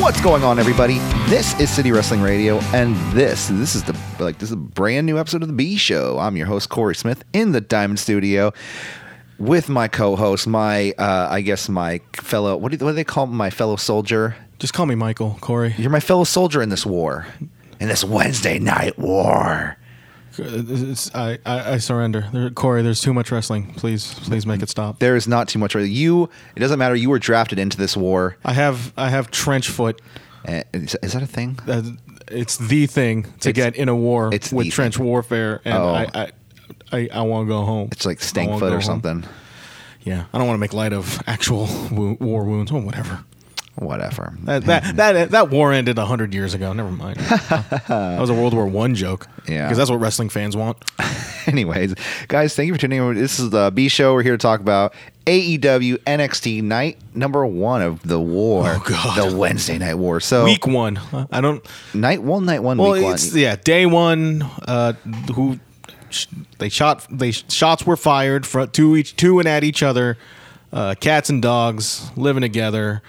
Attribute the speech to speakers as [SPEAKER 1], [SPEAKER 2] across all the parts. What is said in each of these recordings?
[SPEAKER 1] What's going on, everybody? This is City Wrestling Radio, and this this is the like this is a brand new episode of the B Show. I'm your host Corey Smith in the Diamond Studio with my co-host, my uh, I guess my fellow what do, what do they call my fellow soldier?
[SPEAKER 2] Just call me Michael, Corey.
[SPEAKER 1] You're my fellow soldier in this war, in this Wednesday night war.
[SPEAKER 2] It's- I, I, I surrender. There, Corey, there's too much wrestling. Please, please make it stop.
[SPEAKER 1] There is not too much. You it doesn't matter. You were drafted into this war.
[SPEAKER 2] I have I have trench foot.
[SPEAKER 1] Uh, Is, is that a thing?
[SPEAKER 2] Uh, It's the thing to
[SPEAKER 1] It's-
[SPEAKER 2] get in a war
[SPEAKER 1] it's
[SPEAKER 2] with
[SPEAKER 1] the
[SPEAKER 2] trench
[SPEAKER 1] thing.
[SPEAKER 2] warfare, and
[SPEAKER 1] Oh.
[SPEAKER 2] I I, I, I want to go home.
[SPEAKER 1] It's like
[SPEAKER 2] I wanna
[SPEAKER 1] Stankfoot
[SPEAKER 2] go
[SPEAKER 1] or
[SPEAKER 2] home.
[SPEAKER 1] something.
[SPEAKER 2] Yeah, I don't want to make light of actual wo- war wounds. Oh, whatever.
[SPEAKER 1] Whatever.
[SPEAKER 2] That that that, that war ended hundred years ago. Never mind. that was a World War One joke.
[SPEAKER 1] Yeah.
[SPEAKER 2] because that's what wrestling fans want.
[SPEAKER 1] Anyways, guys, thank you for tuning in. This is the B Show. We're here to talk about E AEW NXT night number one of the war.
[SPEAKER 2] Oh, God.
[SPEAKER 1] The Wednesday night war. So
[SPEAKER 2] Week one. I don't.
[SPEAKER 1] night one, night one,
[SPEAKER 2] Well,
[SPEAKER 1] week one.
[SPEAKER 2] it's yeah, day one. Uh, who sh- they shot? They shots were fired fro- to each to and at each other. Uh, cats and dogs living together.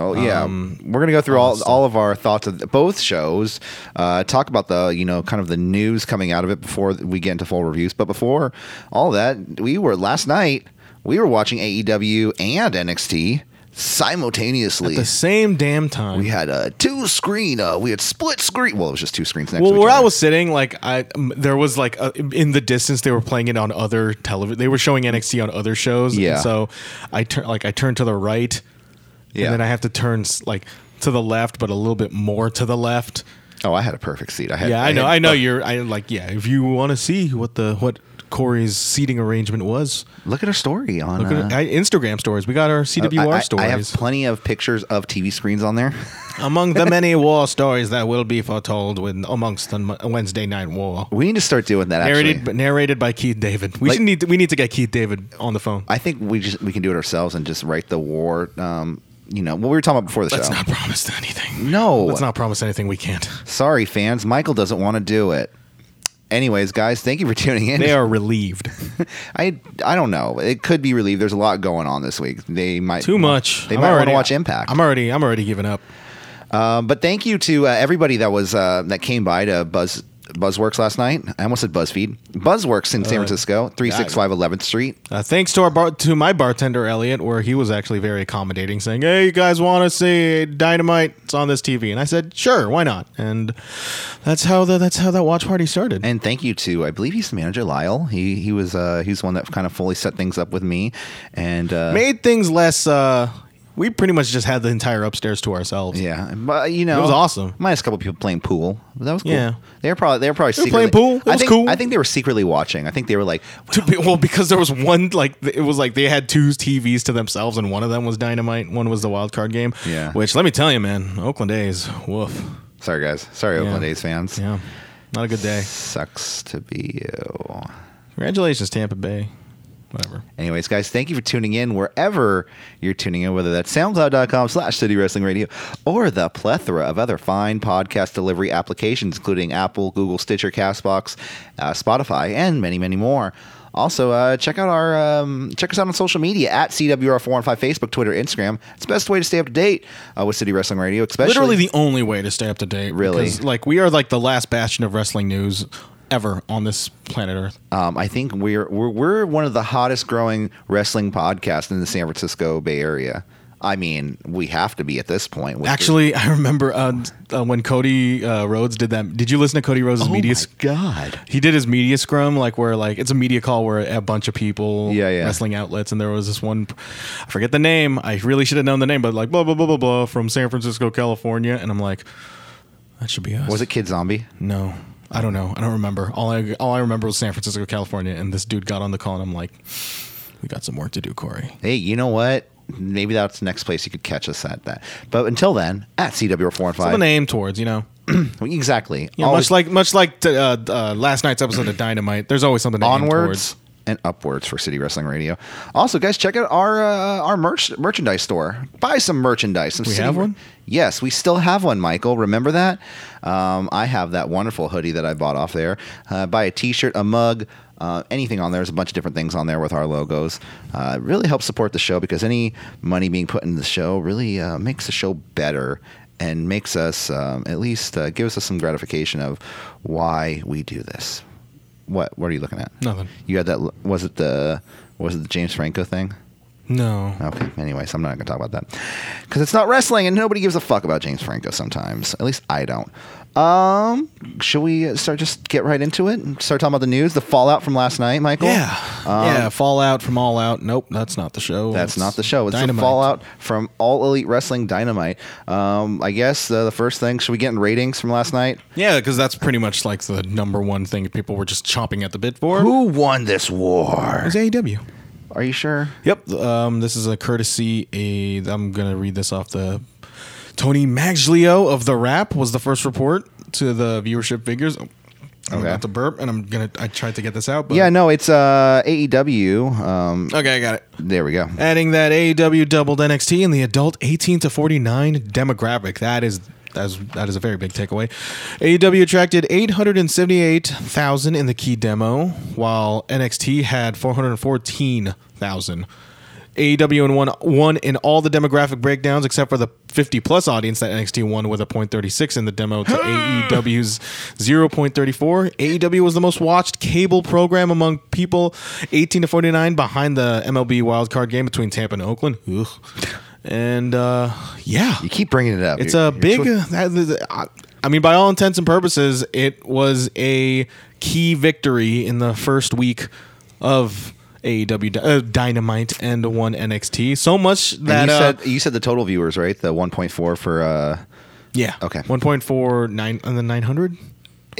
[SPEAKER 1] Oh yeah,
[SPEAKER 2] um,
[SPEAKER 1] we're gonna go through all, all of our thoughts of th- both shows. Uh, talk about the you know kind of the news coming out of it before we get into full reviews. But before all that, we were last night we were watching AEW and NXT simultaneously.
[SPEAKER 2] The same damn time.
[SPEAKER 1] we had a two screen. Uh, we had split screen. Well, it was just two screens next.
[SPEAKER 2] well,
[SPEAKER 1] to each
[SPEAKER 2] where I
[SPEAKER 1] other.
[SPEAKER 2] was sitting, like I, um, there was like a, in the distance they were playing it on other television. They were showing NXT on other shows. and
[SPEAKER 1] Yeah.
[SPEAKER 2] so I turn like I turned to the right,
[SPEAKER 1] Yeah.
[SPEAKER 2] and then I have to turn s- like to the left, but a little bit more to the left.
[SPEAKER 1] Oh, I had a perfect seat. I had.
[SPEAKER 2] Yeah, I
[SPEAKER 1] had-
[SPEAKER 2] know. I know you're. I like. Yeah, if you want to see what the what Corey's seating arrangement was,
[SPEAKER 1] Look at our story on.
[SPEAKER 2] look at
[SPEAKER 1] uh,
[SPEAKER 2] I, Instagram stories. We got our CWR
[SPEAKER 1] I- I- I have
[SPEAKER 2] stories.
[SPEAKER 1] plenty of pictures of TV screens on there.
[SPEAKER 2] among the many war stories that will be foretold when amongst the Mo- Wednesday night war.
[SPEAKER 1] We need to start doing that. Actually.
[SPEAKER 2] Narrated, narrated by Keith David. We
[SPEAKER 1] Like-
[SPEAKER 2] should need. To, we need to get Keith David on the phone.
[SPEAKER 1] I think we just we can do it ourselves and just write the war. Um, you know what we were talking about before the
[SPEAKER 2] Let's
[SPEAKER 1] show.
[SPEAKER 2] not promise anything.
[SPEAKER 1] no,
[SPEAKER 2] Let's not promise anything we can't.
[SPEAKER 1] Sorry, fans. Michael doesn't want to do it. Anyways, guys, thank you for tuning in.
[SPEAKER 2] They are relieved.
[SPEAKER 1] I I don't know. It could be relieved. There's a lot going on this week. They might
[SPEAKER 2] Too much.
[SPEAKER 1] They
[SPEAKER 2] I'm
[SPEAKER 1] might want
[SPEAKER 2] already-
[SPEAKER 1] to watch Impact.
[SPEAKER 2] I'm already. I'm already giving up.
[SPEAKER 1] Um, but thank you to uh, everybody that was uh, that came by to Buzz Buzzworks last night. I almost said BuzzFeed. Buzzworks in San Francisco, three six five Eleventh Street.
[SPEAKER 2] Uh, thanks to our bar- to my bartender Elliot, where he was actually very accommodating, saying, "Hey, you guys want to see Dynamite? It's on this TV." And I said, "Sure, why not?" And that's how the, that's how that watch party started.
[SPEAKER 1] And thank you to I believe he's the manager Lyle. He he was uh, he's the one that kind of fully set things up with me. And uh,
[SPEAKER 2] Made things less. Uh, we pretty much just had the entire upstairs to ourselves.
[SPEAKER 1] yeah, but you know
[SPEAKER 2] It was awesome.
[SPEAKER 1] Minus a couple people playing pool. But that was cool.
[SPEAKER 2] Yeah.
[SPEAKER 1] they were probably they were probably
[SPEAKER 2] were playing
[SPEAKER 1] secretly-
[SPEAKER 2] pool. It
[SPEAKER 1] I
[SPEAKER 2] was
[SPEAKER 1] think,
[SPEAKER 2] cool.
[SPEAKER 1] I think they were secretly watching. I think they were like,
[SPEAKER 2] To be- well, because there was one like th- it was like they had two TVs to themselves, and one of them was Dynamite, one was the wild card game.
[SPEAKER 1] Yeah.
[SPEAKER 2] Which let me tell you, man, Oakland A's, woof.
[SPEAKER 1] sorry guys, sorry Oakland A's fans.
[SPEAKER 2] Yeah. Not a good day.
[SPEAKER 1] Sucks to be you.
[SPEAKER 2] Congratulations, Tampa Bay. Whatever.
[SPEAKER 1] Anyways, guys, thank you for tuning in wherever you're tuning in, whether that's soundcloud.com slash city wrestling radio or the plethora of other fine podcast delivery applications, including Apple, Google, Stitcher, Castbox, uh, Spotify, and many, many more. Also, uh, check out our um, check us out on social media at CWR415 Facebook, Twitter, Instagram. It's the best way to stay up to date uh, with City Wrestling Radio, especially
[SPEAKER 2] literally the only way to stay up to date.
[SPEAKER 1] Really?
[SPEAKER 2] because, like we are like the last bastion of wrestling news ever on this planet Earth.
[SPEAKER 1] Um, I think we're, we're we're one of the hottest growing wrestling podcasts in the San Francisco Bay Area. I mean, we have to be at this point. with-
[SPEAKER 2] Actually, I remember uh, uh, when Cody uh, Rhodes did that. Did you listen to Cody Rhodes'
[SPEAKER 1] Oh
[SPEAKER 2] media?
[SPEAKER 1] my
[SPEAKER 2] sc-
[SPEAKER 1] god!
[SPEAKER 2] He did his media scrum, like where like it's a media call where a bunch of people,
[SPEAKER 1] Yeah, yeah.
[SPEAKER 2] wrestling outlets, and there was this one, I forget the name. I really should have known the name, but like blah blah blah blah blah from San Francisco, California, and I'm like, that should be us.
[SPEAKER 1] Was it Kid Zombie?
[SPEAKER 2] No, I don't know. I don't remember. All I all I remember was San Francisco, California, and this dude got on the call, and I'm like, "We got some work to do, Corey."
[SPEAKER 1] Hey, you know what? Maybe that's the next place you could catch us at that. But until then, at
[SPEAKER 2] Put the
[SPEAKER 1] CW415.
[SPEAKER 2] name towards you know,
[SPEAKER 1] Exactly.
[SPEAKER 2] You know, much like much like t- uh, uh, last night's episode of Dynamite. There's always something to aim
[SPEAKER 1] onwards
[SPEAKER 2] towards.
[SPEAKER 1] and upwards for City Wrestling Radio. Also, guys, check out our uh, our merch merchandise store. Buy some merchandise. Some
[SPEAKER 2] We
[SPEAKER 1] City-
[SPEAKER 2] have one?
[SPEAKER 1] Yes, we still have one, Michael. Remember that? Um, I have that wonderful hoodie that I bought off there. Uh, buy a T-shirt, a mug. Uh, anything on there. There's a bunch of different things on there with our logos. Uh, it really helps support the show because any money being put in the show really uh, makes the show better and makes us um, at least uh, gives us some gratification of why we do this. What What are you looking at?
[SPEAKER 2] Nothing.
[SPEAKER 1] You had that. l- Was it the Was it the James Franco thing?
[SPEAKER 2] No.
[SPEAKER 1] Okay. Anyways, I'm not going to talk about that because it's not wrestling, and nobody gives a fuck about James Franco. Sometimes, at least I don't. Um, should we start just get right into it and start talking about the news, the fallout from last night, Michael?
[SPEAKER 2] Yeah. yeah. Fallout from All Out. Nope, that's not the show.
[SPEAKER 1] Um, That's not the show. It's the
[SPEAKER 2] Dynamite.
[SPEAKER 1] fallout from All Elite Wrestling Dynamite. Um, I guess uh, the first thing should we get in ratings from last night?
[SPEAKER 2] Yeah, because that's pretty much like the number one thing people were just chomping at the bit for.
[SPEAKER 1] Who E won this war?
[SPEAKER 2] It's AEW.
[SPEAKER 1] Are you sure?
[SPEAKER 2] Yep. Um, this is a courtesy. A I'm gonna read this off the Tony Maglio of the Rap was the first report to the viewership figures. Oh, I'm
[SPEAKER 1] Okay.
[SPEAKER 2] about to burp, and I'm gonna. I tried to get this out, but
[SPEAKER 1] Yeah, no, it's uh, AEW. Um,
[SPEAKER 2] Okay, I got it.
[SPEAKER 1] there we go.
[SPEAKER 2] Adding that AEW doubled NXT in the adult 18 to 49 demographic. That is that is, that is a very big takeaway. AEW attracted 878,000 in the key demo, while NXT had 414,000. AEW and one won in all the demographic breakdowns except for the 50 plus audience that NXT won with a .36 in the demo to E AEW's 0.34. AEW E was the most watched cable program among people 18 to 49 behind the MLB wildcard game between Tampa and Oakland. Ugh. And uh, yeah,
[SPEAKER 1] You keep bringing it up.
[SPEAKER 2] it's
[SPEAKER 1] You're-
[SPEAKER 2] a
[SPEAKER 1] you're
[SPEAKER 2] big.
[SPEAKER 1] twi-
[SPEAKER 2] uh, that- that- I I mean, by all intents and purposes, it was a key victory in the first week of AEW Dy- uh, Dynamite and one NXT. So much that
[SPEAKER 1] And you
[SPEAKER 2] uh,
[SPEAKER 1] said you said the total viewers, right? The 1.4 for uh,
[SPEAKER 2] yeah,
[SPEAKER 1] Okay.
[SPEAKER 2] one point four nine and then nine hundred.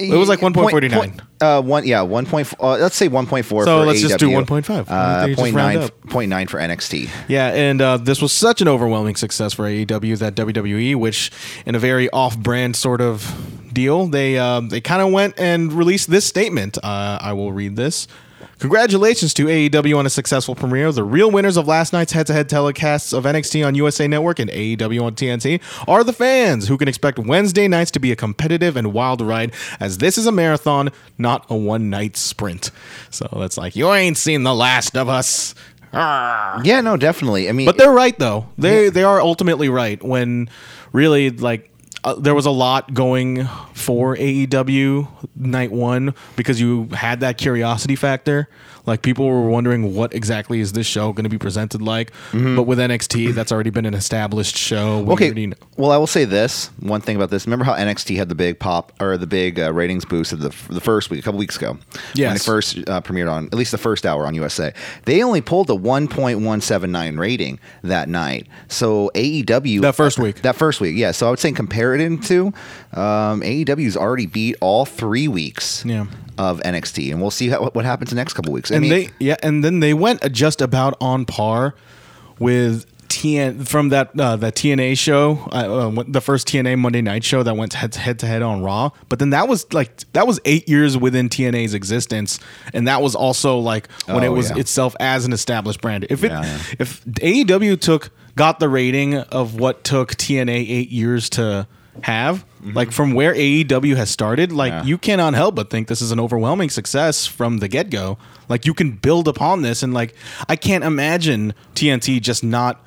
[SPEAKER 2] It was like one point forty nine.
[SPEAKER 1] Uh, one yeah, one point. Uh, let's say one point four.
[SPEAKER 2] So
[SPEAKER 1] for
[SPEAKER 2] let's just
[SPEAKER 1] AEW.
[SPEAKER 2] do 1.5. I
[SPEAKER 1] Uh,
[SPEAKER 2] think you just
[SPEAKER 1] 0.9
[SPEAKER 2] round up.
[SPEAKER 1] 0.9 for NXT.
[SPEAKER 2] Yeah, and uh, this was such an overwhelming success for AEW that WWE, which in a very off-brand sort of deal, they um, they kind of went and released this statement. Uh, I will read this. Congratulations to AEW on a successful premiere. The real winners of last night's head-to-head telecasts of NXT on USA Network and AEW on TNT are the fans, who can expect Wednesday nights to be a competitive and wild ride, as this is a marathon, not a one-night sprint. So that's like you ain't seen the last of us. Arrgh.
[SPEAKER 1] Yeah, no, definitely. I mean,
[SPEAKER 2] But they're right though. They they are ultimately right when really like uh, there was a lot going for AEW night 1 because you had that curiosity factor. Like people were wondering what exactly is this show going to be presented like? But with NXT, that's already been an established show. We already
[SPEAKER 1] Okay.
[SPEAKER 2] know-
[SPEAKER 1] Well, I will say this one thing about this. Remember how NXT had the big pop or the big uh, ratings boost of the, the first week, a couple weeks ago? When it
[SPEAKER 2] Yes.
[SPEAKER 1] first uh, premiered on, at least the first hour on USA. They only pulled a 1.179 rating that night. So AEW.
[SPEAKER 2] That first week.
[SPEAKER 1] That first week, yeah. So I would say compare it into um, AEW's already beat all three weeks
[SPEAKER 2] Yeah.
[SPEAKER 1] of NXT. And we'll see how, what happens the next couple weeks. I
[SPEAKER 2] and
[SPEAKER 1] mean,
[SPEAKER 2] they yeah, and then they went just about on par with TN from that uh, that TNA show, uh, uh, the first TNA Monday Night show that went head head to head on Raw. But then that was like that was eight years within TNA's existence, and that was also like when
[SPEAKER 1] Oh,
[SPEAKER 2] it was
[SPEAKER 1] yeah.
[SPEAKER 2] itself as an established brand. If it
[SPEAKER 1] Yeah, yeah.
[SPEAKER 2] if AEW took got the rating of what took TNA eight years to have, like from where AEW has started, like
[SPEAKER 1] Yeah.
[SPEAKER 2] you cannot help but think this is an overwhelming success from the get go. Like you can build upon this, and like I can't imagine TNT just not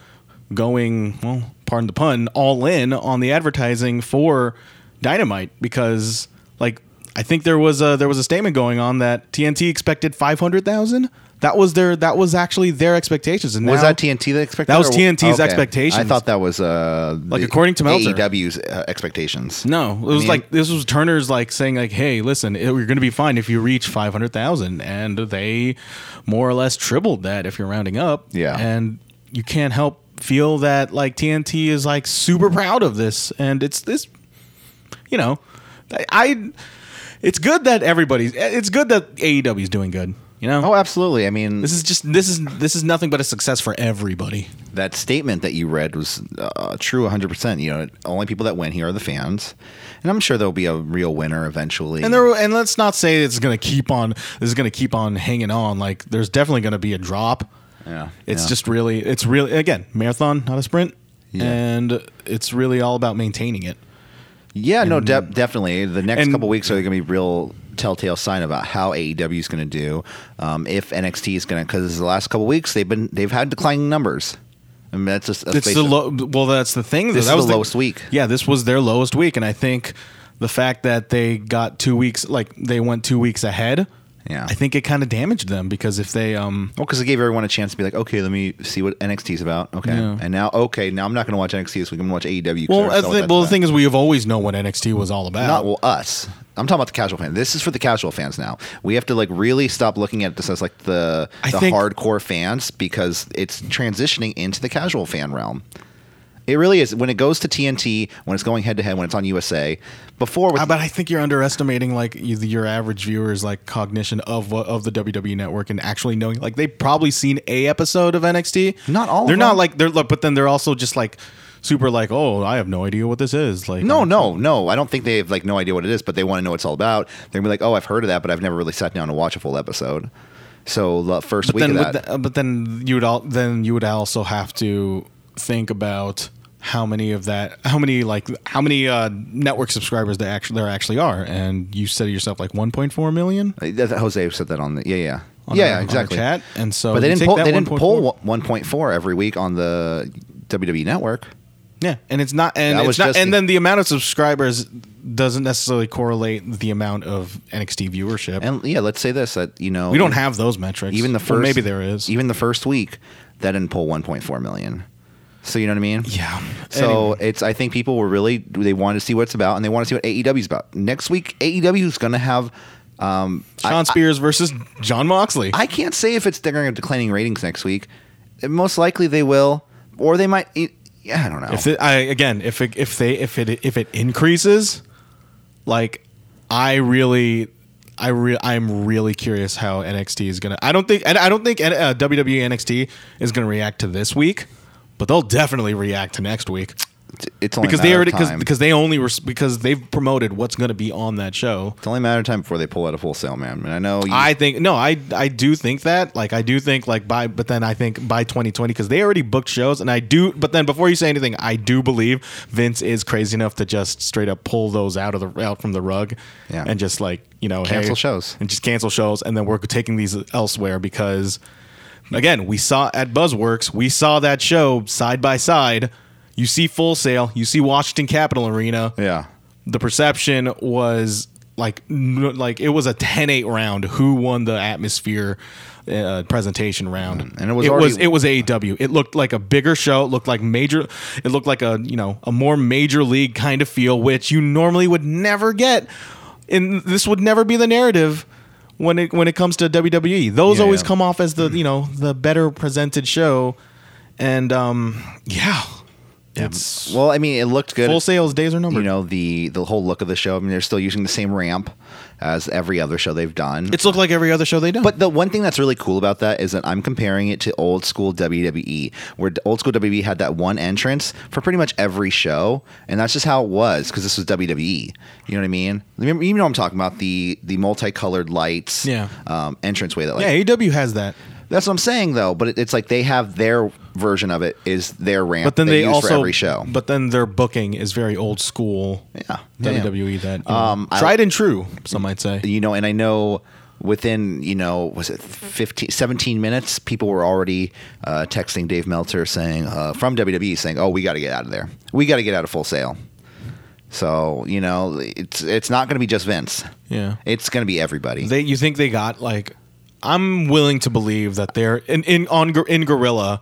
[SPEAKER 2] going well, pardon the pun, all in on the advertising for Dynamite because like. I think there was a there was a statement going on that TNT expected five hundred thousand. That was their that was actually their expectations. And
[SPEAKER 1] was
[SPEAKER 2] now-
[SPEAKER 1] that TNT that expected?
[SPEAKER 2] That was
[SPEAKER 1] or-
[SPEAKER 2] TNT's expectations.
[SPEAKER 1] I thought that was uh,
[SPEAKER 2] Like,
[SPEAKER 1] the
[SPEAKER 2] according to Meltzer.
[SPEAKER 1] AEW's uh, expectations.
[SPEAKER 2] No, it was
[SPEAKER 1] mean-
[SPEAKER 2] like this was Turner's like saying like, "Hey, listen, it, you're going to be fine if you reach five hundred thousand, and they more or less tripled that if you're rounding up.
[SPEAKER 1] Yeah.
[SPEAKER 2] and you can't help feel that like TNT is like super proud of this, and it's this, you know, I, I it's good that everybody's, it's good that AEW is doing good. You know,
[SPEAKER 1] Oh, absolutely. I mean,
[SPEAKER 2] this is just this is this is nothing but a success for everybody.
[SPEAKER 1] that statement that you read was uh, true 100%. You know, only people that win here are the fans. And I'm sure there'll be a real winner eventually.
[SPEAKER 2] And there, and let's not say it's going to keep on. This is going to keep on hanging on. Like there's definitely going to be a drop.
[SPEAKER 1] Yeah,
[SPEAKER 2] It's
[SPEAKER 1] yeah.
[SPEAKER 2] just really, it's really again marathon, not a sprint,
[SPEAKER 1] Yeah.
[SPEAKER 2] and it's really all about maintaining it.
[SPEAKER 1] yeah, no, de- definitely. The next
[SPEAKER 2] and-
[SPEAKER 1] couple weeks are going to be real telltale sign about how AEW is going to do. Um, if NXT is going to, because the last couple weeks they've been, they've had declining numbers. I mean, that's just.
[SPEAKER 2] It's the low. Well, that's the thing. though.
[SPEAKER 1] This
[SPEAKER 2] that
[SPEAKER 1] is
[SPEAKER 2] was
[SPEAKER 1] the lowest week.
[SPEAKER 2] Yeah, this was their lowest week, and I think the fact that they got two weeks, like they went two weeks ahead.
[SPEAKER 1] Yeah.
[SPEAKER 2] I think it kind of damaged them because if they, um,
[SPEAKER 1] Well, because it gave everyone a chance to be like, okay, let me see what NXT is about. Okay,
[SPEAKER 2] Yeah.
[SPEAKER 1] and now okay, now I'm not going to watch NXT this week. I'm going to watch AEW. 'cause I
[SPEAKER 2] well,
[SPEAKER 1] already
[SPEAKER 2] I
[SPEAKER 1] saw what that's
[SPEAKER 2] think, well, the
[SPEAKER 1] about.
[SPEAKER 2] thing is, we've always known what NXT was all about.
[SPEAKER 1] not well us. I'm talking about the casual fan. This is for the casual fans now. We have to like really stop looking at this as like the
[SPEAKER 2] I
[SPEAKER 1] the
[SPEAKER 2] think-
[SPEAKER 1] hardcore fans because it's transitioning into the casual fan realm. It really is when it goes to TNT, when it's going head to head, when it's on USA. Before, with,
[SPEAKER 2] Uh, but I think you're underestimating like you, your average viewer's like cognition of what of the WWE network and actually knowing like they've probably seen a episode of NXT.
[SPEAKER 1] Not all of
[SPEAKER 2] They're not
[SPEAKER 1] them.
[SPEAKER 2] like they're like, but then they're also just like super like oh I have no idea what this is like
[SPEAKER 1] no,
[SPEAKER 2] I'm-
[SPEAKER 1] no, no, I don't think they have like no idea what it is, but they want to know what it's all about. They're gonna be like, oh, I've heard of that, but I've never really sat down to watch a full episode. So the first
[SPEAKER 2] But
[SPEAKER 1] week
[SPEAKER 2] then
[SPEAKER 1] of
[SPEAKER 2] would
[SPEAKER 1] that,
[SPEAKER 2] the, uh, but then you would all then you would also have to think about how many of that how many like how many uh network subscribers there actually there actually are and you said to yourself like 1.4 million
[SPEAKER 1] Uh, that- Jose said that on the yeah yeah
[SPEAKER 2] on
[SPEAKER 1] yeah
[SPEAKER 2] our-
[SPEAKER 1] yeah,
[SPEAKER 2] on our
[SPEAKER 1] exactly
[SPEAKER 2] chat and so
[SPEAKER 1] but they
[SPEAKER 2] you
[SPEAKER 1] didn't
[SPEAKER 2] take
[SPEAKER 1] pull,
[SPEAKER 2] that
[SPEAKER 1] they didn't
[SPEAKER 2] 1.4.
[SPEAKER 1] pull one point four every week on the WWE network.
[SPEAKER 2] Yeah, and it's not, and
[SPEAKER 1] That
[SPEAKER 2] it's
[SPEAKER 1] was
[SPEAKER 2] not,
[SPEAKER 1] just
[SPEAKER 2] and
[SPEAKER 1] the-
[SPEAKER 2] then the amount of subscribers doesn't necessarily correlate the amount of NXT viewership.
[SPEAKER 1] And yeah, let's say this that you know
[SPEAKER 2] we don't have those metrics.
[SPEAKER 1] even the
[SPEAKER 2] Well,
[SPEAKER 1] first e-
[SPEAKER 2] maybe there is.
[SPEAKER 1] even the first week that didn't pull one point four million. So you know what I mean?
[SPEAKER 2] yeah.
[SPEAKER 1] So
[SPEAKER 2] Anyway.
[SPEAKER 1] it's I think people were really they wanted to see what it's about and they want to see what AEW's about. Next week AEW is going to have um I-
[SPEAKER 2] Sean Spears versus John Moxley.
[SPEAKER 1] I can't say if it's they're going to declining ratings next week. Most likely they will or they might e, yeah, I don't know.
[SPEAKER 2] if it, I again, if it, if they if it if it increases, like I really. I re- I'm really curious how NXT is gonna. I don't think, and I don't think uh, WWE NXT is gonna react to this week, but they'll definitely react to next week.
[SPEAKER 1] it's only a
[SPEAKER 2] because they
[SPEAKER 1] matter
[SPEAKER 2] already
[SPEAKER 1] of
[SPEAKER 2] because
[SPEAKER 1] time.
[SPEAKER 2] because they only were because they've promoted what's going to be on that show.
[SPEAKER 1] It's only a matter of time before they pull out a full sale, man. And I know you,
[SPEAKER 2] I think no, I I do think that like I do think like by but then I think by 2020 because they already booked shows and I do but then before you say anything I do believe Vince is crazy enough to just straight up pull those out of the out from the rug
[SPEAKER 1] Yeah.
[SPEAKER 2] and just like you know hey,
[SPEAKER 1] Cancel shows.
[SPEAKER 2] and just cancel shows and then we're taking these elsewhere because again we saw at Buzzworks we saw that show side by side. You see Full Sail, you see Washington Capitol Arena,
[SPEAKER 1] yeah,
[SPEAKER 2] the perception was like n- like it was a 10-8 round who won the atmosphere uh, presentation round
[SPEAKER 1] Mm, And it was
[SPEAKER 2] it was
[SPEAKER 1] already-
[SPEAKER 2] it was AEW it looked like a bigger show it looked like major it looked like a you know a more major league kind of feel which you normally would never get and this would never be the narrative when it when it comes to WWE those
[SPEAKER 1] Yeah,
[SPEAKER 2] always
[SPEAKER 1] yeah.
[SPEAKER 2] come off as the you know the better presented show and um yeah it's
[SPEAKER 1] Well, I mean, it looked good.
[SPEAKER 2] full sales days are numbered
[SPEAKER 1] you know the the whole look of the show. I mean, they're still using the same ramp as every other show they've done.
[SPEAKER 2] It's looked like every other show they do.
[SPEAKER 1] but the one thing that's really cool about that is that I'm comparing it to old school WWE, where old school WWE had that one entrance for pretty much every show, and that's just how it was because this was WWE. You know what I mean? Remember- You know what I'm talking about the the multicolored lights,
[SPEAKER 2] Yeah.
[SPEAKER 1] um, entranceway that like
[SPEAKER 2] yeah, AEW has that.
[SPEAKER 1] That's what I'm saying though, but it, it's like they have their version of it is their ramp.
[SPEAKER 2] But then they,
[SPEAKER 1] use
[SPEAKER 2] also
[SPEAKER 1] for every show.
[SPEAKER 2] But then their booking is very old school.
[SPEAKER 1] Yeah, yeah.
[SPEAKER 2] WWE that you know,
[SPEAKER 1] Um, I-
[SPEAKER 2] tried and true. Some might say.
[SPEAKER 1] you know, and I know within you know was it 15, 17 minutes, people were already uh, texting Dave Meltzer saying uh, from WWE saying, "Oh, we got to get out of there. We got to get out of full sale." So you know, it's it's not going to be just Vince.
[SPEAKER 2] Yeah.
[SPEAKER 1] It's going to be everybody.
[SPEAKER 2] They you think they got like? I'm willing to believe that they're in in on Gor- in Gorilla.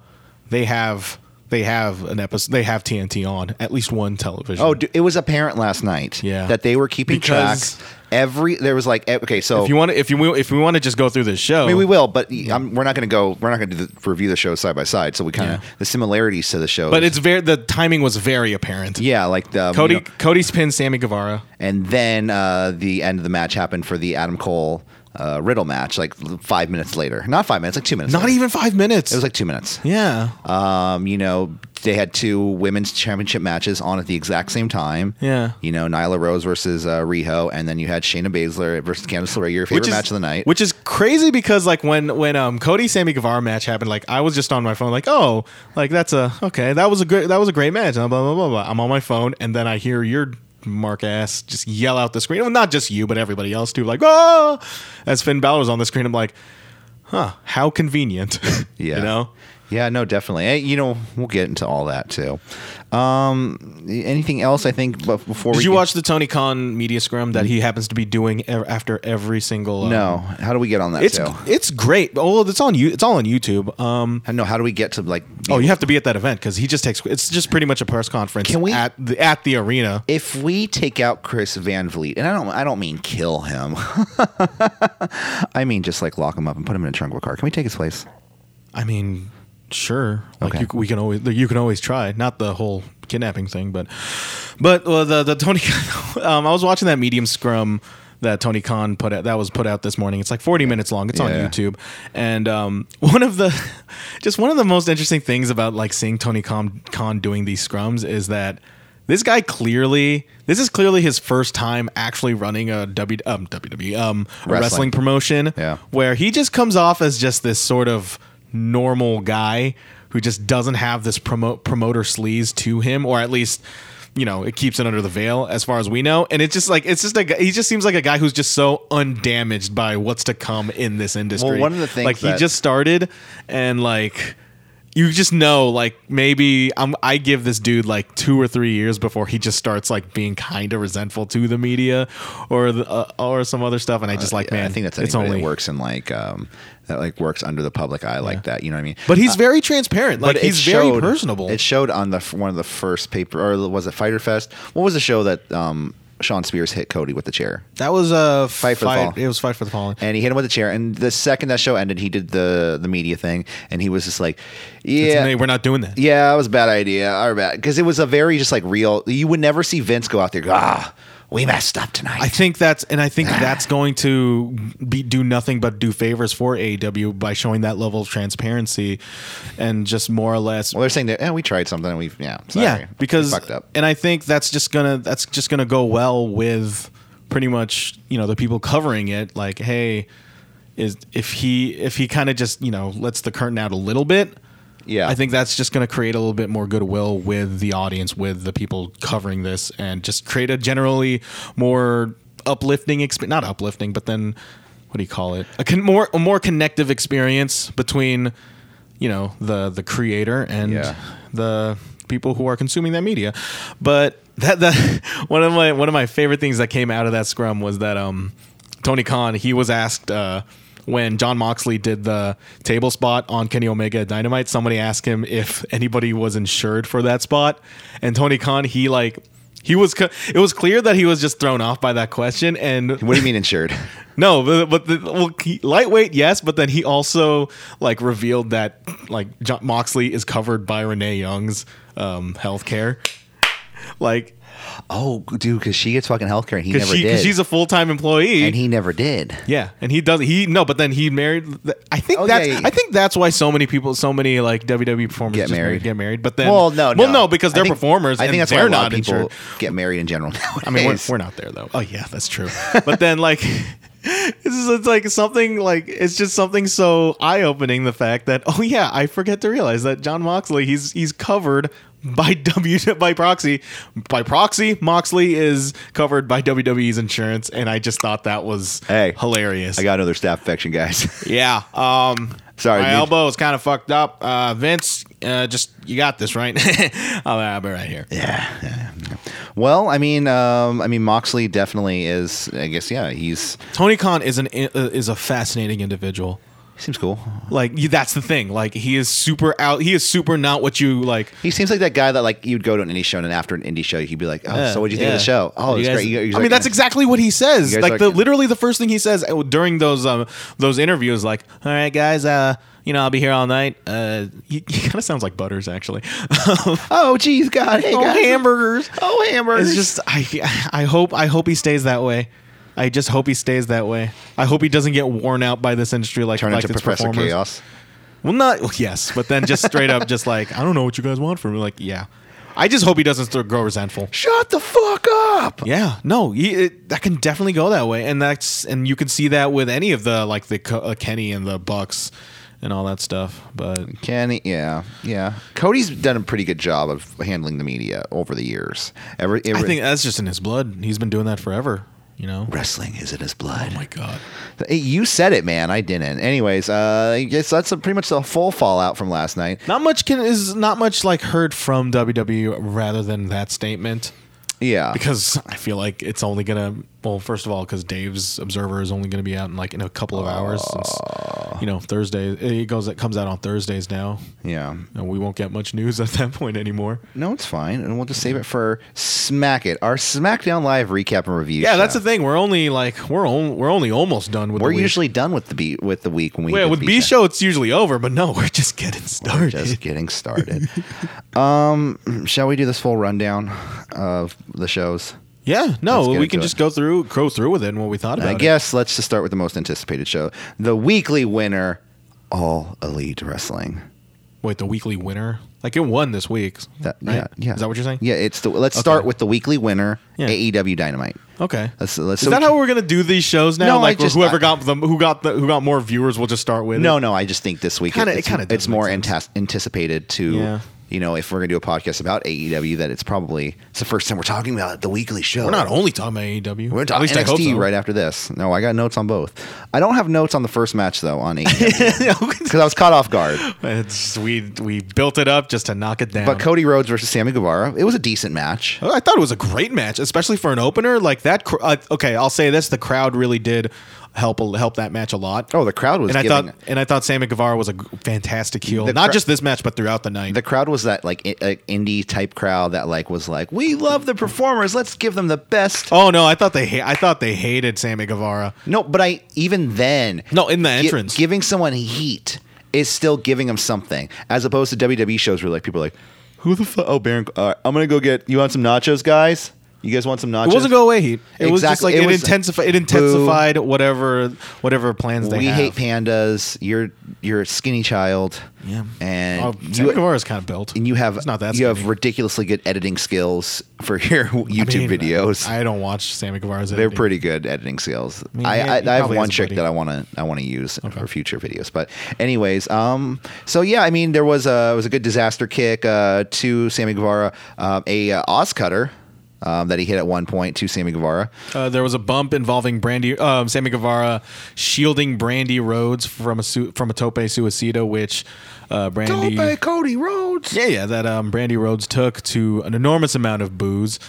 [SPEAKER 2] They have they have an episode. They have TNT on at least one television.
[SPEAKER 1] oh, dude, it was apparent last night
[SPEAKER 2] Yeah.
[SPEAKER 1] that they were keeping
[SPEAKER 2] Because-
[SPEAKER 1] track. Every there was like e- okay, so
[SPEAKER 2] if you want to, if you if we want to just go through this show,
[SPEAKER 1] I mean, we will, but um, we're not going to go. We're not going to do the, review the show side by side. So we kind of
[SPEAKER 2] Yeah.
[SPEAKER 1] the similarities to the show.
[SPEAKER 2] But it's very the timing was very apparent.
[SPEAKER 1] yeah, like the
[SPEAKER 2] Cody
[SPEAKER 1] you know,
[SPEAKER 2] Cody's pinned Sammy Guevara.
[SPEAKER 1] and then uh, the end of the match happened for the Adam Cole uh, Riddle match, like five minutes later. Not five minutes, like two minutes.
[SPEAKER 2] Not
[SPEAKER 1] later.
[SPEAKER 2] even five minutes.
[SPEAKER 1] It was like two minutes.
[SPEAKER 2] yeah.
[SPEAKER 1] Um, you know, they had two women's championship matches on at the exact same time.
[SPEAKER 2] Yeah.
[SPEAKER 1] You know, Nyla Rose versus uh, Riho, and then you had Shayna Baszler versus Candice LeRae, your favorite match of the night.
[SPEAKER 2] Which is crazy because like when when um Cody Sammy Guevara match happened, like I was just on my phone, like oh, like that's a okay, that was a good that was a great match. Blah blah blah blah. I'm on my phone and then I hear your mark ass just yell out the screen. Well, not just you, but everybody else too. Like "Ah!" oh, as Finn Balor was on the screen, I'm like, huh, how convenient.
[SPEAKER 1] yeah.
[SPEAKER 2] you know.
[SPEAKER 1] Yeah, no, definitely. Eh, You know, we'll get into all that too. Um, anything else? I think, but before we
[SPEAKER 2] Did you
[SPEAKER 1] get-
[SPEAKER 2] watch the Tony Khan media scrum that he happens to be doing ev- after every single? um,
[SPEAKER 1] No. How do we get on that?
[SPEAKER 2] it's
[SPEAKER 1] too?
[SPEAKER 2] it's great. Oh, it's on you. It's all on YouTube. Um,
[SPEAKER 1] I know. How do we get to like?
[SPEAKER 2] oh, you have to be at that event because he just takes. It's just pretty much a press conference.
[SPEAKER 1] Can we-
[SPEAKER 2] at the at the arena?
[SPEAKER 1] if we take out Chris Van Vliet, and I don't, I don't mean kill him. I mean just like lock him up and put him in a trunk of a car. Can we take his place?
[SPEAKER 2] I mean, sure. Like
[SPEAKER 1] Okay.
[SPEAKER 2] you, we can always you can always try. Not the whole kidnapping thing, but but well, the the Tony. um, I was watching that medium scrum that Tony Khan put out. That was put out this morning. It's like forty minutes long. It's on
[SPEAKER 1] Yeah.
[SPEAKER 2] YouTube. And um, one of the just one of the most interesting things about like seeing Tony Khan Khan doing these scrums is that. This guy clearly, this is clearly his first time actually running a W um, WWE um, a
[SPEAKER 1] Wrestling.
[SPEAKER 2] wrestling promotion
[SPEAKER 1] Yeah.
[SPEAKER 2] where he just comes off as just this sort of normal guy who just doesn't have this promote promoter sleaze to him, or at least you know it keeps it under the veil as far as we know. And it's just like it's just a guy- he just seems like a guy who's just so undamaged by what's to come in this industry.
[SPEAKER 1] one of the things
[SPEAKER 2] like he
[SPEAKER 1] that-
[SPEAKER 2] just started and like. You just know, like maybe I'm, I give this dude like two or three years before he just starts like being kind of resentful to the media, or the, uh, or some other stuff, and I just like,
[SPEAKER 1] Uh, Yeah,
[SPEAKER 2] man,
[SPEAKER 1] I think that's
[SPEAKER 2] it's
[SPEAKER 1] anybody
[SPEAKER 2] only
[SPEAKER 1] that works in like um, that like works under the public eye like that. You know what I mean?
[SPEAKER 2] But he's very transparent. Like
[SPEAKER 1] Uh, it
[SPEAKER 2] he's very
[SPEAKER 1] showed-
[SPEAKER 2] personable.
[SPEAKER 1] It showed on the f- one of the first paper, or was it Fighter Fest? What was the show that um, Sean Spears hit Cody with the chair?
[SPEAKER 2] that was a
[SPEAKER 1] Fight for the Fallen.
[SPEAKER 2] It was fight for the fallen.
[SPEAKER 1] And he hit him with a chair. And the second that show ended, he did the the media thing, and he was just like,
[SPEAKER 2] It's
[SPEAKER 1] "Yeah,
[SPEAKER 2] amazing. we're not doing that.
[SPEAKER 1] yeah, that was a bad idea. Our bad, because it was a very just like real. You would never see Vince go out there. go, Ah, we messed up tonight.
[SPEAKER 2] I think that's and I think that's going to be do nothing but do favors for AEW by showing that level of transparency and just more or less
[SPEAKER 1] well, they're saying that. Yeah, we tried something, and we yeah, sorry.
[SPEAKER 2] yeah because
[SPEAKER 1] we fucked up.
[SPEAKER 2] and I think that's just gonna that's just gonna go well with pretty much you know the people covering it like hey is if he if he kind of just you know lets the curtain out a little bit
[SPEAKER 1] Yeah,
[SPEAKER 2] I think that's just going to create a little bit more goodwill with the audience, with the people covering this, and just create a generally more uplifting experience. Not uplifting, but then what do you call it? A con- more a more connective experience between you know the the creator and
[SPEAKER 1] Yeah.
[SPEAKER 2] the people who are consuming that media. But that that one of my one of my favorite things that came out of that scrum was that um Tony Khan he was asked uh when John Moxley did the table spot on Kenny Omega at Dynamite, somebody asked him if anybody was insured for that spot, and Tony Khan he like he was co- it was clear that he was just thrown off by that question and
[SPEAKER 1] What do you mean insured?
[SPEAKER 2] no, but, but the, well, he- lightweight, yes. But then he also like revealed that like John Moxley is covered by Renee Young's um, health care. Like
[SPEAKER 1] oh, dude, because she gets fucking healthcare, and he
[SPEAKER 2] because
[SPEAKER 1] never did.
[SPEAKER 2] she's a full time employee.
[SPEAKER 1] and he never did.
[SPEAKER 2] yeah, and he does he no, but then he married. I think
[SPEAKER 1] Oh,
[SPEAKER 2] that's
[SPEAKER 1] yeah, yeah, yeah.
[SPEAKER 2] I think that's why so many people, so many like WWE performers
[SPEAKER 1] Get
[SPEAKER 2] just
[SPEAKER 1] married.
[SPEAKER 2] get married. But then
[SPEAKER 1] well, no,
[SPEAKER 2] well,
[SPEAKER 1] no,
[SPEAKER 2] no, because
[SPEAKER 1] I
[SPEAKER 2] they're
[SPEAKER 1] think-
[SPEAKER 2] performers.
[SPEAKER 1] I think
[SPEAKER 2] and
[SPEAKER 1] that's
[SPEAKER 2] they're
[SPEAKER 1] why a lot
[SPEAKER 2] not
[SPEAKER 1] of people
[SPEAKER 2] insured.
[SPEAKER 1] get married in general.
[SPEAKER 2] I mean, we're,
[SPEAKER 1] nowadays.
[SPEAKER 2] we're not there though. Oh yeah, that's true. But then like, this is it's like something like it's just something so eye opening. The fact that oh yeah, I forget to realize that John Moxley he's he's covered by W by proxy by proxy. Moxley is covered by WWE's insurance, and I just thought that was
[SPEAKER 1] Hey,
[SPEAKER 2] hilarious.
[SPEAKER 1] I got another staff infection, guys.
[SPEAKER 2] yeah. Um.
[SPEAKER 1] Sorry,
[SPEAKER 2] my
[SPEAKER 1] dude.
[SPEAKER 2] elbow is kind of fucked up. Uh, Vince, uh, just you got this right. I'll, I'll be right here.
[SPEAKER 1] well, I mean, um, I mean, Moxley definitely is. I guess, yeah, he's
[SPEAKER 2] Tony Khan is an uh, is a fascinating individual.
[SPEAKER 1] he seems cool.
[SPEAKER 2] Like you, that's the thing. Like he is super out. He is super not what you like.
[SPEAKER 1] He seems like that guy that like you'd go to an indie show and then after an indie show he'd be like, "Oh, so what'd you think of the show? Oh,
[SPEAKER 2] You
[SPEAKER 1] it's
[SPEAKER 2] guys-
[SPEAKER 1] great." You- he's
[SPEAKER 2] I
[SPEAKER 1] like-
[SPEAKER 2] mean, that's exactly what he says.
[SPEAKER 1] guys
[SPEAKER 2] Like
[SPEAKER 1] like-
[SPEAKER 2] the literally the first thing he says during those um those interviews. Like, all right, guys, uh, you know, I'll be here all night. Uh, he, he kind of sounds like Butters actually.
[SPEAKER 1] oh, geez, God, hey,
[SPEAKER 2] Oh,
[SPEAKER 1] guys.
[SPEAKER 2] hamburgers.
[SPEAKER 1] oh, hamburgers.
[SPEAKER 2] It's just I I hope I hope he stays that way. I just hope he stays that way. I hope he doesn't get worn out by this industry like
[SPEAKER 1] turn
[SPEAKER 2] like
[SPEAKER 1] into
[SPEAKER 2] its
[SPEAKER 1] Professor
[SPEAKER 2] performers.
[SPEAKER 1] Chaos.
[SPEAKER 2] Well, not well, yes, but then just straight up, just like I don't know what you guys want from me. Like, yeah, I just hope he doesn't start grow resentful.
[SPEAKER 1] Shut the fuck up.
[SPEAKER 2] Yeah, no, he, it, that can definitely go that way, and that's and you can see that with any of the like the Co- uh, Kenny and the Bucks and all that stuff. But
[SPEAKER 1] Kenny, yeah, yeah. Cody's done a pretty good job of handling the media over the years. Every, every
[SPEAKER 2] I think that's just in his blood. He's been doing that forever. You know.
[SPEAKER 1] Wrestling is in his blood.
[SPEAKER 2] Oh my god.
[SPEAKER 1] Hey, You said it, man. I didn't. Anyways, uh, I guess that's a, pretty much the full fallout from last night.
[SPEAKER 2] Not much can is not much like heard from WWE rather than that statement
[SPEAKER 1] Yeah.
[SPEAKER 2] because I feel like it's only gonna well first of all because Dave's Observer is only gonna be out in like in a couple of hours since you know Thursday it goes it comes out on Thursdays now
[SPEAKER 1] yeah.
[SPEAKER 2] and we won't get much news at that point anymore.
[SPEAKER 1] No, it's fine. And we'll just save it for Smack It, our SmackDown Live recap and review.
[SPEAKER 2] Yeah,
[SPEAKER 1] show.
[SPEAKER 2] that's the thing. We're only like we're on, we're only almost done with
[SPEAKER 1] We're
[SPEAKER 2] the week.
[SPEAKER 1] usually done with the beat with the week when we
[SPEAKER 2] Wait,
[SPEAKER 1] hit
[SPEAKER 2] with B show it's usually over, but no, we're just getting started.
[SPEAKER 1] Just getting started. um, shall we do this full rundown of the shows?
[SPEAKER 2] yeah,
[SPEAKER 1] Let's
[SPEAKER 2] no,
[SPEAKER 1] get
[SPEAKER 2] we can
[SPEAKER 1] into
[SPEAKER 2] just
[SPEAKER 1] it.
[SPEAKER 2] go through go through with it and what we thought about
[SPEAKER 1] I
[SPEAKER 2] it.
[SPEAKER 1] guess let's just start with the most anticipated show, the weekly winner, All Elite Wrestling.
[SPEAKER 2] Wait, the weekly winner? Like it won this week.
[SPEAKER 1] That,
[SPEAKER 2] right?
[SPEAKER 1] Yeah, yeah.
[SPEAKER 2] Is that what you're saying?
[SPEAKER 1] Yeah, it's the. Let's start with the weekly winner,
[SPEAKER 2] Yeah.
[SPEAKER 1] AEW Dynamite.
[SPEAKER 2] Okay.
[SPEAKER 1] Let's let's.
[SPEAKER 2] Is that how we're gonna do these shows now?
[SPEAKER 1] No, I
[SPEAKER 2] like
[SPEAKER 1] just-
[SPEAKER 2] whoever
[SPEAKER 1] I-
[SPEAKER 2] got the who got the who got more viewers will just start with.
[SPEAKER 1] No,
[SPEAKER 2] it.
[SPEAKER 1] no. I just think this week
[SPEAKER 2] Kinda-
[SPEAKER 1] it's,
[SPEAKER 2] it kinda does
[SPEAKER 1] it's more
[SPEAKER 2] make
[SPEAKER 1] antas- anticipated to
[SPEAKER 2] Yeah.
[SPEAKER 1] you know if we're gonna do a podcast about AEW that it's probably it's the first time we're talking about it, the weekly show.
[SPEAKER 2] We're not only talking about AEW.
[SPEAKER 1] We're talking
[SPEAKER 2] At least
[SPEAKER 1] NXT
[SPEAKER 2] I hope so.
[SPEAKER 1] right after this. No, I got notes on both. I don't have notes on the first match though on AEW because I was caught off guard.
[SPEAKER 2] It's- we we built it up just to knock it down.
[SPEAKER 1] But Cody Rhodes versus Sammy Guevara, it was a decent match.
[SPEAKER 2] I thought it was a great match, especially for an opener. Like that. Cr- uh, okay, I'll say this: the crowd really did help help that match a lot.
[SPEAKER 1] Oh, the crowd was.
[SPEAKER 2] and I
[SPEAKER 1] giving,
[SPEAKER 2] thought and I thought Sammy Guevara was a g- fantastic heel,
[SPEAKER 1] The
[SPEAKER 2] not
[SPEAKER 1] cra-
[SPEAKER 2] just this match, but throughout the night.
[SPEAKER 1] the crowd was that like i- uh, indie type crowd that like was like, we love the performers. Let's give them the best.
[SPEAKER 2] oh no, I thought they ha- I thought they hated Sammy Guevara.
[SPEAKER 1] No, but I even then
[SPEAKER 2] No, in the
[SPEAKER 1] gi-
[SPEAKER 2] entrance.
[SPEAKER 1] giving someone heat is still giving them something, as opposed to WWE shows where like people are like, who the fuck? Oh, Baron, uh, I'm gonna go get you want some nachos, guys. You guys want some nachos?
[SPEAKER 2] It wasn't go away heat. It was just
[SPEAKER 1] Exactly.
[SPEAKER 2] like
[SPEAKER 1] It
[SPEAKER 2] it,
[SPEAKER 1] was-
[SPEAKER 2] intensified. It intensified whatever whatever plans they
[SPEAKER 1] We
[SPEAKER 2] have.
[SPEAKER 1] hate pandas. You're you're a skinny child.
[SPEAKER 2] Yeah.
[SPEAKER 1] and
[SPEAKER 2] Oh,
[SPEAKER 1] you-
[SPEAKER 2] Sammy Guevara's kind of built.
[SPEAKER 1] and you have
[SPEAKER 2] it's not that
[SPEAKER 1] you have
[SPEAKER 2] skinny.
[SPEAKER 1] ridiculously good editing skills for your YouTube
[SPEAKER 2] I mean,
[SPEAKER 1] videos.
[SPEAKER 2] I don't watch Sammy Guevara's.
[SPEAKER 1] They're
[SPEAKER 2] editing.
[SPEAKER 1] pretty good editing skills. I
[SPEAKER 2] mean,
[SPEAKER 1] I,
[SPEAKER 2] he-
[SPEAKER 1] I,
[SPEAKER 2] he
[SPEAKER 1] have
[SPEAKER 2] probably
[SPEAKER 1] one
[SPEAKER 2] is,
[SPEAKER 1] trick
[SPEAKER 2] buddy.
[SPEAKER 1] that I want to I want to use for future videos. But anyways, um, so yeah, I mean, there was a it was a good disaster kick uh, to Sammy Guevara, um, a uh, Oz cutter um, that he hit at one point to Sammy Guevara.
[SPEAKER 2] Uh, there was a bump involving Brandy, um, Sammy Guevara shielding Brandy Rhodes from a su- from a tope suicida, which uh, Brandy
[SPEAKER 1] Cody Rhodes.
[SPEAKER 2] yeah yeah that um, Brandy Rhodes took to an enormous amount of booze.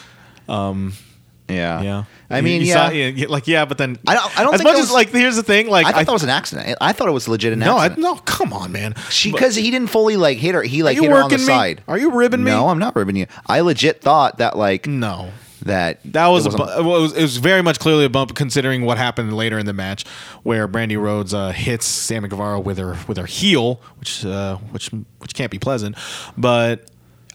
[SPEAKER 1] Yeah,
[SPEAKER 2] Yeah,
[SPEAKER 1] I
[SPEAKER 2] You-
[SPEAKER 1] mean,
[SPEAKER 2] you
[SPEAKER 1] yeah.
[SPEAKER 2] saw- like yeah, but then
[SPEAKER 1] I don't- I don't
[SPEAKER 2] as
[SPEAKER 1] think
[SPEAKER 2] much
[SPEAKER 1] that was-
[SPEAKER 2] as like here's the thing, like
[SPEAKER 1] I thought that was an accident. I thought it was legit an
[SPEAKER 2] no, I,
[SPEAKER 1] accident.
[SPEAKER 2] no, come on, man,
[SPEAKER 1] She because he didn't fully like hit her. He like
[SPEAKER 2] you
[SPEAKER 1] hit her on the
[SPEAKER 2] working me?
[SPEAKER 1] side.
[SPEAKER 2] Are you ribbing me?
[SPEAKER 1] No, I'm not ribbing you. I legit thought that like
[SPEAKER 2] no.
[SPEAKER 1] that
[SPEAKER 2] That was,
[SPEAKER 1] it
[SPEAKER 2] a bu-
[SPEAKER 1] wasn't-
[SPEAKER 2] well, it was it was very much clearly a bump considering what happened later in the match where Brandy Rhodes uh, hits Sammy Guevara with her with her heel, which uh, which which can't be pleasant. But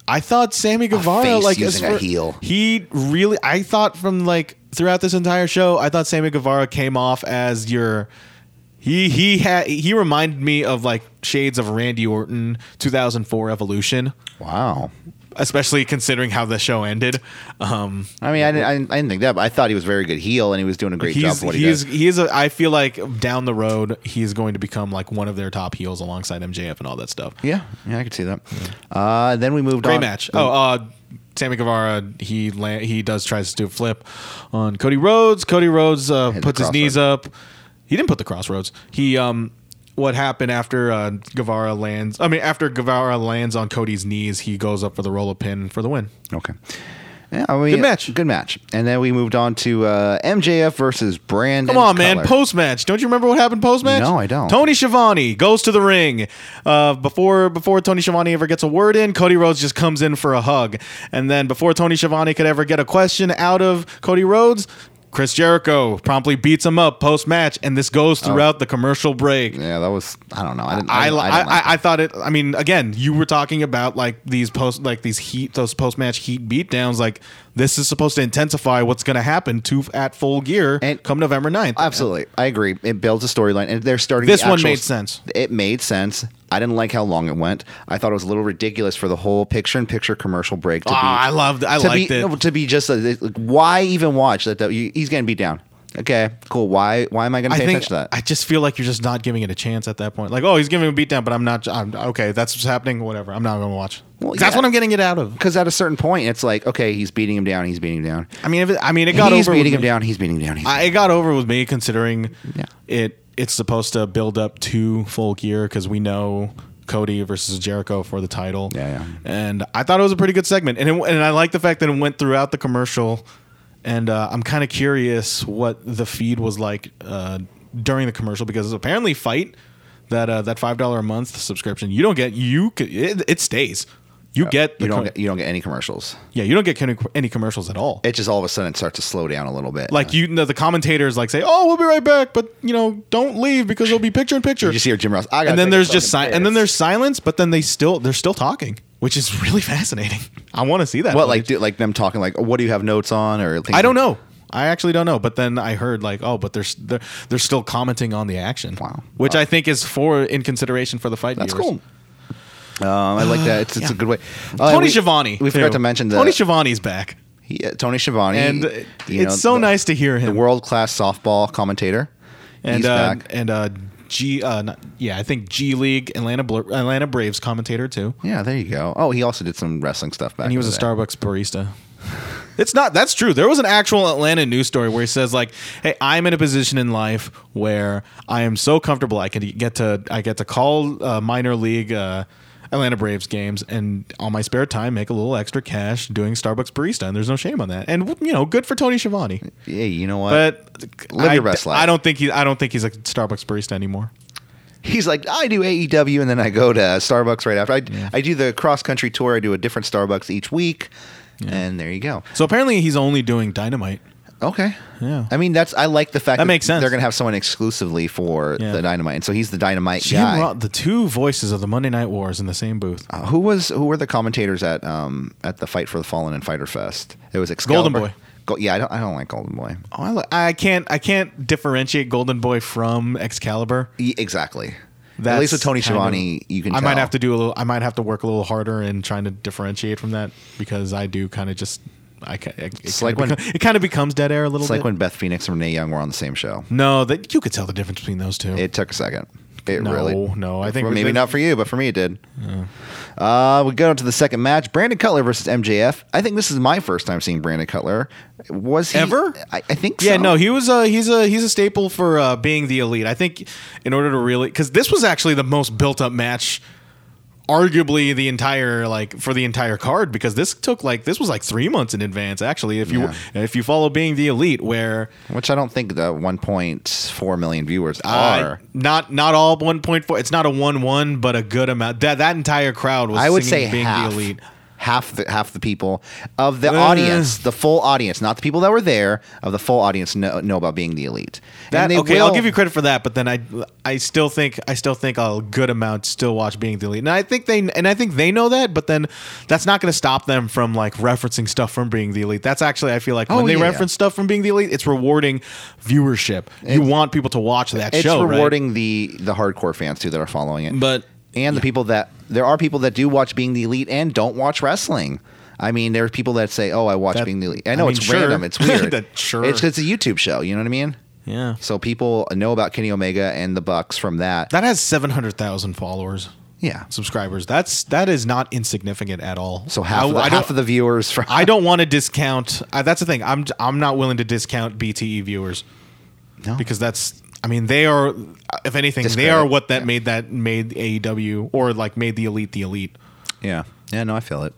[SPEAKER 2] I thought Sammy Guevara
[SPEAKER 1] face
[SPEAKER 2] like as
[SPEAKER 1] using a heel.
[SPEAKER 2] He really I thought from like throughout this entire show, I thought Sammy Guevara came off as your he he had he reminded me of like shades of Randy Orton 2004 Evolution,
[SPEAKER 1] wow.
[SPEAKER 2] especially considering how the show ended. Um
[SPEAKER 1] I mean, I didn't, I didn't, I didn't think that, but I thought he was very good heel and he was doing a great job
[SPEAKER 2] he's
[SPEAKER 1] for what he
[SPEAKER 2] he's
[SPEAKER 1] does.
[SPEAKER 2] he is a, I feel like down the road he's going to become like one of their top heels alongside MJF and all that stuff.
[SPEAKER 1] Yeah, yeah, I could see that. Uh, then we moved
[SPEAKER 2] Great
[SPEAKER 1] on.
[SPEAKER 2] match. Oh, uh, Sammy Guevara he la- he does tries to do a flip on Cody Rhodes. Cody Rhodes uh,
[SPEAKER 1] the
[SPEAKER 2] puts his
[SPEAKER 1] crossroad.
[SPEAKER 2] knees up. He didn't put the crossroads. He um what happened after uh, Guevara lands? I mean after Guevara lands on Cody's knees, he goes up for the roll up pin for the win.
[SPEAKER 1] Okay. Yeah, I mean,
[SPEAKER 2] Good match.
[SPEAKER 1] Good match. And then we moved on to uh, MJF versus Brandon.
[SPEAKER 2] Come on, man.
[SPEAKER 1] Cutler.
[SPEAKER 2] Post match. Don't you remember what happened post match?
[SPEAKER 1] No, I don't.
[SPEAKER 2] Tony Schiavone goes to the ring. Uh, before before Tony Schiavone ever gets a word in, Cody Rhodes just comes in for a hug. And then before Tony Schiavone could ever get a question out of Cody Rhodes, Chris Jericho promptly beats him up post match. And this goes throughout the commercial break.
[SPEAKER 1] yeah, that was. I don't know. I didn't. Oh. I,
[SPEAKER 2] I,
[SPEAKER 1] didn't- I,
[SPEAKER 2] I,
[SPEAKER 1] didn't
[SPEAKER 2] I,
[SPEAKER 1] like
[SPEAKER 2] I thought it. I mean, again, you were talking about like these post, like these heat, those post match heat beatdowns. Like this is supposed to intensify what's going to happen to at full gear
[SPEAKER 1] And-
[SPEAKER 2] come November 9th.
[SPEAKER 1] it. Absolutely, I agree. It builds a storyline, and they're starting.
[SPEAKER 2] This
[SPEAKER 1] the
[SPEAKER 2] one
[SPEAKER 1] actual-
[SPEAKER 2] made sense.
[SPEAKER 1] It made sense. I didn't like how long it went. I thought it was a little ridiculous for the whole picture-in-picture commercial break. To
[SPEAKER 2] Ah,
[SPEAKER 1] be,
[SPEAKER 2] I loved. I
[SPEAKER 1] to
[SPEAKER 2] liked
[SPEAKER 1] be, uh,
[SPEAKER 2] it.
[SPEAKER 1] no, to be just a, like, why even watch that? Though? You- He's getting beat down. okay, cool. Why why am I going to
[SPEAKER 2] I
[SPEAKER 1] pay
[SPEAKER 2] think
[SPEAKER 1] attention to that?
[SPEAKER 2] I just feel like you're just not giving it a chance at that point. Like, oh, he's giving him a beatdown, but I'm not. I'm, okay, that's what's happening. Whatever. I'm not going to watch.
[SPEAKER 1] Well,
[SPEAKER 2] That's
[SPEAKER 1] yeah.
[SPEAKER 2] what I'm getting it out of.
[SPEAKER 1] Because at a certain point, it's like, okay, he's beating him down. He's beating him down.
[SPEAKER 2] I mean, if it, I mean, it got
[SPEAKER 1] he's
[SPEAKER 2] over. with
[SPEAKER 1] beating him
[SPEAKER 2] me.
[SPEAKER 1] down. He's beating him down. He's
[SPEAKER 2] I, it got over with me considering
[SPEAKER 1] Yeah.
[SPEAKER 2] it. It's supposed to build up to full gear because we know Cody versus Jericho for the title.
[SPEAKER 1] Yeah, yeah.
[SPEAKER 2] And I thought it was a pretty good segment, and it, and I like the fact that it went throughout the commercial. And uh, I'm kind of curious what the feed was like uh, during the commercial because apparently, fight that uh, that five dollar a month subscription you don't get you c- it, it stays. You get the
[SPEAKER 1] you don't
[SPEAKER 2] co-
[SPEAKER 1] get, you don't get any commercials.
[SPEAKER 2] yeah you don't get any- any commercials at all.
[SPEAKER 1] It just all of a sudden starts to slow down a little bit.
[SPEAKER 2] Like you know, the commentators like say, "Oh, we'll be right back," but you know, don't leave because there'll be picture in picture.
[SPEAKER 1] you just hear Jim Ross. I gotta
[SPEAKER 2] and then
[SPEAKER 1] take a
[SPEAKER 2] there's just
[SPEAKER 1] fucking
[SPEAKER 2] si- and then
[SPEAKER 1] piss."
[SPEAKER 2] there's silence, but then they still they're still talking, which is really fascinating. I want to see that.
[SPEAKER 1] what
[SPEAKER 2] footage.
[SPEAKER 1] like do, like them talking like what do you have notes on or things
[SPEAKER 2] I don't
[SPEAKER 1] like-
[SPEAKER 2] know. I actually don't know. But then I heard like, oh, but there's they're, they're still commenting on the action.
[SPEAKER 1] Wow.
[SPEAKER 2] which I think is for in consideration for the fight.
[SPEAKER 1] That's
[SPEAKER 2] viewers.
[SPEAKER 1] cool. Um, I like that. It's, it's a
[SPEAKER 2] Yeah.
[SPEAKER 1] good way. Uh,
[SPEAKER 2] Tony
[SPEAKER 1] we-
[SPEAKER 2] Schiavone.
[SPEAKER 1] We
[SPEAKER 2] too.
[SPEAKER 1] forgot to mention that
[SPEAKER 2] Tony Schiavone's back,
[SPEAKER 1] he- uh, Tony Schiavone,
[SPEAKER 2] and uh,
[SPEAKER 1] you know,
[SPEAKER 2] it's so
[SPEAKER 1] the-
[SPEAKER 2] nice to hear
[SPEAKER 1] The
[SPEAKER 2] him.
[SPEAKER 1] world class softball commentator.
[SPEAKER 2] and
[SPEAKER 1] He's
[SPEAKER 2] uh,
[SPEAKER 1] back.
[SPEAKER 2] and uh, G uh, not, yeah, I think G League Atlanta Bla- Atlanta Braves commentator too,
[SPEAKER 1] Yeah, there you go. Oh, he also did some wrestling stuff back.
[SPEAKER 2] and he
[SPEAKER 1] in
[SPEAKER 2] was a
[SPEAKER 1] the day.
[SPEAKER 2] Starbucks barista. It's not. That's true. There was an actual Atlanta news story where he says like, "Hey, I'm in a position in life where I am so comfortable. I can get to I get to call uh, minor league uh, Atlanta Braves games, and on my spare time, make a little extra cash doing Starbucks barista. And there's no shame on that. And you know, good for Tony Schiavone.
[SPEAKER 1] Yeah, you know what?
[SPEAKER 2] But
[SPEAKER 1] Live
[SPEAKER 2] I,
[SPEAKER 1] your best life.
[SPEAKER 2] I don't think he. I don't think he's a Starbucks barista anymore.
[SPEAKER 1] He's like, I do AEW and then I go to Starbucks right after. I, I do the cross country tour. I do a different Starbucks each week, and there you go.
[SPEAKER 2] So apparently he's only doing dynamite.
[SPEAKER 1] Okay.
[SPEAKER 2] Yeah.
[SPEAKER 1] I mean, that's I like the fact
[SPEAKER 2] That makes sense.
[SPEAKER 1] They're gonna have someone exclusively for
[SPEAKER 2] Yeah.
[SPEAKER 1] the dynamite, and so he's the dynamite guy.
[SPEAKER 2] Jim Ross, the two voices of the Monday Night Wars in the same booth.
[SPEAKER 1] Uh, who was who were the commentators at um at the Fight for the Fallen and Fighter Fest? It was Excalibur.
[SPEAKER 2] Golden Boy.
[SPEAKER 1] Go- yeah, I don't I don't like Golden Boy.
[SPEAKER 2] Oh, I, li- I can't I can't differentiate Golden Boy from Excalibur.
[SPEAKER 1] E- exactly.
[SPEAKER 2] That's
[SPEAKER 1] at least with Tony
[SPEAKER 2] kind of-
[SPEAKER 1] Schiavone, you can.
[SPEAKER 2] I might
[SPEAKER 1] tell.
[SPEAKER 2] have to do a little. I might have to work a little harder in trying to differentiate from that because I do kind of just. I ca- it,
[SPEAKER 1] It's
[SPEAKER 2] it
[SPEAKER 1] like
[SPEAKER 2] kinda
[SPEAKER 1] when-
[SPEAKER 2] beco- it kind of becomes dead air a little
[SPEAKER 1] It's
[SPEAKER 2] bit.
[SPEAKER 1] like when Beth Phoenix and Renee Young were on the same show.
[SPEAKER 2] no, that you could tell the difference between those two.
[SPEAKER 1] It took a second. It
[SPEAKER 2] No,
[SPEAKER 1] really.
[SPEAKER 2] no, I think
[SPEAKER 1] Well,
[SPEAKER 2] we
[SPEAKER 1] maybe
[SPEAKER 2] did-
[SPEAKER 1] not for you, but for me it did. Uh, we go to the second match: Brandon Cutler versus MJF. I think this is my first time seeing Brandon Cutler. Was he
[SPEAKER 2] Ever?
[SPEAKER 1] I, I think.
[SPEAKER 2] Yeah,
[SPEAKER 1] so.
[SPEAKER 2] no, he was a he's a he's a staple for uh, being the elite. I think in order to really because this was actually the most built up match, arguably the entire like for the entire card because this took like this was like three months in advance actually. If you
[SPEAKER 1] Yeah.
[SPEAKER 2] if you follow being the elite, where
[SPEAKER 1] Which I don't think the 1.4 million viewers
[SPEAKER 2] uh,
[SPEAKER 1] are.
[SPEAKER 2] not not all one point four, it's not a one one, but a good amount. That that entire crowd was
[SPEAKER 1] I would say
[SPEAKER 2] singing being
[SPEAKER 1] half,
[SPEAKER 2] the elite. Eh.
[SPEAKER 1] half the half the people of the audience, the full audience, not the people that were there, of the full audience know, know about being the elite.
[SPEAKER 2] That,
[SPEAKER 1] they
[SPEAKER 2] okay,
[SPEAKER 1] will-
[SPEAKER 2] I'll give you credit for that, but then I, I still think, I still think a good amount still watch being the elite, and I think they, and I think they know that, but then that's not going to stop them from like referencing stuff from being the elite. That's actually, I feel like when
[SPEAKER 1] Oh,
[SPEAKER 2] they
[SPEAKER 1] yeah.
[SPEAKER 2] reference stuff from being the elite, it's rewarding viewership. you want people to watch that
[SPEAKER 1] It's
[SPEAKER 2] show, right?
[SPEAKER 1] rewarding the the hardcore fans too that are following it,
[SPEAKER 2] But-
[SPEAKER 1] and the people that there are people that do watch being the elite and don't watch wrestling. I mean, there are people that say, "Oh, I watch
[SPEAKER 2] That-
[SPEAKER 1] being the elite." I
[SPEAKER 2] I
[SPEAKER 1] know
[SPEAKER 2] mean,
[SPEAKER 1] it's
[SPEAKER 2] sure.
[SPEAKER 1] random, it's weird.
[SPEAKER 2] That- sure.
[SPEAKER 1] it's it's a YouTube show. You know what I mean?
[SPEAKER 2] Yeah,
[SPEAKER 1] So people know about Kenny Omega and the Bucks from that.
[SPEAKER 2] that has seven hundred thousand followers,
[SPEAKER 1] yeah.
[SPEAKER 2] subscribers. That's that is not insignificant at all.
[SPEAKER 1] So half,
[SPEAKER 2] I,
[SPEAKER 1] of, the,
[SPEAKER 2] I don't-
[SPEAKER 1] half of the viewers from
[SPEAKER 2] I don't want to discount. I, that's the thing. I'm I'm not willing to discount BTE viewers
[SPEAKER 1] No.
[SPEAKER 2] because that's. I mean, they are. If anything, they are
[SPEAKER 1] Discredit,
[SPEAKER 2] what that made that made AEW or like made the elite the elite.
[SPEAKER 1] Yeah. Yeah, no, I feel it.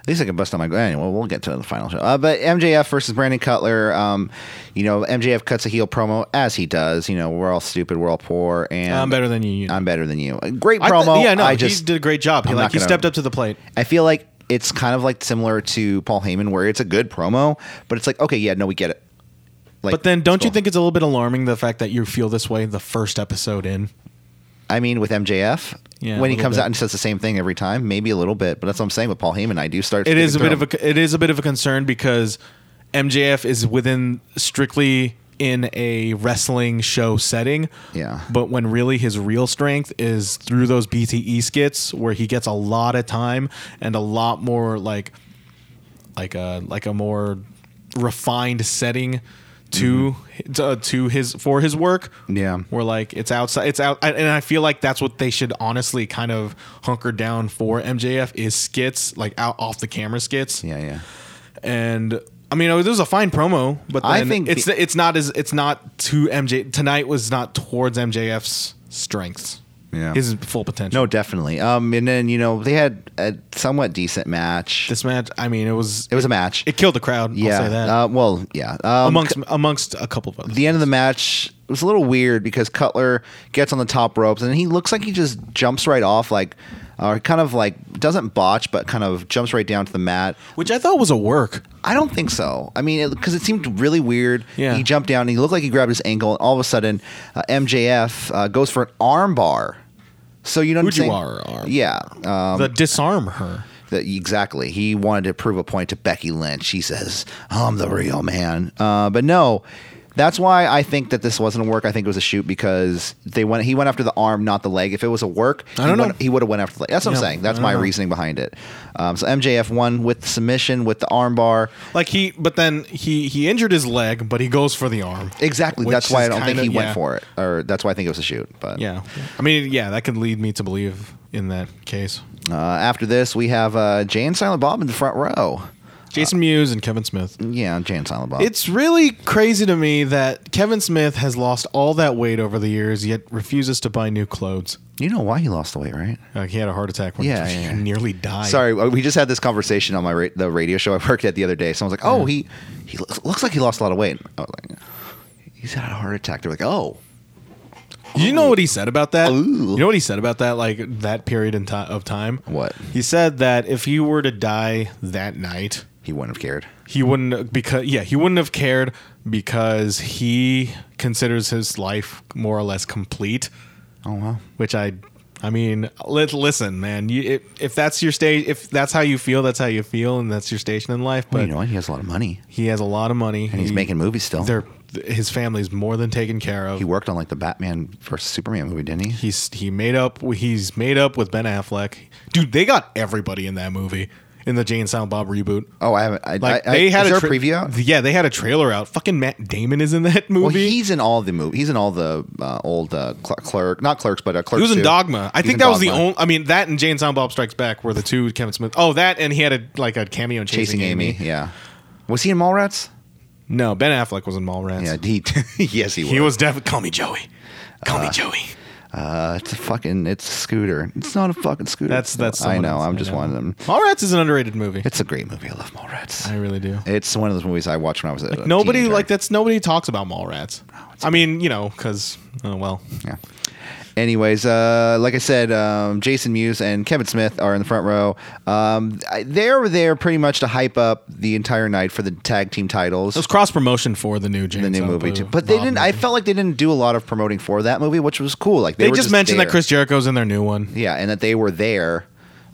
[SPEAKER 1] At least I can bust on my. Anyway, we'll get to the final show. Uh, but MJF versus Brandon Cutler. Um, you know, MJF cuts a heel promo as he does. You know, we're all stupid, we're all poor, and
[SPEAKER 2] I'm better than you. you know.
[SPEAKER 1] I'm better than you. A Great
[SPEAKER 2] I th-
[SPEAKER 1] promo.
[SPEAKER 2] yeah, no,
[SPEAKER 1] I just
[SPEAKER 2] he did a great job. He,
[SPEAKER 1] I'm
[SPEAKER 2] like
[SPEAKER 1] not
[SPEAKER 2] he
[SPEAKER 1] gonna-
[SPEAKER 2] stepped up to the plate.
[SPEAKER 1] I feel like it's kind of like similar to Paul Heyman, where it's a good promo, but it's like, okay, yeah, no, we get it. Like,
[SPEAKER 2] But then, don't
[SPEAKER 1] it's
[SPEAKER 2] you
[SPEAKER 1] cool.
[SPEAKER 2] think it's a little bit alarming the fact that you feel this way the first episode in?
[SPEAKER 1] I mean, with MJF,
[SPEAKER 2] Yeah, a
[SPEAKER 1] when he
[SPEAKER 2] little
[SPEAKER 1] comes
[SPEAKER 2] bit.
[SPEAKER 1] out and says the same thing every time, maybe a little bit. But that's what I'm saying with Paul Heyman. I do start.
[SPEAKER 2] It is a
[SPEAKER 1] skipping
[SPEAKER 2] bit
[SPEAKER 1] through
[SPEAKER 2] of a it is a bit of a concern because MJF is within strictly in a wrestling show setting.
[SPEAKER 1] Yeah.
[SPEAKER 2] But when really his real strength is through those BTE skits where he gets a lot of time and a lot uh, more like like a like a more refined setting to uh, to his for his work.
[SPEAKER 1] Mm-hmm. Yeah.
[SPEAKER 2] Where like it's outside, it's out, and I feel like that's what they should honestly kind of hunker down for. MJF is skits like out off the camera skits.
[SPEAKER 1] Yeah, yeah.
[SPEAKER 2] and I mean, it was a fine promo, but then
[SPEAKER 1] I think
[SPEAKER 2] it's
[SPEAKER 1] the-
[SPEAKER 2] it's not as it's not to MJ tonight was not towards MJF's strengths,
[SPEAKER 1] Yeah.
[SPEAKER 2] his full potential.
[SPEAKER 1] No, definitely. Um, and then you know they had a somewhat decent match.
[SPEAKER 2] this match, I mean, it was
[SPEAKER 1] it was a match.
[SPEAKER 2] it killed the crowd.
[SPEAKER 1] yeah.
[SPEAKER 2] I'll say that
[SPEAKER 1] Uh, well, yeah. Um,
[SPEAKER 2] amongst amongst a couple of others.
[SPEAKER 1] the end of the match was a little weird because Cutler gets on the top ropes and he looks like he just jumps right off, like, or kind of like doesn't botch, but kind of jumps right down to the mat.
[SPEAKER 2] which I thought was a work.
[SPEAKER 1] I don't think so. I mean, because it, seemed really weird.
[SPEAKER 2] Yeah.
[SPEAKER 1] He jumped down and he looked like he grabbed his ankle, and all of a sudden, uh, MJF uh, goes for an arm bar. So you know what I'm saying?
[SPEAKER 2] Fujiwara arm.
[SPEAKER 1] Yeah. Um,
[SPEAKER 2] the disarm her.
[SPEAKER 1] that- exactly. He wanted to prove a point to Becky Lynch. He says, I'm the real man. Uh, but no, that's why I think that this wasn't a work. I think it was a shoot because they went. He went after the arm, not the leg. If it was a work,
[SPEAKER 2] I don't
[SPEAKER 1] he
[SPEAKER 2] know.
[SPEAKER 1] Went, he would have went after the leg. That's what
[SPEAKER 2] Yeah,
[SPEAKER 1] I'm saying. That's
[SPEAKER 2] I don't
[SPEAKER 1] my
[SPEAKER 2] know.
[SPEAKER 1] reasoning behind it. Um, so MJF won with the submission with the arm bar.
[SPEAKER 2] Like he, but then he he injured his leg, but he goes for the arm.
[SPEAKER 1] Exactly.
[SPEAKER 2] Which
[SPEAKER 1] that's why I
[SPEAKER 2] is
[SPEAKER 1] don't think
[SPEAKER 2] kinda-
[SPEAKER 1] he
[SPEAKER 2] yeah.
[SPEAKER 1] went for it, or that's why I think it was a shoot. But
[SPEAKER 2] Yeah, I mean, yeah, that could lead me to believe in that case.
[SPEAKER 1] uh, after this, we have uh, Jay and Silent Bob in the front row.
[SPEAKER 2] Jason Mewes and Kevin Smith.
[SPEAKER 1] Yeah, Jay and Silent Bob.
[SPEAKER 2] It's really crazy to me that Kevin Smith has lost all that weight over the years, yet refuses to buy new clothes.
[SPEAKER 1] you know why he lost the weight, right?
[SPEAKER 2] Like he had a heart attack when
[SPEAKER 1] Yeah,
[SPEAKER 2] he
[SPEAKER 1] yeah.
[SPEAKER 2] nearly died.
[SPEAKER 1] Sorry, uh, we just had this conversation on my ra- the radio show I worked at the other day. Someone's like, "Oh, he he looks, looks like he lost a lot of weight." I was like, "He's had a heart attack." They're like, "Oh,
[SPEAKER 2] You know what he said about that?
[SPEAKER 1] Ooh.
[SPEAKER 2] You know what he said about that? Like that period in ti of time.
[SPEAKER 1] What?
[SPEAKER 2] he said that if he were to die that night,
[SPEAKER 1] he wouldn't have cared."
[SPEAKER 2] he wouldn't because yeah he wouldn't have cared because he considers his life more or less complete
[SPEAKER 1] Oh wow.
[SPEAKER 2] which i i mean let, listen man you, if, if that's your stage if that's how you feel that's how you feel and that's your station in life but
[SPEAKER 1] Well, you know what? He has a lot of money,
[SPEAKER 2] he has a lot of money
[SPEAKER 1] and he's making movies still.
[SPEAKER 2] they're, his family's more than taken care of
[SPEAKER 1] he worked on like the Batman versus Superman movie, didn't he?
[SPEAKER 2] he's he made up he's made up with ben affleck dude they got everybody in that movie in the jane silent bob reboot
[SPEAKER 1] Oh, I haven't. I,
[SPEAKER 2] like
[SPEAKER 1] I- I-
[SPEAKER 2] they had
[SPEAKER 1] is
[SPEAKER 2] a,
[SPEAKER 1] there
[SPEAKER 2] tra-
[SPEAKER 1] preview out.
[SPEAKER 2] Yeah, they had a trailer out. Fucking Matt Damon is in that movie.
[SPEAKER 1] well, he's in all the movie. He's in all the uh, old uh, cl- clerk, not clerks, but uh, clerks.
[SPEAKER 2] He was in
[SPEAKER 1] 2.
[SPEAKER 2] Dogma. I
[SPEAKER 1] He's
[SPEAKER 2] think
[SPEAKER 1] in
[SPEAKER 2] that was the
[SPEAKER 1] Dogma.
[SPEAKER 2] only. I mean, that and Jane Silent Bob Strikes Back were the two Kevin Smith. Oh, that and he had a like a cameo in Chasing,
[SPEAKER 1] chasing Amy. Yeah. Was he in Mallrats?
[SPEAKER 2] No, Ben Affleck was in Mallrats.
[SPEAKER 1] Yeah, he. yes, he was.
[SPEAKER 2] he was definitely. Call me Joey. Call me Joey.
[SPEAKER 1] Uh, it's a fucking. It's a scooter. It's not a fucking scooter.
[SPEAKER 2] That's that's.
[SPEAKER 1] I
[SPEAKER 2] someone
[SPEAKER 1] know.
[SPEAKER 2] else.
[SPEAKER 1] I'm just one of them.
[SPEAKER 2] Mallrats is an underrated movie.
[SPEAKER 1] It's a great movie. I love Mallrats.
[SPEAKER 2] I really do.
[SPEAKER 1] It's one of those movies I watched when I was a
[SPEAKER 2] Nobody
[SPEAKER 1] teenager.
[SPEAKER 2] like that's nobody talks about Mallrats. I mean, you know, because oh well,
[SPEAKER 1] Yeah. Anyways, uh, like I said, um, Jason Mewes and Kevin Smith are in the front row. Um, I- they're there pretty much to hype up the entire night for the tag team titles.
[SPEAKER 2] it was cross promotion for the new Jane
[SPEAKER 1] the new
[SPEAKER 2] Silent
[SPEAKER 1] movie too,
[SPEAKER 2] Bob
[SPEAKER 1] but they didn't. I
[SPEAKER 2] movie.
[SPEAKER 1] felt like they didn't do a lot of promoting for that movie, which was cool. Like they,
[SPEAKER 2] They
[SPEAKER 1] were
[SPEAKER 2] just, mentioned
[SPEAKER 1] there.
[SPEAKER 2] that Chris Jericho's in their new one.
[SPEAKER 1] Yeah, and that they were there.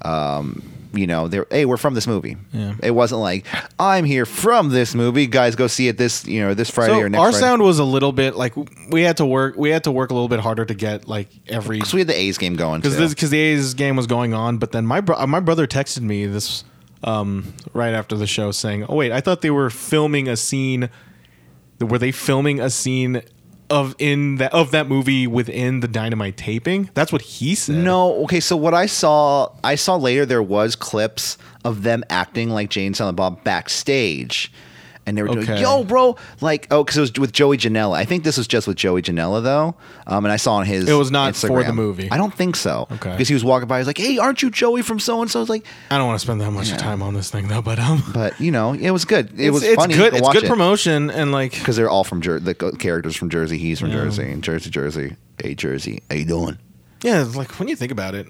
[SPEAKER 1] Um, you know, they're hey, we're from this movie.
[SPEAKER 2] Yeah.
[SPEAKER 1] It wasn't like I'm here from this movie. Guys, go see it this you know this Friday
[SPEAKER 2] so
[SPEAKER 1] or next.
[SPEAKER 2] our
[SPEAKER 1] Friday.
[SPEAKER 2] sound was a little bit like we had to work we had to work a little bit harder to get like every
[SPEAKER 1] So we had the A's game going.
[SPEAKER 2] because
[SPEAKER 1] too.
[SPEAKER 2] because the A's game was going on but then my bro- uh, my brother texted me this um, right after the show saying oh wait I thought they were filming a scene were they filming a scene of in that of that movie within the dynamite taping that's what he said
[SPEAKER 1] No, okay. So what I saw, I saw later there was clips of them acting like Jane Silent Bob backstage, and they were doing,
[SPEAKER 2] Okay.
[SPEAKER 1] "Yo, bro!" Like, oh, because it was with Joey Janela. I think this was just with Joey Janela though. Um, and I saw on his,
[SPEAKER 2] It was not for the
[SPEAKER 1] Instagram.
[SPEAKER 2] movie.
[SPEAKER 1] I don't think so.
[SPEAKER 2] Okay.
[SPEAKER 1] because he was walking by, he's like, "Hey, aren't you Joey from so and so?" I was like,
[SPEAKER 2] I don't want to spend that much time on this thing though but um
[SPEAKER 1] but you know, it was good. It was
[SPEAKER 2] it's
[SPEAKER 1] funny.
[SPEAKER 2] good
[SPEAKER 1] to
[SPEAKER 2] it's
[SPEAKER 1] watch
[SPEAKER 2] good
[SPEAKER 1] it.
[SPEAKER 2] promotion and like
[SPEAKER 1] because they're all from Jersey. The characters from Jersey. He's from Jersey. Jersey, Jersey. Hey, Jersey. How you doing?
[SPEAKER 2] Yeah, it's like when you think about it,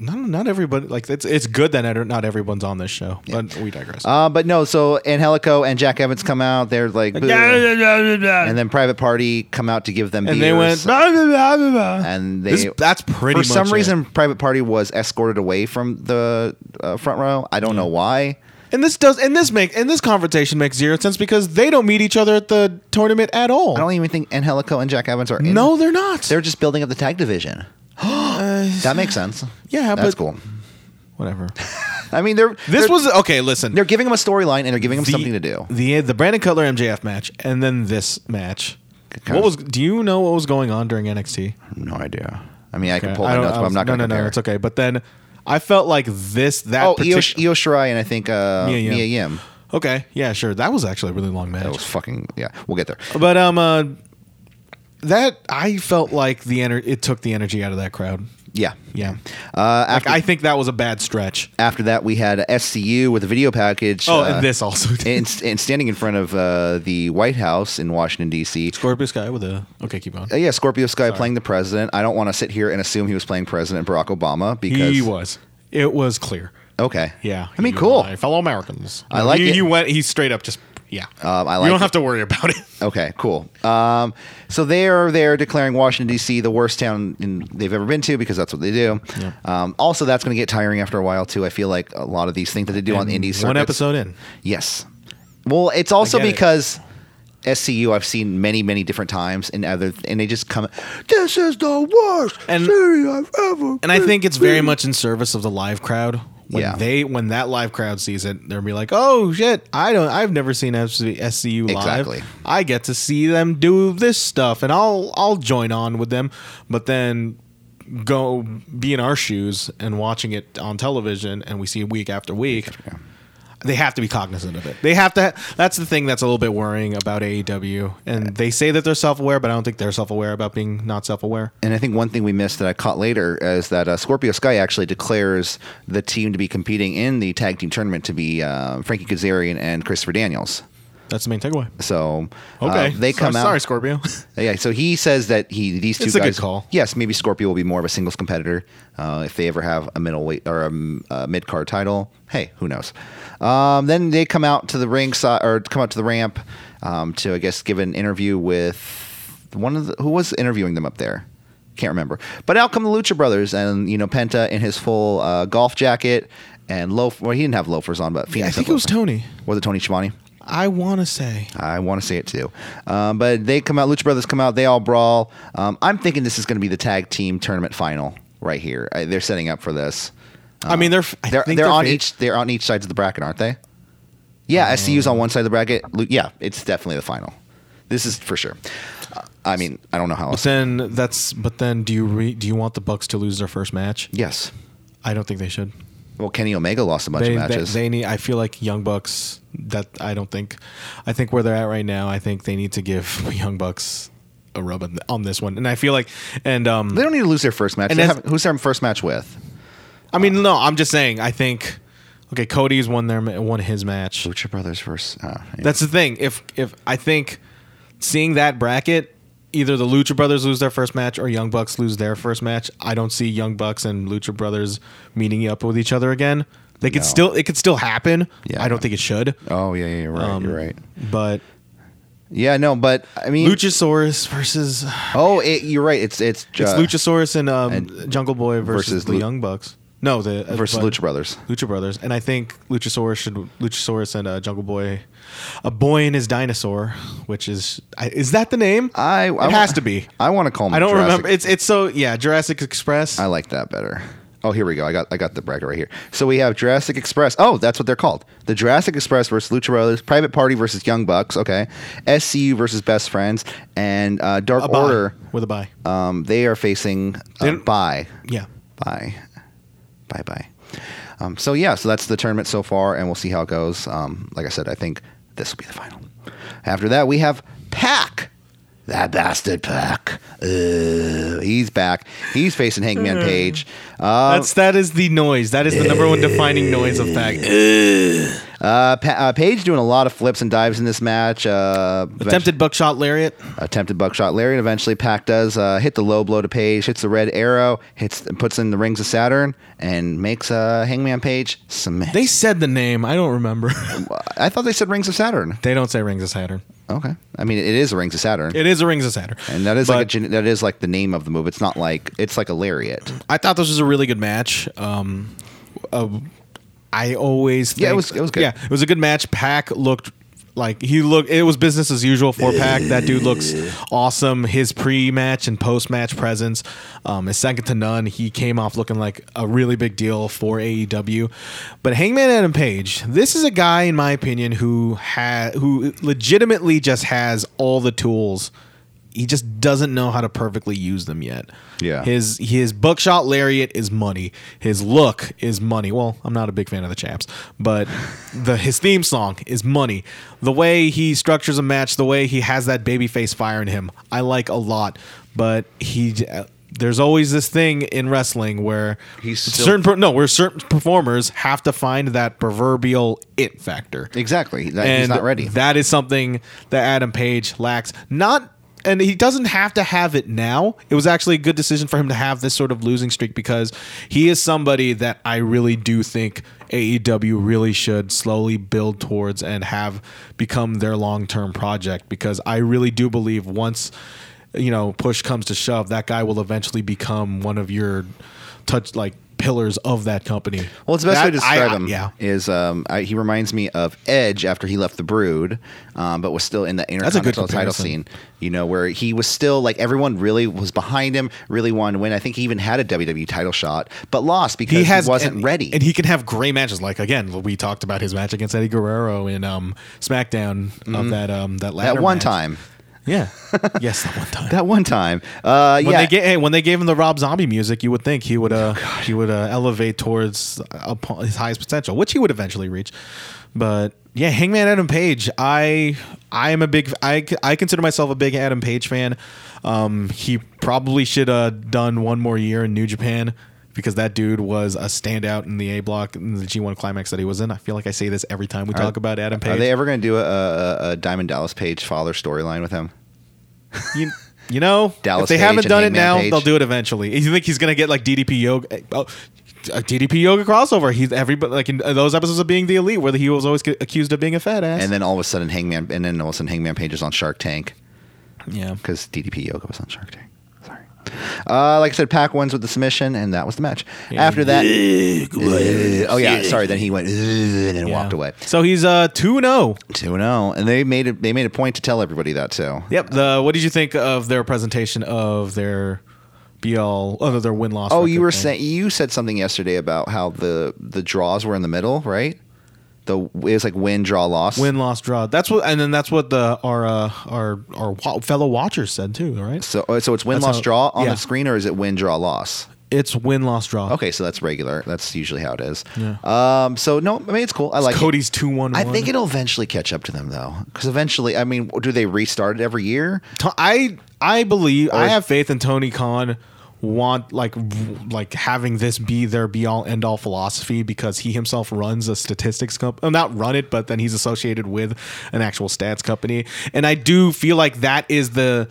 [SPEAKER 2] not not everybody like it's it's good that not- not everyone's on this show, but we digress.
[SPEAKER 1] Uh, but no. So Angelico and Jack Evans come out. They're like, "Boo." and then Private Party come out to give them.
[SPEAKER 2] and
[SPEAKER 1] beers,
[SPEAKER 2] they went "Blah, blah, blah, blah, blah."
[SPEAKER 1] And they.
[SPEAKER 2] This- that's pretty.
[SPEAKER 1] for some
[SPEAKER 2] much it.
[SPEAKER 1] reason, Private Party was escorted away from the uh, front row. I don't know why.
[SPEAKER 2] and this does and this make and this confrontation makes zero sense because they don't meet each other at the tournament at all.
[SPEAKER 1] I don't even think Angelico and Jack Evans are. in.
[SPEAKER 2] no, they're not.
[SPEAKER 1] they're just building up the tag division.
[SPEAKER 2] Uh,
[SPEAKER 1] That makes sense.
[SPEAKER 2] Yeah,
[SPEAKER 1] that's
[SPEAKER 2] but-
[SPEAKER 1] cool.
[SPEAKER 2] whatever.
[SPEAKER 1] I mean, they're
[SPEAKER 2] This
[SPEAKER 1] they're-
[SPEAKER 2] was okay. Listen,
[SPEAKER 1] they're giving him a storyline and they're giving him something to do.
[SPEAKER 2] The the Brandon Cutler MJF match, and then this match. What was? Do you know what was going on during NXT?
[SPEAKER 1] No idea. I mean, I can
[SPEAKER 2] Okay,
[SPEAKER 1] pull
[SPEAKER 2] I
[SPEAKER 1] my
[SPEAKER 2] don't-
[SPEAKER 1] notes,
[SPEAKER 2] I
[SPEAKER 1] but
[SPEAKER 2] was-
[SPEAKER 1] I'm not
[SPEAKER 2] No,
[SPEAKER 1] going
[SPEAKER 2] no,
[SPEAKER 1] to
[SPEAKER 2] no,
[SPEAKER 1] compare.
[SPEAKER 2] it's okay. But then I felt like this that
[SPEAKER 1] Oh, Io,
[SPEAKER 2] particular.
[SPEAKER 1] Io Shirai and I think uh,
[SPEAKER 2] Mia
[SPEAKER 1] Mia
[SPEAKER 2] Yim.
[SPEAKER 1] Yim.
[SPEAKER 2] okay, yeah, sure. That was actually a really long match.
[SPEAKER 1] That was fucking yeah. We'll get there.
[SPEAKER 2] But um, uh, that I felt like the ener- it took the energy out of that crowd.
[SPEAKER 1] Yeah,
[SPEAKER 2] Yeah,
[SPEAKER 1] Uh,
[SPEAKER 2] like,
[SPEAKER 1] after
[SPEAKER 2] I think that was a bad stretch.
[SPEAKER 1] after that, we had SCU with a video package.
[SPEAKER 2] Oh,
[SPEAKER 1] uh,
[SPEAKER 2] and this also.
[SPEAKER 1] and, and standing in front of uh, the White House in Washington D.C.
[SPEAKER 2] Scorpio Sky with a okay. Keep on.
[SPEAKER 1] Uh, yeah, Scorpio Sky playing the president. I don't want to sit here and assume he was playing President Barack Obama because
[SPEAKER 2] He was. It was clear.
[SPEAKER 1] Okay.
[SPEAKER 2] Yeah.
[SPEAKER 1] I mean,
[SPEAKER 2] you
[SPEAKER 1] cool.
[SPEAKER 2] and I, fellow Americans.
[SPEAKER 1] I like
[SPEAKER 2] you,
[SPEAKER 1] it.
[SPEAKER 2] You went. He straight up just. Yeah.
[SPEAKER 1] Um, I
[SPEAKER 2] you
[SPEAKER 1] like
[SPEAKER 2] don't
[SPEAKER 1] it.
[SPEAKER 2] have to worry about it.
[SPEAKER 1] Okay, cool. Um, so they are there declaring Washington D.C. the worst town in, they've ever been to because that's what they do. Um, also, that's going to get tiring after a while too. I feel like a lot of these things that they do on indie circuits.
[SPEAKER 2] One episode in.
[SPEAKER 1] Yes. Well, it's also
[SPEAKER 2] get it.
[SPEAKER 1] because SCU I've seen many, many different times and other, and they just come. This is the worst
[SPEAKER 2] And-
[SPEAKER 1] city I've ever.
[SPEAKER 2] And I think it's very much in service of the live crowd. When
[SPEAKER 1] Yeah.
[SPEAKER 2] they when that live crowd sees it, they're gonna be like, "Oh shit! I don't. I've never seen FC SCU live.
[SPEAKER 1] Exactly.
[SPEAKER 2] I get to see them do this stuff, and I'll I'll join on with them. But then go be in our shoes and watching it on television, and we see it week after week. They have to be cognizant of it. They have to. That's the thing that's a little bit worrying about AEW, and they say that they're self aware, but I don't think they're self aware about being not self aware.
[SPEAKER 1] And I think one thing we missed that I caught later is that uh, Scorpio Sky actually declares the team to be competing in the tag team tournament to be uh, Frankie Kazarian and Christopher Daniels.
[SPEAKER 2] That's the main takeaway.
[SPEAKER 1] So uh,
[SPEAKER 2] Okay,
[SPEAKER 1] they
[SPEAKER 2] Sorry-
[SPEAKER 1] come out.
[SPEAKER 2] Sorry, Scorpio.
[SPEAKER 1] Yeah, so he says that he these two
[SPEAKER 2] It's a good
[SPEAKER 1] guys.
[SPEAKER 2] call.
[SPEAKER 1] Yes, maybe Scorpio will be more of a singles competitor uh, if they ever have a middleweight or a, m- a mid card title. Hey, who knows? Um, then they come out to the ring side or come out to the ramp um, to I guess give an interview with one of the, who was interviewing them up there. Can't remember. But out come the Lucha Brothers and you know Penta in his full uh, golf jacket and loaf. Well, he didn't have loafers on, but Phoenix
[SPEAKER 2] I
[SPEAKER 1] had
[SPEAKER 2] think it was
[SPEAKER 1] loafers.
[SPEAKER 2] Tony.
[SPEAKER 1] Was it Tony Schiavone?
[SPEAKER 2] I want to say.
[SPEAKER 1] I want to see it too. Um, but they come out, Lucha Brothers come out, they all brawl. Um, I'm thinking this is going to be the tag team tournament final right here. I, they're setting up for this.
[SPEAKER 2] I mean, they're I
[SPEAKER 1] They're, they're,
[SPEAKER 2] think
[SPEAKER 1] on
[SPEAKER 2] fa-
[SPEAKER 1] each they're on each sides of the bracket, aren't they? Yeah, SCU's on one side of the bracket. Lu- Yeah, it's definitely the final. This is for sure. Uh, I mean, I don't know how else.
[SPEAKER 2] Then that's. But then, do you re, do you want the Bucks to lose their first match?
[SPEAKER 1] yes.
[SPEAKER 2] I don't think they should.
[SPEAKER 1] Well, Kenny Omega lost a bunch of
[SPEAKER 2] They, they
[SPEAKER 1] matches.
[SPEAKER 2] they need. I feel like Young Bucks. That I don't think. I think where they're at right now. I think they need to give Young Bucks a rub on, on this one. And I feel like. And um.
[SPEAKER 1] they don't need to lose their first match.
[SPEAKER 2] And
[SPEAKER 1] They
[SPEAKER 2] as-
[SPEAKER 1] have- who's their first match with?
[SPEAKER 2] I mean, no. I'm just saying. I think. Okay, Cody's won their ma- won his match.
[SPEAKER 1] Lucha Brothers versus. Uh,
[SPEAKER 2] That's the thing. If if I think seeing that bracket, either the Lucha Brothers lose their first match or Young Bucks lose their first match. I don't see Young Bucks and Lucha Brothers meeting up with each other again. They could
[SPEAKER 1] No.
[SPEAKER 2] still it could still happen.
[SPEAKER 1] Yeah.
[SPEAKER 2] I don't think it should.
[SPEAKER 1] oh yeah, yeah, you're right.
[SPEAKER 2] Um,
[SPEAKER 1] you're right.
[SPEAKER 2] But
[SPEAKER 1] Yeah, no, but I mean,
[SPEAKER 2] Luchasaurus versus
[SPEAKER 1] Oh, it, you're right. It's it's,
[SPEAKER 2] it's
[SPEAKER 1] uh,
[SPEAKER 2] Luchasaurus and, um,
[SPEAKER 1] and-
[SPEAKER 2] Jungle Boy versus,
[SPEAKER 1] versus
[SPEAKER 2] the
[SPEAKER 1] Lu-
[SPEAKER 2] Young Bucks. No, the uh,
[SPEAKER 1] versus
[SPEAKER 2] but-
[SPEAKER 1] Lucha Brothers.
[SPEAKER 2] Lucha Brothers, and I think Luchasaurus should Luchasaurus and uh, Jungle Boy, a boy and his dinosaur, which is I, is that the name?
[SPEAKER 1] I
[SPEAKER 2] it
[SPEAKER 1] I,
[SPEAKER 2] has to be.
[SPEAKER 1] I want to call. Them
[SPEAKER 2] I don't
[SPEAKER 1] Jurassic- Uh,
[SPEAKER 2] remember. It's it's so yeah. Jurassic Express.
[SPEAKER 1] I like that better. Oh, here we go. I got I got the bracket right here. So we have Jurassic Express. Oh, that's what they're called. The Jurassic Express versus Lucha Brothers, Private Party versus Young Bucks. Okay, SCU versus Best Friends, and uh, Dark
[SPEAKER 2] a bye.
[SPEAKER 1] Order.
[SPEAKER 2] with a bye.
[SPEAKER 1] Um, they are facing
[SPEAKER 2] They
[SPEAKER 1] uh,
[SPEAKER 2] don't-
[SPEAKER 1] Bye
[SPEAKER 2] Yeah.
[SPEAKER 1] Bye Bye Bye. Um, so yeah, so that's the tournament so far, and we'll see how it goes. Um, like I said, I think this will be the final. After that, we have Pack. That bastard Pack. Uh, he's back. He's facing Hangman Page. Uh,
[SPEAKER 2] That's that is the noise. That is the number one defining noise of fact.
[SPEAKER 1] uh, pa- uh, Page doing a lot of flips and dives in this match. Uh,
[SPEAKER 2] Attempted buckshot lariat.
[SPEAKER 1] attempted buckshot Larry, and eventually Pack does uh, hit the low blow to Page, hits the red arrow, hits puts in the rings of Saturn, and makes uh, Hangman Page submit.
[SPEAKER 2] They said the name. I don't remember.
[SPEAKER 1] I thought they said rings of Saturn.
[SPEAKER 2] they don't say Rings of Saturn.
[SPEAKER 1] Okay, I mean it is rings of Saturn.
[SPEAKER 2] It is a Rings of Saturn.
[SPEAKER 1] And that is like a,
[SPEAKER 2] But-
[SPEAKER 1] gen- that is like the name of the move. It's not like it's like a lariat.
[SPEAKER 2] I thought this was a really good match. Um, uh, I always think,
[SPEAKER 1] Yeah, it was- it was good.
[SPEAKER 2] Yeah, it was a good match. Pack looked Like he looked, it was business as usual four pack. That dude looks awesome. His pre match and post match presence um, is second to none. He came off looking like a really big deal for AEW. But Hangman Adam Page, this is a guy, in my opinion, who ha- who legitimately just has all the tools. He just doesn't know how to perfectly use them yet.
[SPEAKER 1] Yeah.
[SPEAKER 2] His his his buckshot lariat is money. His look is money. Well, I'm not a big fan of the chaps, but the his theme song is money. The way he structures a match, the way he has that baby face fire in him, I like a lot. But he, uh, there's always this thing in wrestling where
[SPEAKER 1] He's still-
[SPEAKER 2] certain per, no, where certain performers have to find that proverbial it factor
[SPEAKER 1] Exactly. That, he's not ready.
[SPEAKER 2] that is something that Adam Page lacks. Not and he doesn't have to have it now. It was actually a good decision for him to have this sort of losing streak because he is somebody that I really do think AEW really should slowly build towards and have become their long-term project because I really do believe once you know push comes to shove that guy will eventually become one of your touch like pillars of that company.
[SPEAKER 1] Well, it's the best
[SPEAKER 2] That-
[SPEAKER 1] way to describe
[SPEAKER 2] I-
[SPEAKER 1] him
[SPEAKER 2] Yeah.
[SPEAKER 1] is um, I, he reminds me of Edge after he left the Brood, um, but was still in the
[SPEAKER 2] a good
[SPEAKER 1] Intercontinental title
[SPEAKER 2] comparison.
[SPEAKER 1] scene. You know, where he was still like everyone really was behind him, really wanted to win. I think he even had a WWE title shot, but lost because he, wasn't
[SPEAKER 2] and-
[SPEAKER 1] ready.
[SPEAKER 2] and he can have great matches. Like again, we talked about his match against Eddie Guerrero in um, SmackDown of that um, that ladder
[SPEAKER 1] Mm-hmm. that one
[SPEAKER 2] match.
[SPEAKER 1] time,
[SPEAKER 2] Yeah, yes, that one time.
[SPEAKER 1] that one time, uh,
[SPEAKER 2] when
[SPEAKER 1] yeah, Oh,
[SPEAKER 2] they ga- hey, when they gave him the Rob Zombie music, you would think he would uh, he would uh, elevate towards uh, upon his highest potential, which he would eventually reach. But yeah, Hangman Adam Page, I I am a big I, I consider myself a big Adam Page fan. Um, he probably should have done one more year in New Japan because that dude was a standout in the A block in the G1 climax that he was in. I feel like I say this every time we talk about Adam Page.
[SPEAKER 1] are they ever going to do a, a, a Diamond Dallas Page father storyline with him?
[SPEAKER 2] you, you know,
[SPEAKER 1] Dallas
[SPEAKER 2] if they
[SPEAKER 1] Page
[SPEAKER 2] haven't
[SPEAKER 1] and
[SPEAKER 2] done it
[SPEAKER 1] Hangman
[SPEAKER 2] now,
[SPEAKER 1] Page.
[SPEAKER 2] they'll do it eventually. You think he's gonna get like DDP yoga? Oh, a DDP yoga crossover. He's everybody like in uh, those episodes of being the elite, where he was always c- accused of being a fat ass.
[SPEAKER 1] And then all of a sudden, Hangman, and then all of a sudden, Hangman Page is on Shark Tank.
[SPEAKER 2] yeah,
[SPEAKER 1] because DDP Yoga was on Shark Tank. Sorry. Uh, like I said, Pac wins with the submission, and that was the match. After that, oh yeah, sorry. Then he went "Ugh," and then
[SPEAKER 2] Yeah.
[SPEAKER 1] walked away.
[SPEAKER 2] So he's uh two zero.
[SPEAKER 1] Two zero, and they made it. They made a point to tell everybody that too.
[SPEAKER 2] Yep. The what did you think of their presentation of their BL? Oh, no, their win loss.
[SPEAKER 1] Oh, you were saying you said something yesterday about how the the draws were in the middle, right? The it was like win, draw, loss.
[SPEAKER 2] win loss draw. That's what, and then that's what the our uh, our our wa- fellow watchers said too. All right,
[SPEAKER 1] So oh, so it's win,
[SPEAKER 2] That's
[SPEAKER 1] loss,
[SPEAKER 2] how-
[SPEAKER 1] draw on
[SPEAKER 2] yeah.
[SPEAKER 1] the screen, or is it win, draw, loss?
[SPEAKER 2] it's win loss draw.
[SPEAKER 1] Okay, so that's regular. That's usually how it is.
[SPEAKER 2] Yeah.
[SPEAKER 1] Um. So no, I mean it's cool. I like it.
[SPEAKER 2] Cody's two one.
[SPEAKER 1] I think it'll eventually catch up to them though, because eventually, I mean, do they restart it every year?
[SPEAKER 2] To- I I believe I
[SPEAKER 1] is-
[SPEAKER 2] have faith in Tony Khan want like v- like having this be their be all end all philosophy because he himself runs a statistics company not run it but then he's associated with an actual stats company and I do feel like that is the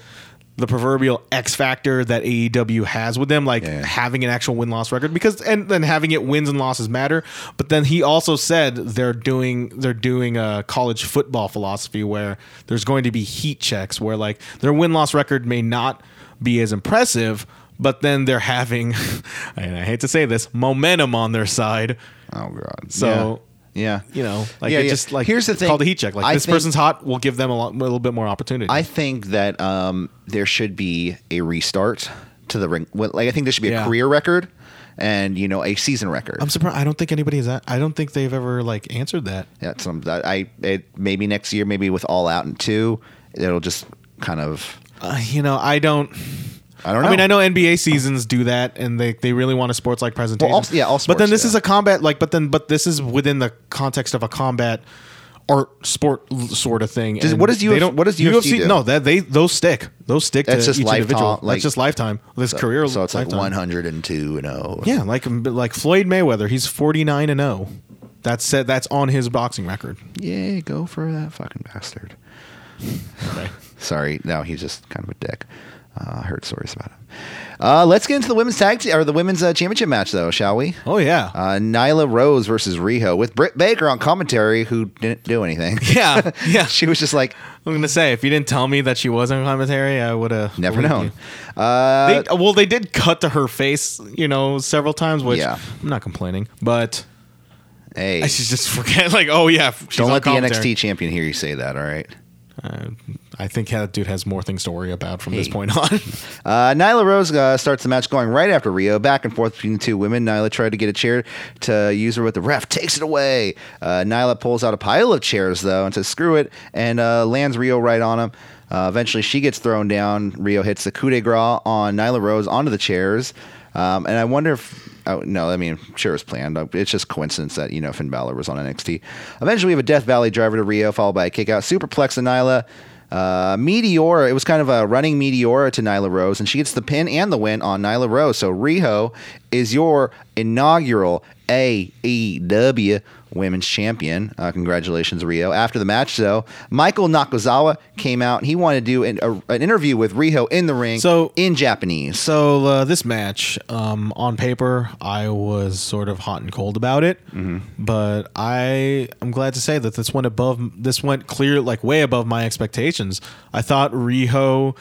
[SPEAKER 2] the proverbial X factor that AEW has with them like
[SPEAKER 1] Yeah.
[SPEAKER 2] having an actual win loss record because and then having it wins and losses matter but then he also said they're doing they're doing a college football philosophy where there's going to be heat checks where like their win loss record may not be as impressive but then they're having and I hate to say this momentum on their side
[SPEAKER 1] Oh god.
[SPEAKER 2] So-
[SPEAKER 1] yeah, Yeah.
[SPEAKER 2] you know like
[SPEAKER 1] Yeah,
[SPEAKER 2] it
[SPEAKER 1] yeah.
[SPEAKER 2] just like
[SPEAKER 1] Here's the
[SPEAKER 2] it's
[SPEAKER 1] thing.
[SPEAKER 2] called a heat check like
[SPEAKER 1] I
[SPEAKER 2] this
[SPEAKER 1] think-
[SPEAKER 2] person's hot we'll give them a, lot, a little bit more opportunity
[SPEAKER 1] I think that um, there should be a restart to the ring. well, Like I think there should be a
[SPEAKER 2] Yeah.
[SPEAKER 1] career record and you know a season record.
[SPEAKER 2] I'm surprised I don't think anybody has a- I don't think they've ever like answered that
[SPEAKER 1] That's some that I it, maybe next year, maybe with all out and two, it'll just kind of.
[SPEAKER 2] Uh, you know, I don't.
[SPEAKER 1] I don't know.
[SPEAKER 2] I mean, I know NBA seasons do that, and they, they really want a sports like presentation.
[SPEAKER 1] Well, all- yeah, all
[SPEAKER 2] But then
[SPEAKER 1] sports,
[SPEAKER 2] this
[SPEAKER 1] yeah.
[SPEAKER 2] is a combat like, but then but this is within the context of a combat art sport l- sort of thing.
[SPEAKER 1] Does-
[SPEAKER 2] and
[SPEAKER 1] what does
[SPEAKER 2] they
[SPEAKER 1] Uf-
[SPEAKER 2] don't-
[SPEAKER 1] what does UFC do?
[SPEAKER 2] No, that they those stick. Those stick.
[SPEAKER 1] That's
[SPEAKER 2] to
[SPEAKER 1] just
[SPEAKER 2] each individual.
[SPEAKER 1] lifetime, like-
[SPEAKER 2] That's just lifetime. This career.
[SPEAKER 1] So it's like
[SPEAKER 2] lifetime.
[SPEAKER 1] 102 and oh. 0.
[SPEAKER 2] Yeah, like like Floyd Mayweather. He's forty nine and zero. That's said. That's on his boxing record.
[SPEAKER 1] Yeah, go for that fucking bastard. Sorry, no, he's just kind of a dick. Uh, I heard stories about him. Uh, let's get into the women's tag te- or the women's uh, championship match, though, shall we?
[SPEAKER 2] Oh yeah.
[SPEAKER 1] Uh, Nyla Rose versus Riho with Britt Baker on commentary, who didn't do anything.
[SPEAKER 2] yeah. Yeah.
[SPEAKER 1] she was just like
[SPEAKER 2] I'm gonna say if you didn't tell me that she was on commentary, I would have
[SPEAKER 1] never known. Uh,
[SPEAKER 2] They, well, they did cut to her face, you know, several times, which
[SPEAKER 1] Yeah.
[SPEAKER 2] I'm not complaining, but
[SPEAKER 1] Hey,
[SPEAKER 2] I should just forget. Like, oh yeah, f- she's
[SPEAKER 1] don't
[SPEAKER 2] on
[SPEAKER 1] let the
[SPEAKER 2] commentary.
[SPEAKER 1] NXT champion hear you say that. All right.
[SPEAKER 2] Uh, I think that dude has more things to worry about from this
[SPEAKER 1] Hey.
[SPEAKER 2] point on.
[SPEAKER 1] Uh, Nyla Rose uh, starts the match going right after Rio, back and forth between the two women. Nyla tried to get a chair to use her, but the ref takes it away. Uh, Nyla pulls out a pile of chairs, though, and says, screw it, and uh, lands Rio right on him. Uh, eventually, she gets thrown down. Rio hits the coup de grace on Nyla Rose onto the chairs. Um, and I wonder if, oh, no, I mean, sure it was planned. Uh, It's just coincidence that, you know, Finn Balor was on NXT. Eventually, we have a Death Valley driver to Rio, followed by a kickout, superplex to Nyla. Uh, Meteora, it was kind of a running Meteora to Nyla Rose, and she gets the pin and the win on Nyla Rose. So Riho is your inaugural AEW Women's Champion. Uh, congratulations, Rio. After the match, though, Michael Nakazawa came out. He wanted to do an, a, an interview with Riho in the ring
[SPEAKER 2] So-
[SPEAKER 1] in Japanese.
[SPEAKER 2] So uh, this match, um, on paper, I was sort of hot and cold about it,
[SPEAKER 1] Mm-hmm.
[SPEAKER 2] but I am glad to say that this went above. This went clear, like way above my expectations. I thought Riho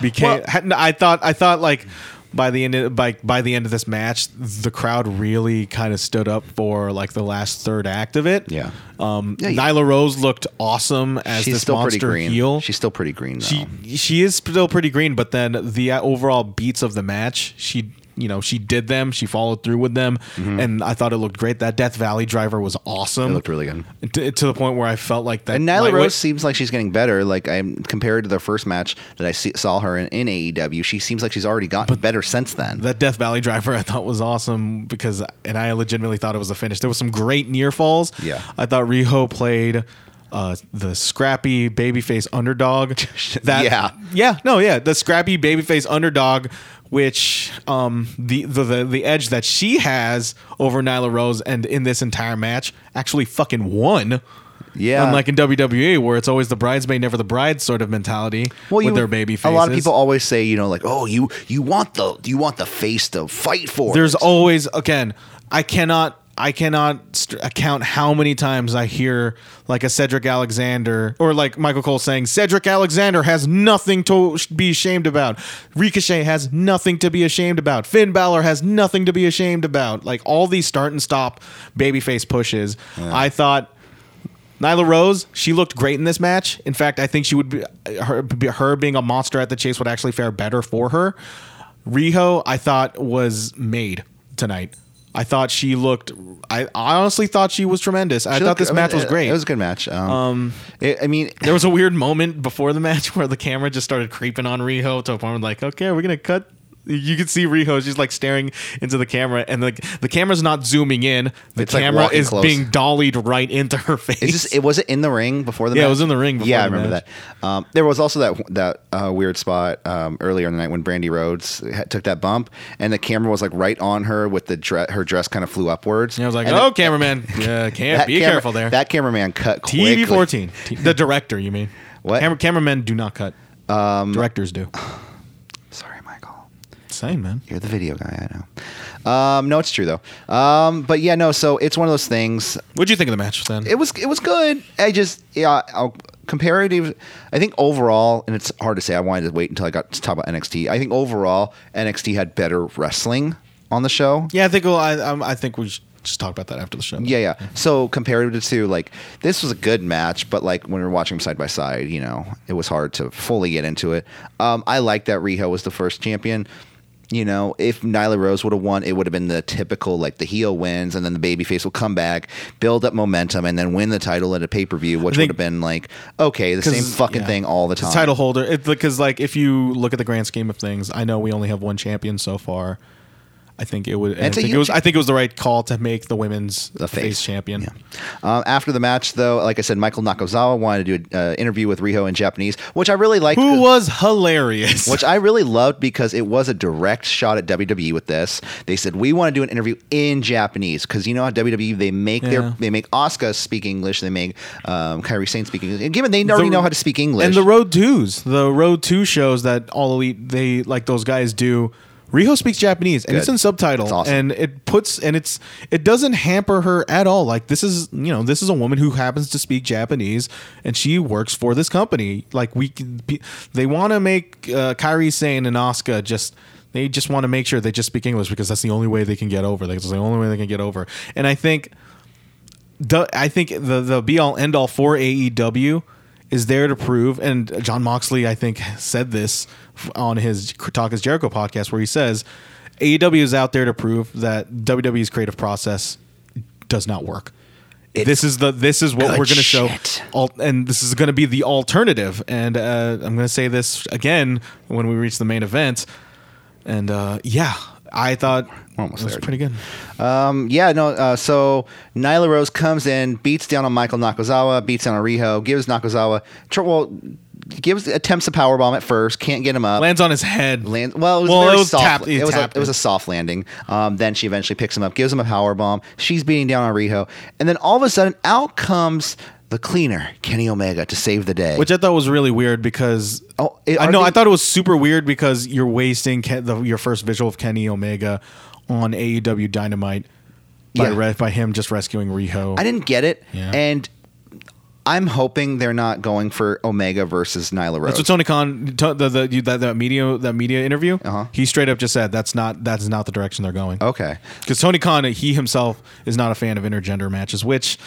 [SPEAKER 2] became.
[SPEAKER 1] Well-
[SPEAKER 2] had- I thought. I thought like by the end of, by by the end of this match, the crowd really kind of stood up for like the last third act of it.
[SPEAKER 1] Yeah.
[SPEAKER 2] Um,
[SPEAKER 1] Yeah, you-
[SPEAKER 2] Nyla Rose looked awesome as
[SPEAKER 1] She's
[SPEAKER 2] this
[SPEAKER 1] still pretty
[SPEAKER 2] monster
[SPEAKER 1] green.
[SPEAKER 2] heel.
[SPEAKER 1] She's still pretty green, though.
[SPEAKER 2] She she is still pretty green, but then the uh, overall beats of the match, she you know she did them, she followed through with them, and I thought it looked great. That Death Valley driver was awesome.
[SPEAKER 1] Mm-hmm. it looked really good.
[SPEAKER 2] to, to the point where I felt like that.
[SPEAKER 1] And Nyla
[SPEAKER 2] lightweight-
[SPEAKER 1] Rose seems like she's getting better. Like I'm compared to the first match that I see, saw her in, in AEW, she seems like she's already gotten better since then.
[SPEAKER 2] that Death Valley driver I thought was awesome because, and I legitimately thought it was a finish. There was some great near falls.
[SPEAKER 1] Yeah.
[SPEAKER 2] I thought Riho played. Uh, the scrappy babyface underdog. That
[SPEAKER 1] Yeah.
[SPEAKER 2] yeah, no, yeah, the scrappy babyface underdog, which um the, the the the edge that she has over Nyla Rose and in this entire match actually fucking won.
[SPEAKER 1] Yeah.
[SPEAKER 2] unlike in WWE where it's always the bridesmaid, never the bride sort of mentality with
[SPEAKER 1] you-
[SPEAKER 2] their baby faces.
[SPEAKER 1] A lot of people always say, you know, like, oh, you you want the you want the face to fight for.
[SPEAKER 2] There's always again. I cannot. I cannot st- account how many times I hear like a Cedric Alexander or like Michael Cole saying Cedric Alexander has nothing to sh- be ashamed about. Ricochet has nothing to be ashamed about. Finn Balor has nothing to be ashamed about. Like all these start and stop babyface pushes. I thought Nyla Rose, she looked great in this match. In fact, I think she would be her, be- her being a monster at the chase would actually fare better for her. Riho, I thought was made tonight. I thought she looked. I I honestly thought she was tremendous. I
[SPEAKER 1] She
[SPEAKER 2] thought
[SPEAKER 1] looked-
[SPEAKER 2] this
[SPEAKER 1] I mean,
[SPEAKER 2] match was
[SPEAKER 1] it-
[SPEAKER 2] great.
[SPEAKER 1] It was a good match. Um, it- I mean,
[SPEAKER 2] there was a weird moment before the match where the camera just started creeping on Riho to a point where like, okay, we're gonna cut. You can see Riho. She's like staring into the camera, and like the, camera's not zooming in. The
[SPEAKER 1] It's, like,
[SPEAKER 2] camera
[SPEAKER 1] walking
[SPEAKER 2] is
[SPEAKER 1] close.
[SPEAKER 2] being dollied right into her face.
[SPEAKER 1] It's just it was it in the ring before the
[SPEAKER 2] Yeah, it
[SPEAKER 1] match?
[SPEAKER 2] was in the ring before
[SPEAKER 1] yeah, I
[SPEAKER 2] the
[SPEAKER 1] remember
[SPEAKER 2] match.
[SPEAKER 1] that. Um, there was also that that uh, weird spot um, earlier in the night when Brandy Rhodes had, took that bump, and the camera was like right on her with the dress. Her dress kind of flew upwards.
[SPEAKER 2] And I was like,
[SPEAKER 1] And
[SPEAKER 2] "Oh,
[SPEAKER 1] that-
[SPEAKER 2] cameraman, yeah, can't be
[SPEAKER 1] camera-
[SPEAKER 2] careful there."
[SPEAKER 1] That cameraman cut quickly.
[SPEAKER 2] TV fourteen, T- the director, you mean?
[SPEAKER 1] What?
[SPEAKER 2] Camera, cameramen do not cut. Um, Directors do.
[SPEAKER 1] Sorry, Michael.
[SPEAKER 2] Same man.
[SPEAKER 1] You're the video guy, I know. Um, no, it's true though. Um, but yeah, no. So it's one of those things.
[SPEAKER 2] What'd you think of the match then?
[SPEAKER 1] It was it was good. I just yeah. I'll, comparative, I think overall, and it's hard to say. I wanted to wait until I got to talk about NXT. I think overall, NXT had better wrestling on the show.
[SPEAKER 2] yeah, I think. Well, I, um, I think we should just talk about that after the show.
[SPEAKER 1] Yeah, yeah. So comparative to like this was a good match, but like when we were watching them side by side, you know, it was hard to fully get into it. Um, I like that Riho was the first champion. You know, if Nyla Rose would have won, it would have been the typical like the heel wins and then the babyface will come back, build up momentum, and then win the title at a pay per view, which
[SPEAKER 2] I think-
[SPEAKER 1] would have been like okay, the same
[SPEAKER 2] 'Cause,
[SPEAKER 1] fucking
[SPEAKER 2] yeah.
[SPEAKER 1] thing all the time.
[SPEAKER 2] Title holder, it because like if you look at the grand scheme of things, I know we only have one champion so far. I think it would. and I
[SPEAKER 1] That's a
[SPEAKER 2] think it
[SPEAKER 1] huge-
[SPEAKER 2] was. I think it was the right call to make the women's
[SPEAKER 1] the face,
[SPEAKER 2] champion.
[SPEAKER 1] Yeah. Um, after the match, though, like I said, Michael Nakazawa wanted to do an uh, interview with Riho in Japanese, which I really liked.
[SPEAKER 2] Who was hilarious?
[SPEAKER 1] which I really loved because it was a direct shot at WWE with this. They said we want to do an interview in Japanese because you know how WWE they make
[SPEAKER 2] Yeah.
[SPEAKER 1] their they make Asuka speak English, they make um, Kyrie Saint speak English, and given they already know how to speak English,
[SPEAKER 2] And the road twos, the road two shows that all elite they like those guys do. Riho speaks Japanese and it's
[SPEAKER 1] Good.
[SPEAKER 2] in subtitle
[SPEAKER 1] That's awesome.
[SPEAKER 2] and it puts and it's it doesn't hamper her at all. Like this is you know this is a woman who happens to speak Japanese and she works for this company. Like we can be- they want to make uh, Kyrie Sane and Asuka just. They just want to make sure they just speak English because that's the only way they can get over. That's the only way they can get over. And I think the, I think the the be all end all for AEW is there to prove, and John Moxley I think said this on his Talk is Jericho podcast where he says AEW is out there to prove that WWE's creative process does not work. this is the this is what
[SPEAKER 1] good
[SPEAKER 2] we're going to show,
[SPEAKER 1] shit.
[SPEAKER 2] all, and this is going to be the alternative. And uh, I'm going to say this again when we reach the main event. And uh, yeah, I thought
[SPEAKER 1] almost
[SPEAKER 2] it was
[SPEAKER 1] there.
[SPEAKER 2] pretty good.
[SPEAKER 1] Um, yeah, no. Uh, so Nyla Rose comes in, beats down on Michael Nakazawa, beats down on Riho, gives Nakazawa, tr- well, gives attempts a power bomb at first, can't get him up.
[SPEAKER 2] Lands on his head.
[SPEAKER 1] Land, well, it was,
[SPEAKER 2] Well,
[SPEAKER 1] very
[SPEAKER 2] it was
[SPEAKER 1] soft.
[SPEAKER 2] tapped- he
[SPEAKER 1] it, was a,
[SPEAKER 2] tapped
[SPEAKER 1] it was
[SPEAKER 2] it.
[SPEAKER 1] a soft landing. Um, then she eventually picks him up, gives him a power bomb. She's beating down on Riho, and then all of a sudden, out comes the cleaner, Kenny Omega, to save the day.
[SPEAKER 2] which I thought was really weird because
[SPEAKER 1] Oh, it-
[SPEAKER 2] I
[SPEAKER 1] are
[SPEAKER 2] know
[SPEAKER 1] they-
[SPEAKER 2] I thought it was super weird because you're wasting Ken, the, your first visual of Kenny Omega on AEW Dynamite by
[SPEAKER 1] Yeah.
[SPEAKER 2] re- by him just rescuing Riho.
[SPEAKER 1] I didn't get it,
[SPEAKER 2] Yeah.
[SPEAKER 1] and I'm hoping they're not going for Omega versus Nyla Rose.
[SPEAKER 2] That's what Tony Khan to- the, the, you- that that media that media interview.
[SPEAKER 1] Uh-huh. Oh.
[SPEAKER 2] He straight up just said that's not that's not the direction they're going.
[SPEAKER 1] okay,
[SPEAKER 2] Because Tony Khan, he himself is not a fan of intergender matches, which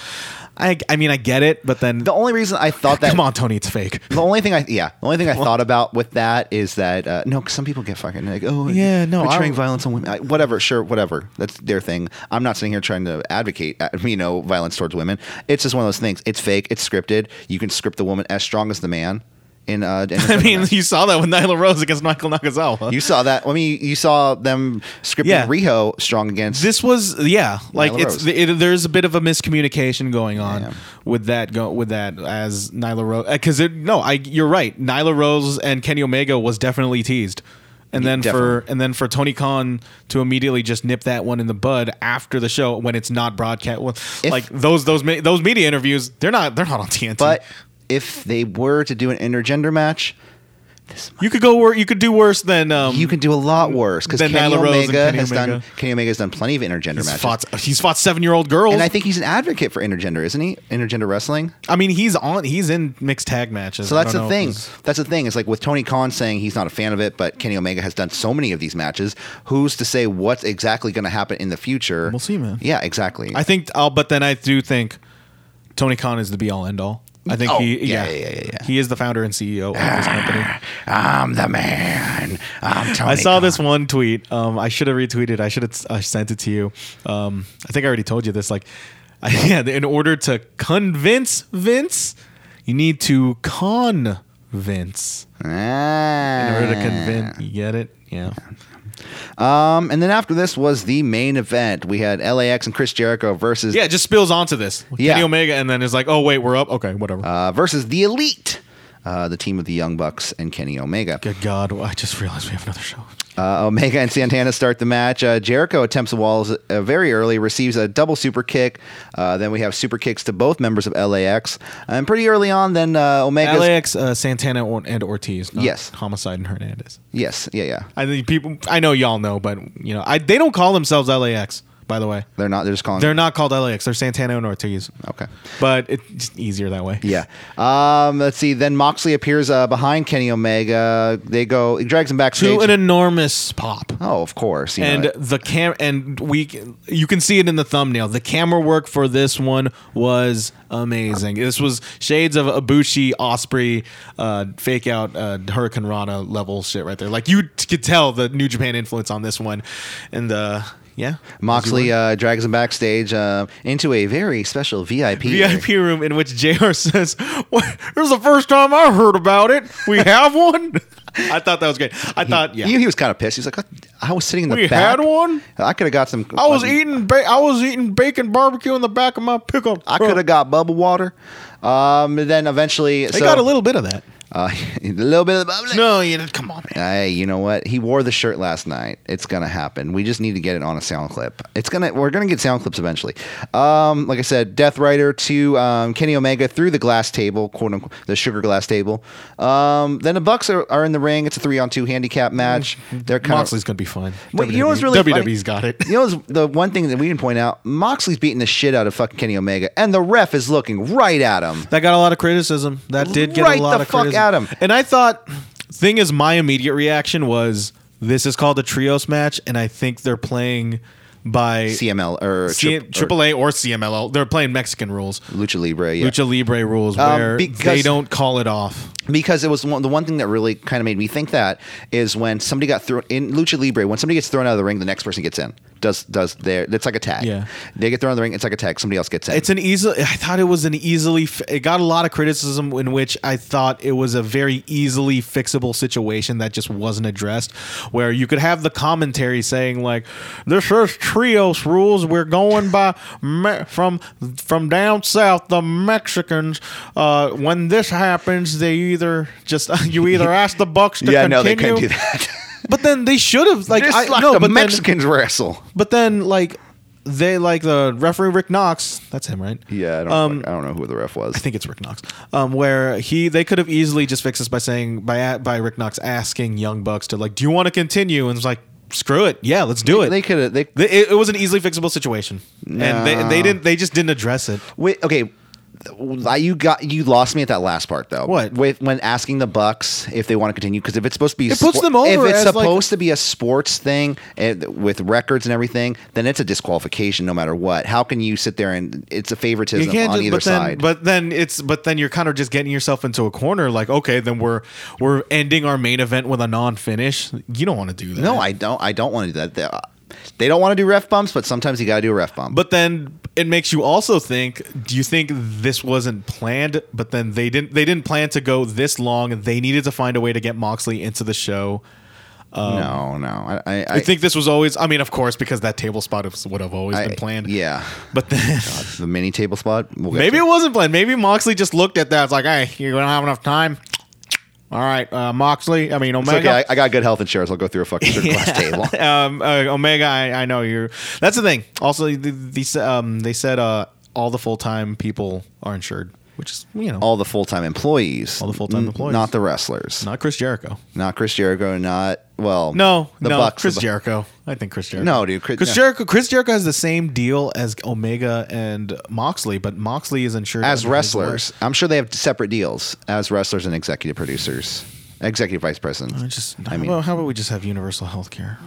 [SPEAKER 2] I, I mean, I get it, but then
[SPEAKER 1] the only reason I thought that
[SPEAKER 2] come on, Tony, it's fake.
[SPEAKER 1] The only thing I yeah, the only thing I thought about with that is that uh, no, 'cause some people get fucking like oh
[SPEAKER 2] Yeah, no,
[SPEAKER 1] portraying
[SPEAKER 2] I-
[SPEAKER 1] violence on women, I, whatever, sure, whatever, that's their thing. I'm not sitting here trying to advocate uh, you know violence towards women. It's just one of those things. It's fake. It's scripted. You can script the woman as strong as the man. In uh, in
[SPEAKER 2] I mean, you saw that with Nyla Rose against Michael Nakazawa.
[SPEAKER 1] you saw that. I mean, you saw them scripting
[SPEAKER 2] Yeah.
[SPEAKER 1] Riho strong against.
[SPEAKER 2] this was yeah like
[SPEAKER 1] Nyla
[SPEAKER 2] it's
[SPEAKER 1] Rose.
[SPEAKER 2] it, there's a bit of a miscommunication going on
[SPEAKER 1] Yeah.
[SPEAKER 2] with that go with that as Nyla Rose because it no I you're right Nyla Rose and Kenny Omega was definitely teased and
[SPEAKER 1] Yeah,
[SPEAKER 2] then for
[SPEAKER 1] definitely.
[SPEAKER 2] and then for Tony Khan to immediately just nip that one in the bud after the show when it's not broadcast well,
[SPEAKER 1] If-
[SPEAKER 2] like those those me- those media interviews they're not they're not on TNT
[SPEAKER 1] but if they were to do an intergender match,
[SPEAKER 2] you could go where you could do worse than um
[SPEAKER 1] you can do a lot worse because
[SPEAKER 2] Then
[SPEAKER 1] Kenny
[SPEAKER 2] Nyla Rose and
[SPEAKER 1] Omega
[SPEAKER 2] Kenny
[SPEAKER 1] has done.
[SPEAKER 2] Omega.
[SPEAKER 1] Kenny Omega's done plenty of intergender
[SPEAKER 2] he's
[SPEAKER 1] matches.
[SPEAKER 2] fought he's fought seven year old girls
[SPEAKER 1] And I think he's an advocate for intergender, isn't he? Intergender wrestling.
[SPEAKER 2] I mean he's on he's in mixed tag matches
[SPEAKER 1] So
[SPEAKER 2] I
[SPEAKER 1] that's
[SPEAKER 2] don't
[SPEAKER 1] the
[SPEAKER 2] know if
[SPEAKER 1] thing.
[SPEAKER 2] it's-
[SPEAKER 1] That's the thing. It's like with Tony Khan saying he's not a fan of it, but Kenny Omega has done so many of these matches. Who's to say what's exactly going to happen in the future?
[SPEAKER 2] We'll see, man.
[SPEAKER 1] Yeah, exactly.
[SPEAKER 2] I think, I'll, but then I do think Tony Khan is the be all end all. I think
[SPEAKER 1] Oh,
[SPEAKER 2] he,
[SPEAKER 1] yeah,
[SPEAKER 2] yeah,
[SPEAKER 1] yeah, yeah, yeah. Ah,
[SPEAKER 2] he is the founder and CEO of this company.
[SPEAKER 1] I'm the man. I'm Tony.
[SPEAKER 2] I saw
[SPEAKER 1] Khan.
[SPEAKER 2] this one tweet. Um, I should have retweeted. I should have I sent it to you. Um, I think I already told you this. Like, yeah, in order to convince Vince, you need to con Vince.
[SPEAKER 1] Ah.
[SPEAKER 2] In order to convince, you get it? Yeah.
[SPEAKER 1] Um, and then after this was the main event. We had LAX and Chris Jericho versus
[SPEAKER 2] Yeah, it just spills onto this.
[SPEAKER 1] Yeah.
[SPEAKER 2] Kenny Omega, and then it's like, oh wait, we're up. Okay, whatever.
[SPEAKER 1] uh, versus the Elite, uh, the team of the Young Bucks and Kenny Omega.
[SPEAKER 2] Good God, I just realized we have another show.
[SPEAKER 1] Uh, Omega and Santana start the match. Uh, Jericho attempts the walls uh, very early, receives a double super kick. Uh, then we have super kicks to both members of LAX. And pretty early on, then uh, Omega's.
[SPEAKER 2] LAX, uh, Santana, or, and Ortiz. Not
[SPEAKER 1] Yes.
[SPEAKER 2] Homicide and Hernandez.
[SPEAKER 1] Yes, yeah, yeah.
[SPEAKER 2] I think people. I know y'all know, but you know, I they don't call themselves LAX. By the way,
[SPEAKER 1] They're not, they're just calling.
[SPEAKER 2] they're not called LAX. They're Santana and Ortiz.
[SPEAKER 1] okay.
[SPEAKER 2] But it's just easier that way.
[SPEAKER 1] Yeah. Um, let's see. Then Moxley appears uh, behind Kenny Omega. They go, he drags him backstage.
[SPEAKER 2] To an enormous pop.
[SPEAKER 1] oh, of course. you know
[SPEAKER 2] And
[SPEAKER 1] it.
[SPEAKER 2] the cam and we you can see it in the thumbnail. The camera work for this one was amazing. This was shades of Abushi Osprey uh, fake out uh, Hurricane Rana level shit right there. Like you t- could tell the New Japan influence on this one, and uh, yeah,
[SPEAKER 1] Moxley uh, drags him backstage uh, into a very special VIP.
[SPEAKER 2] VIP room in which JR says, well, "This is the first time I heard about it. We have one." I thought that was great. I thought yeah.
[SPEAKER 1] He, he was kind of pissed. He was like, "What? I was sitting in the
[SPEAKER 2] We
[SPEAKER 1] back.
[SPEAKER 2] had one?
[SPEAKER 1] I could have got some.
[SPEAKER 2] I was eating ba- I was eating bacon barbecue in the back of my pickup.
[SPEAKER 1] I
[SPEAKER 2] truck.
[SPEAKER 1] could have got bubble water. Um, and then eventually,
[SPEAKER 2] They
[SPEAKER 1] so,
[SPEAKER 2] got a little bit of that.
[SPEAKER 1] uh, a little bit of the bubble.
[SPEAKER 2] No, you come on, man.
[SPEAKER 1] Hey, you know what? He wore the shirt last night. It's gonna happen. We just need to get it on a sound clip. It's gonna. We're gonna get sound clips eventually. Um, like I said, Death Rider to um, Kenny Omega through the glass table, quote unquote, the sugar glass table. Um, then the Bucks are, are in the ring. It's a three on two handicap match. They're kind
[SPEAKER 2] Mm-hmm. Moxley's gonna be fine.
[SPEAKER 1] Well, you know what's really funny?
[SPEAKER 2] WWE's got it.
[SPEAKER 1] You know, it's the one thing that we didn't point out: Moxley's beating the shit out of fucking Kenny Omega, and the ref is looking right at him.
[SPEAKER 2] That got a lot of criticism. That did get
[SPEAKER 1] Right
[SPEAKER 2] a lot
[SPEAKER 1] the
[SPEAKER 2] of
[SPEAKER 1] fuck
[SPEAKER 2] criticism.
[SPEAKER 1] at him.
[SPEAKER 2] And I thought, thing is, my immediate reaction was, this is called a trios match, and I think they're playing by
[SPEAKER 1] CML or,
[SPEAKER 2] C-
[SPEAKER 1] tri- or
[SPEAKER 2] AAA or CMLL. They're playing Mexican rules,
[SPEAKER 1] Lucha Libre. Yeah.
[SPEAKER 2] Lucha Libre rules,
[SPEAKER 1] Um,
[SPEAKER 2] where they
[SPEAKER 1] because-
[SPEAKER 2] don't call it off.
[SPEAKER 1] because it was one, the one thing that really kind of made me think that is when somebody got thrown in lucha libre when somebody gets thrown out of the ring the next person gets in does does their it's like a tag
[SPEAKER 2] Yeah.
[SPEAKER 1] they get thrown out of the ring it's like a tag somebody else gets in
[SPEAKER 2] It's an easily. I thought it was an easily. f- It got a lot of criticism in which I thought it was a very easily fixable situation that just wasn't addressed. Where you could have the commentary saying like, "This is trios rules. We're going by me- from from down south. The Mexicans. Uh, when this happens, they either just you either ask the Bucks to
[SPEAKER 1] yeah
[SPEAKER 2] continue.
[SPEAKER 1] no they couldn't do that
[SPEAKER 2] But then they should have like
[SPEAKER 1] it's
[SPEAKER 2] I
[SPEAKER 1] like
[SPEAKER 2] no,
[SPEAKER 1] the
[SPEAKER 2] but then-
[SPEAKER 1] mexicans wrestle
[SPEAKER 2] but then like they like the referee Rick Knox. That's him, right?
[SPEAKER 1] yeah I don't,
[SPEAKER 2] Um,
[SPEAKER 1] I don't know who the ref was
[SPEAKER 2] I think it's Rick Knox, um, where he they could have easily just fixed this by saying by by Rick Knox asking Young Bucks to like, do you want to continue? And it's like, screw it, yeah, let's do it.
[SPEAKER 1] they could have they
[SPEAKER 2] They- it, it was an easily fixable situation, and they,
[SPEAKER 1] No.
[SPEAKER 2] they didn't they just didn't address it.
[SPEAKER 1] Wait, okay. I- You got you lost me at that last part though.
[SPEAKER 2] What?
[SPEAKER 1] with when asking the Bucks if they want to continue because if it's supposed to be
[SPEAKER 2] It puts them over
[SPEAKER 1] if it's
[SPEAKER 2] as, like-
[SPEAKER 1] supposed to be a sports thing eh, with records and everything, then it's a disqualification no matter what. How can you sit there and it's a favoritism on
[SPEAKER 2] ju-
[SPEAKER 1] either
[SPEAKER 2] but then,
[SPEAKER 1] side?
[SPEAKER 2] But then it's but then you're kind of just getting yourself into a corner. Like, okay, then we're we're ending our main event with a non finish. You don't want to do that.
[SPEAKER 1] no, I don't. I don't want to do that. They, uh, they don't want to do ref bumps, but sometimes you got to do a ref bump.
[SPEAKER 2] But then it makes you also think: Do you think this wasn't planned? But then they didn't. They didn't plan to go this long. They needed to find a way to get Moxley into the show.
[SPEAKER 1] no, no. I, I,
[SPEAKER 2] I, um, think this was always. I mean, of course, because that table spot is- would have always
[SPEAKER 1] I-
[SPEAKER 2] been planned.
[SPEAKER 1] Yeah, Uh,
[SPEAKER 2] But then
[SPEAKER 1] the mini table spot. We'll get
[SPEAKER 2] maybe
[SPEAKER 1] to
[SPEAKER 2] it wasn't planned. Maybe Moxley just looked at that. It's like, hey, you don't have enough time. All right, uh, Moxley. I mean,
[SPEAKER 1] It's
[SPEAKER 2] Omega.
[SPEAKER 1] okay. I, I got good health insurance. I'll go through a fucking third class table.
[SPEAKER 2] um, uh, Omega, I, I know you're. That's the thing. Also, the, the, um, they said uh, all the full time people are insured, which is you know
[SPEAKER 1] all the full time employees.
[SPEAKER 2] All the full-time
[SPEAKER 1] N-
[SPEAKER 2] employees.
[SPEAKER 1] Not the wrestlers. Not,
[SPEAKER 2] not Chris Jericho.
[SPEAKER 1] Chris Jericho. Not well.
[SPEAKER 2] No,
[SPEAKER 1] the
[SPEAKER 2] no,
[SPEAKER 1] Bucks,
[SPEAKER 2] Chris
[SPEAKER 1] the Bu-
[SPEAKER 2] Jericho. I think Chris Jericho.
[SPEAKER 1] No, dude, Chris-
[SPEAKER 2] Chris,
[SPEAKER 1] no.
[SPEAKER 2] Jericho. Chris Jericho has the same deal as Omega and Moxley, but Moxley is insured
[SPEAKER 1] As
[SPEAKER 2] under his
[SPEAKER 1] wrestlers,
[SPEAKER 2] work.
[SPEAKER 1] I'm sure they have separate deals as wrestlers and executive producers, executive vice
[SPEAKER 2] I
[SPEAKER 1] presidents.
[SPEAKER 2] just,
[SPEAKER 1] I
[SPEAKER 2] I
[SPEAKER 1] mean-
[SPEAKER 2] mean, how about we just have universal health care?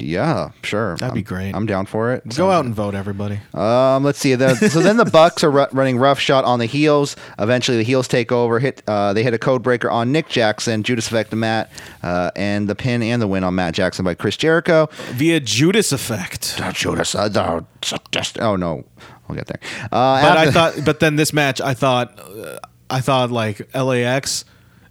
[SPEAKER 1] Yeah, sure.
[SPEAKER 2] That'd be
[SPEAKER 1] I'm-
[SPEAKER 2] great.
[SPEAKER 1] I'm down for it.
[SPEAKER 2] Go out and vote, everybody.
[SPEAKER 1] Um, let's see. The, so then the Bucks are ru- running roughshod on the heels. Eventually, the heels take over. Hit. Uh, they hit a code breaker on Nick Jackson. Judas effect to Matt, uh, and the pin and the win on Matt Jackson by Chris Jericho.
[SPEAKER 2] Via Judas effect.
[SPEAKER 1] Don't shoot us. Uh, don't- just- Oh no, we'll get there. Uh,
[SPEAKER 2] But
[SPEAKER 1] after-
[SPEAKER 2] I thought, but then this match, I thought, uh, I thought like LAX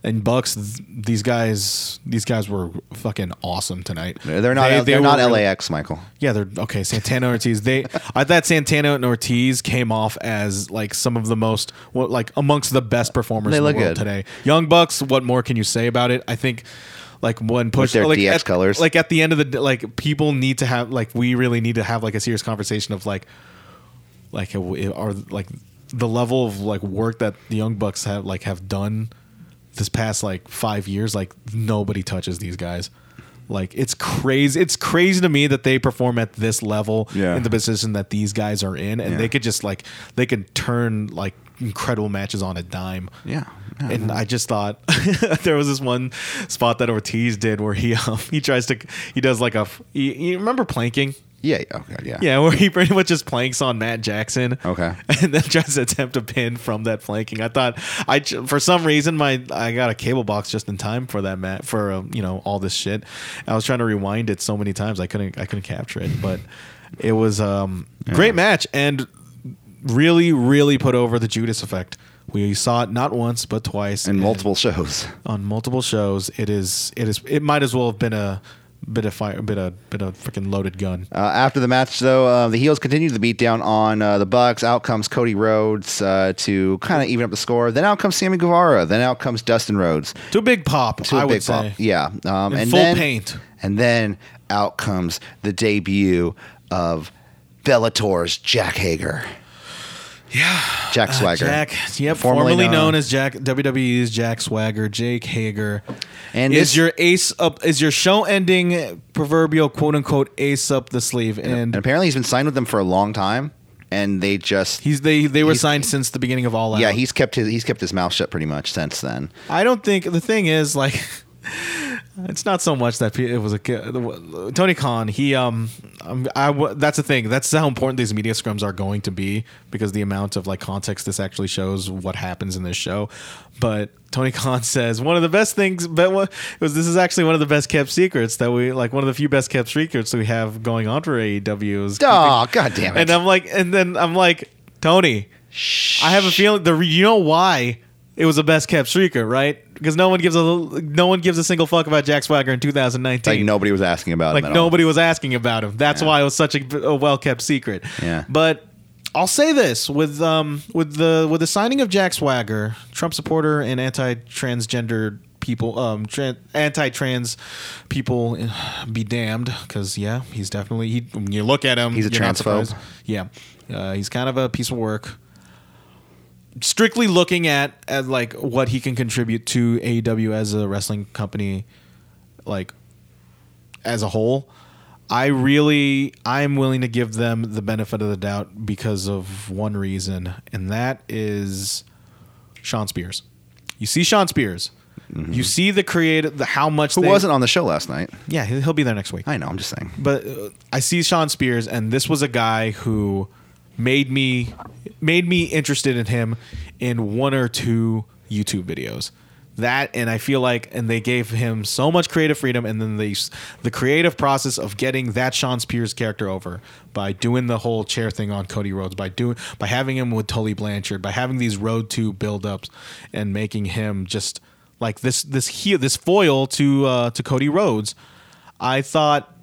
[SPEAKER 2] and Bucks, th- these guys, these guys were fucking awesome tonight.
[SPEAKER 1] They're not.
[SPEAKER 2] They-
[SPEAKER 1] They,
[SPEAKER 2] they
[SPEAKER 1] are not
[SPEAKER 2] were really-
[SPEAKER 1] LAX, Michael.
[SPEAKER 2] Yeah, they're okay. Santana Ortiz. They, I thought Santana and Ortiz came off as like some of the most, well, like amongst the best performers
[SPEAKER 1] They
[SPEAKER 2] in the
[SPEAKER 1] look
[SPEAKER 2] world
[SPEAKER 1] good.
[SPEAKER 2] today. Young Bucks. What more can you say about it? I think, like when push
[SPEAKER 1] their
[SPEAKER 2] like,
[SPEAKER 1] DX
[SPEAKER 2] at,
[SPEAKER 1] colors.
[SPEAKER 2] Like at the end of the d- like, people need to have like we really need to have like a serious conversation of like, like are like the level of like work that the Young Bucks have like have done this past like five years, like nobody touches these guys. Like it's crazy. It's crazy to me that they perform at this level
[SPEAKER 1] Yeah.
[SPEAKER 2] in the position that these guys are in, and
[SPEAKER 1] Yeah.
[SPEAKER 2] they could just like they can turn like incredible matches on a dime.
[SPEAKER 1] Yeah. Yeah.
[SPEAKER 2] And I just thought there was this one spot that Ortiz did where he um, he tries to he does like a f- you, you remember planking
[SPEAKER 1] Yeah. yeah, Okay. Yeah.
[SPEAKER 2] yeah, where he pretty much just planks on Matt Jackson.
[SPEAKER 1] Okay.
[SPEAKER 2] And then tries to attempt a pin from that flanking. I thought I j- for some reason my I got a cable box just in time for that Matt for um, you know all this shit. I was trying to rewind it so many times I couldn't I couldn't capture it, but it was um great match and really really put over the Judas effect. We saw it not once but twice
[SPEAKER 1] And
[SPEAKER 2] and-
[SPEAKER 1] multiple shows.
[SPEAKER 2] on multiple shows. It is it is it might as well have been a bit of fire bit of bit of freaking loaded gun.
[SPEAKER 1] Uh, after the match, though, uh, the heels continued the beatdown on uh, the Bucks. Out comes Cody Rhodes uh, to kind of even up the score. Then out comes Sammy Guevara. Then out comes Dustin Rhodes.
[SPEAKER 2] To a big pop,
[SPEAKER 1] To a
[SPEAKER 2] I
[SPEAKER 1] big
[SPEAKER 2] would say.
[SPEAKER 1] pop. Yeah. Um,
[SPEAKER 2] In
[SPEAKER 1] and
[SPEAKER 2] full
[SPEAKER 1] then,
[SPEAKER 2] paint.
[SPEAKER 1] And then out comes the debut of Bellator's Jack Hager. Yeah. Jack Swagger.
[SPEAKER 2] Ah, Jack, yep, formerly, known as Jack WWE's Jack Swagger, Jake Hager,
[SPEAKER 1] And
[SPEAKER 2] and is
[SPEAKER 1] this-
[SPEAKER 2] your ace up? Is your show ending proverbial quote unquote ace up the sleeve? And,
[SPEAKER 1] And apparently he's been signed with them for a long time, and they just
[SPEAKER 2] he's they they were
[SPEAKER 1] he's-
[SPEAKER 2] signed since the beginning of All Out.
[SPEAKER 1] yeah he's kept his he's kept his mouth shut pretty much since then.
[SPEAKER 2] I don't think the thing is like It's not so much that pe- it was a ki- Tony Khan. He um, um, I w- that's the thing. That's how important these media scrums are going to be because the amount of like context this actually shows what happens in this show. But Tony Khan says one of the best things. But what was this is actually one of the best kept secrets that we like one of the few best kept secrets we have going on for AEW is.
[SPEAKER 1] Oh, god damn it.
[SPEAKER 2] And I'm like, and then I'm like, Tony,
[SPEAKER 1] Shh.
[SPEAKER 2] I have a feeling the re- you know why it was the best kept secret, right? Because no one gives a l- no one gives a single fuck about Jack Swagger in 2019.
[SPEAKER 1] like nobody was asking about
[SPEAKER 2] Like
[SPEAKER 1] him at
[SPEAKER 2] nobody was asking about him. That's
[SPEAKER 1] Yeah.
[SPEAKER 2] why it was such a, well kept secret.
[SPEAKER 1] Yeah.
[SPEAKER 2] But I'll say this with um with the with the signing of Jack Swagger, Trump supporter and anti transgender people um tran- anti-trans people eh, be damned because yeah he's definitely he when you look at him
[SPEAKER 1] He's a
[SPEAKER 2] you're not
[SPEAKER 1] transphobe.
[SPEAKER 2] surprised. yeah uh, he's kind of a piece of work strictly looking at at like what he can contribute to AEW as a wrestling company, like as a whole, I really I'm willing to give them the benefit of the doubt because of one reason, and that is Sean Spears. You see Sean Spears. You see the creative, the, how much
[SPEAKER 1] all. Mm-hmm. Who
[SPEAKER 2] they-
[SPEAKER 1] wasn't on the show last night?
[SPEAKER 2] Yeah, he'll he'll be there next week
[SPEAKER 1] I know, I'm just saying.
[SPEAKER 2] but uh, I see Sean Spears, and this was a guy who made me made me interested in him in one or two YouTube videos. That and I feel like, and they gave him so much creative freedom, and then the the creative process of getting that Sean Spears character over by doing the whole chair thing on Cody Rhodes, by doing by having him with Tully Blanchard, by having these road to buildups, and making him just like this this heel this foil to uh, to Cody Rhodes. I thought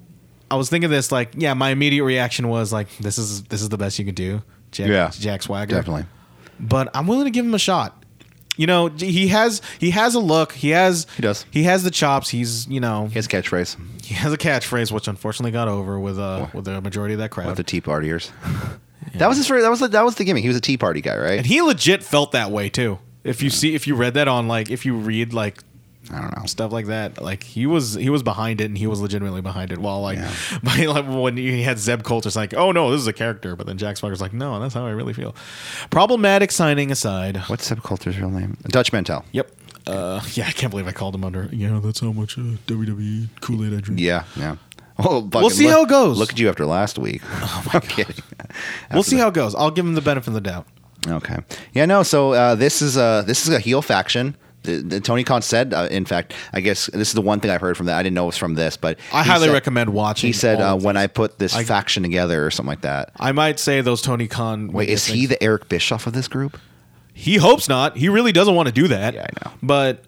[SPEAKER 2] I was thinking this like yeah, my immediate reaction was like this is this is the best you can do. Jack,
[SPEAKER 1] Yeah.
[SPEAKER 2] Jack Swagger.
[SPEAKER 1] Definitely.
[SPEAKER 2] But I'm willing to give him a shot. You know, he has he has a look. He has
[SPEAKER 1] He does.
[SPEAKER 2] he has the chops. He's you know
[SPEAKER 1] His catchphrase
[SPEAKER 2] he has a catchphrase which unfortunately got over with uh with the majority of that crowd.
[SPEAKER 1] with the Tea Partiers. That was his first, that was that was the gimmick. He was a Tea Party guy, right?
[SPEAKER 2] and he legit felt that way too. If you see if you read that on like if you read like
[SPEAKER 1] I don't know.
[SPEAKER 2] stuff like that. Like he was he was behind it and he was legitimately behind it. While like,
[SPEAKER 1] Yeah.
[SPEAKER 2] by, like when he had Zeb Coulter's like, oh no, this is a character, but then Jack Swagger's like, no, that's how I really feel. Problematic signing aside.
[SPEAKER 1] What's subculture's real name? Dutch Mantel.
[SPEAKER 2] Yep. Uh, yeah, I can't believe I called him under. Yeah, that's how much uh, WWE Kool Aid I drink.
[SPEAKER 1] Yeah, yeah. Oh,
[SPEAKER 2] We'll see how it goes.
[SPEAKER 1] Look at you after last week. Oh my god.
[SPEAKER 2] We'll see how it goes. I'll give him the benefit of the doubt.
[SPEAKER 1] Okay. Yeah. No. So uh, this is a this is a heel faction. The, the Tony Khan said, uh, in fact, I guess this is the one thing I've heard from that. I didn't know it was from this, but
[SPEAKER 2] I
[SPEAKER 1] he
[SPEAKER 2] highly
[SPEAKER 1] said-
[SPEAKER 2] recommend watching.
[SPEAKER 1] He said
[SPEAKER 2] all
[SPEAKER 1] uh,
[SPEAKER 2] of
[SPEAKER 1] when
[SPEAKER 2] this.
[SPEAKER 1] I put this faction together or something like that.
[SPEAKER 2] I might say those Tony Khan.
[SPEAKER 1] Wait, is he the Eric Bischoff of this group?
[SPEAKER 2] He hopes not. He really doesn't want to do that.
[SPEAKER 1] Yeah, I know.
[SPEAKER 2] But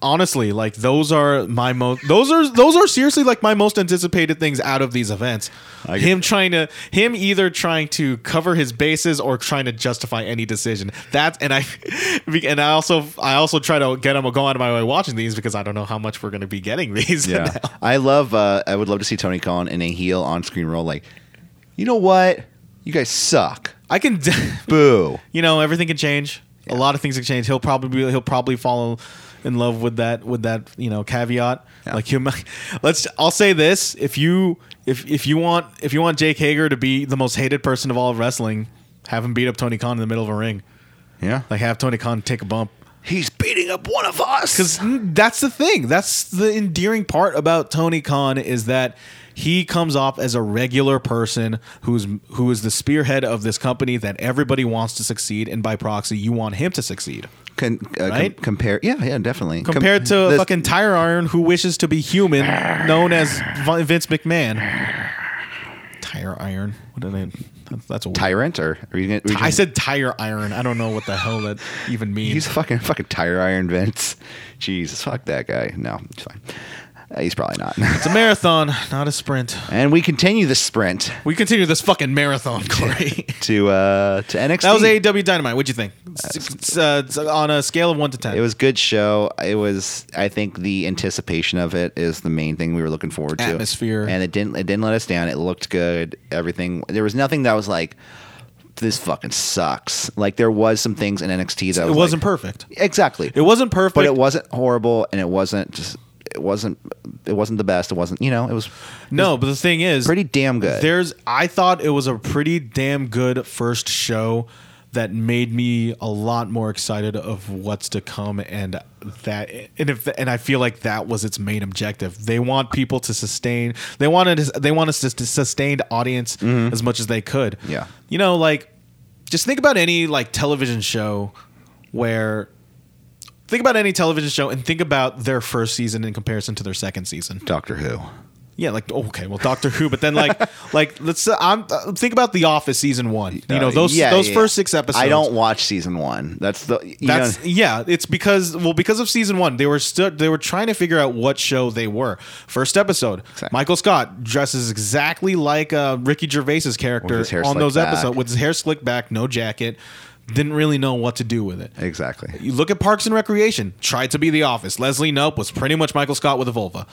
[SPEAKER 2] honestly, like those are my most those are those are seriously like my most anticipated things out of these events.
[SPEAKER 1] I get-
[SPEAKER 2] him trying to him either trying to cover his bases or trying to justify any decision. That's and I and I also I also try to get him go out of my way watching these because I don't know how much we're going to be getting these. now.
[SPEAKER 1] I love. Uh, I would love to see Tony Khan in a heel on screen role. Like, you know what? You guys suck.
[SPEAKER 2] I can. d-
[SPEAKER 1] Boo.
[SPEAKER 2] you know everything can change a lot of things can change he'll probably be, he'll probably fall in love with that with that you know caveat
[SPEAKER 1] Yeah.
[SPEAKER 2] like you might let's i'll say this if you if if you want if you want jake hager to be the most hated person of all of wrestling have him beat up tony khan in the middle of a ring
[SPEAKER 1] Yeah.
[SPEAKER 2] like have tony khan take a bump
[SPEAKER 1] He's beating up one of us.
[SPEAKER 2] because that's the thing. That's the endearing part about Tony Khan is that he comes off as a regular person who's who is the spearhead of this company that everybody wants to succeed, and by proxy, you want him to succeed.
[SPEAKER 1] Con, uh, com-
[SPEAKER 2] Right?
[SPEAKER 1] compare. Yeah. Yeah. Definitely. Com-
[SPEAKER 2] Compared to a
[SPEAKER 1] this-
[SPEAKER 2] fucking tire iron who wishes to be human, known as Vi- Vince McMahon. Tire iron. What did I? that's- That's a word.
[SPEAKER 1] tyrant, or are you gonna? Are you
[SPEAKER 2] I
[SPEAKER 1] gonna-
[SPEAKER 2] said tire iron. I don't know what the hell that even means.
[SPEAKER 1] He's a fucking fucking tire iron Vince. Jesus, fuck that guy. No, it's fine. Uh, he's probably not.
[SPEAKER 2] it's a marathon, not a sprint.
[SPEAKER 1] and we continue the sprint
[SPEAKER 2] We continue this fucking marathon, Corey.
[SPEAKER 1] to uh to NXT.
[SPEAKER 2] That was AEW Dynamite. What'd you think? S- s- uh, on a scale of one to ten,
[SPEAKER 1] It was a good show. It was I think the anticipation of it is the main thing we were looking forward to.
[SPEAKER 2] Atmosphere.
[SPEAKER 1] And it didn't it didn't let us down. It looked good. Everything there was nothing that was like this fucking sucks. Like there was some things in NXT that
[SPEAKER 2] It
[SPEAKER 1] was
[SPEAKER 2] wasn't
[SPEAKER 1] like-
[SPEAKER 2] perfect.
[SPEAKER 1] Exactly.
[SPEAKER 2] It wasn't perfect.
[SPEAKER 1] but it wasn't horrible and it wasn't just it wasn't it wasn't the best. It wasn't you know, it was
[SPEAKER 2] no. But the thing is,
[SPEAKER 1] pretty damn good.
[SPEAKER 2] There's. I thought it was a pretty damn good first show. that made me a lot more excited of what's to come and that and if and I feel like that was its main objective. They want people to sustain. They wanted they want us to sustained audience as much as they could.
[SPEAKER 1] Mm-hmm. Yeah.
[SPEAKER 2] You know, like just think about any like television show where think about any television show and think about their first season in comparison to their second season.
[SPEAKER 1] Doctor Who.
[SPEAKER 2] Yeah, like okay, well, Doctor Who, but then like, like let's uh, I'm, uh, think about The Office season one. You know
[SPEAKER 1] Uh,
[SPEAKER 2] those
[SPEAKER 1] yeah,
[SPEAKER 2] those
[SPEAKER 1] yeah,
[SPEAKER 2] first
[SPEAKER 1] yeah.
[SPEAKER 2] six episodes.
[SPEAKER 1] I don't watch season one. That's the you
[SPEAKER 2] That's
[SPEAKER 1] know-
[SPEAKER 2] yeah. It's because well, because of season one, they were still they were trying to figure out what show they were. First episode,
[SPEAKER 1] Exactly.
[SPEAKER 2] Michael Scott dresses exactly like uh, Ricky Gervais's character
[SPEAKER 1] With his hair
[SPEAKER 2] on
[SPEAKER 1] slicked
[SPEAKER 2] those
[SPEAKER 1] back.
[SPEAKER 2] episodes with his hair slicked back, no jacket. Didn't really know what to do with it.
[SPEAKER 1] exactly.
[SPEAKER 2] You look at Parks and Recreation. Tried to be The Office. Leslie Nope was pretty much Michael Scott with a vulva.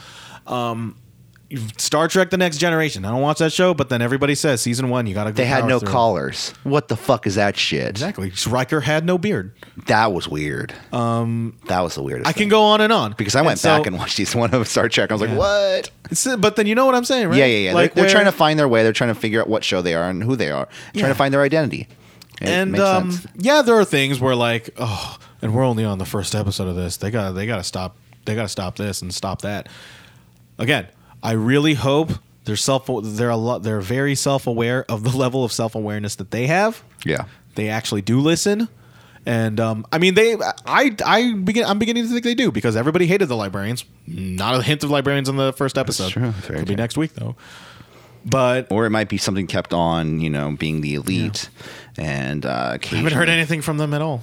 [SPEAKER 2] Um, Star Trek: The Next Generation. I don't watch that show, but then everybody says season one you got to.
[SPEAKER 1] They had no collars. What the fuck is that shit?
[SPEAKER 2] Exactly. Riker had no beard.
[SPEAKER 1] That was weird. Um, that was the weirdest.
[SPEAKER 2] I can go on and on
[SPEAKER 1] because I went
[SPEAKER 2] so-
[SPEAKER 1] back and watched season one of Star Trek. I was like, what?
[SPEAKER 2] it's- but then you know what I'm saying, right?
[SPEAKER 1] Yeah, yeah, yeah. they're,
[SPEAKER 2] Like
[SPEAKER 1] they're
[SPEAKER 2] where-
[SPEAKER 1] trying to find their way. They're trying to figure out what show they are and who they are.
[SPEAKER 2] Yeah.
[SPEAKER 1] Trying to find their identity. It
[SPEAKER 2] and
[SPEAKER 1] makes
[SPEAKER 2] um,
[SPEAKER 1] sense.
[SPEAKER 2] yeah, there are things where like, oh, and we're only on the first episode of this. They got to they got to stop. They got to stop this and stop that. Again, I really hope they're self they're a lot they're very self aware of the level of self awareness that they have.
[SPEAKER 1] Yeah.
[SPEAKER 2] they actually do listen. And um, I mean, they I I begin I'm beginning to think they do because everybody hated the librarians. Not a hint of librarians in the first episode.
[SPEAKER 1] true. That's very
[SPEAKER 2] Could be
[SPEAKER 1] true.
[SPEAKER 2] next week though. But
[SPEAKER 1] Or it might be something kept on, you know, being the elite. And uh,
[SPEAKER 2] I haven't heard anything from them at all.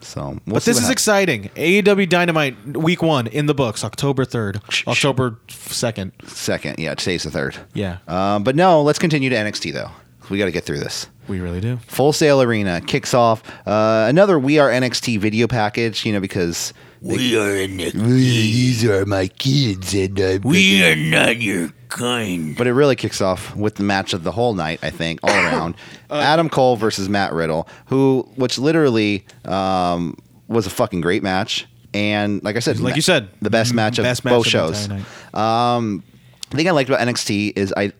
[SPEAKER 1] So, we'll see
[SPEAKER 2] But this
[SPEAKER 1] what
[SPEAKER 2] is
[SPEAKER 1] happens.
[SPEAKER 2] exciting. AEW Dynamite Week One in the books, October third,
[SPEAKER 1] Shh, shh.
[SPEAKER 2] October second.
[SPEAKER 1] second. Yeah, today's the third.
[SPEAKER 2] Yeah,
[SPEAKER 1] Um, but no, let's continue to NXT though. We got to get through this.
[SPEAKER 2] we really do.
[SPEAKER 1] Full Sail Arena kicks off uh, another We Are NXT video package. You know because
[SPEAKER 3] We are in the.
[SPEAKER 1] these are my kids, and i
[SPEAKER 3] We are not your kind.
[SPEAKER 1] But it really kicks off with the match of the whole night, I think, all around.
[SPEAKER 3] Uh,
[SPEAKER 1] Adam Cole versus Matt Riddle, who, which literally um, was a fucking great match. And like I said,
[SPEAKER 2] Like you said,
[SPEAKER 1] the best match of
[SPEAKER 2] best match
[SPEAKER 1] both
[SPEAKER 2] of the
[SPEAKER 1] shows.
[SPEAKER 2] entire
[SPEAKER 1] Um, the thing I liked about NXT is I,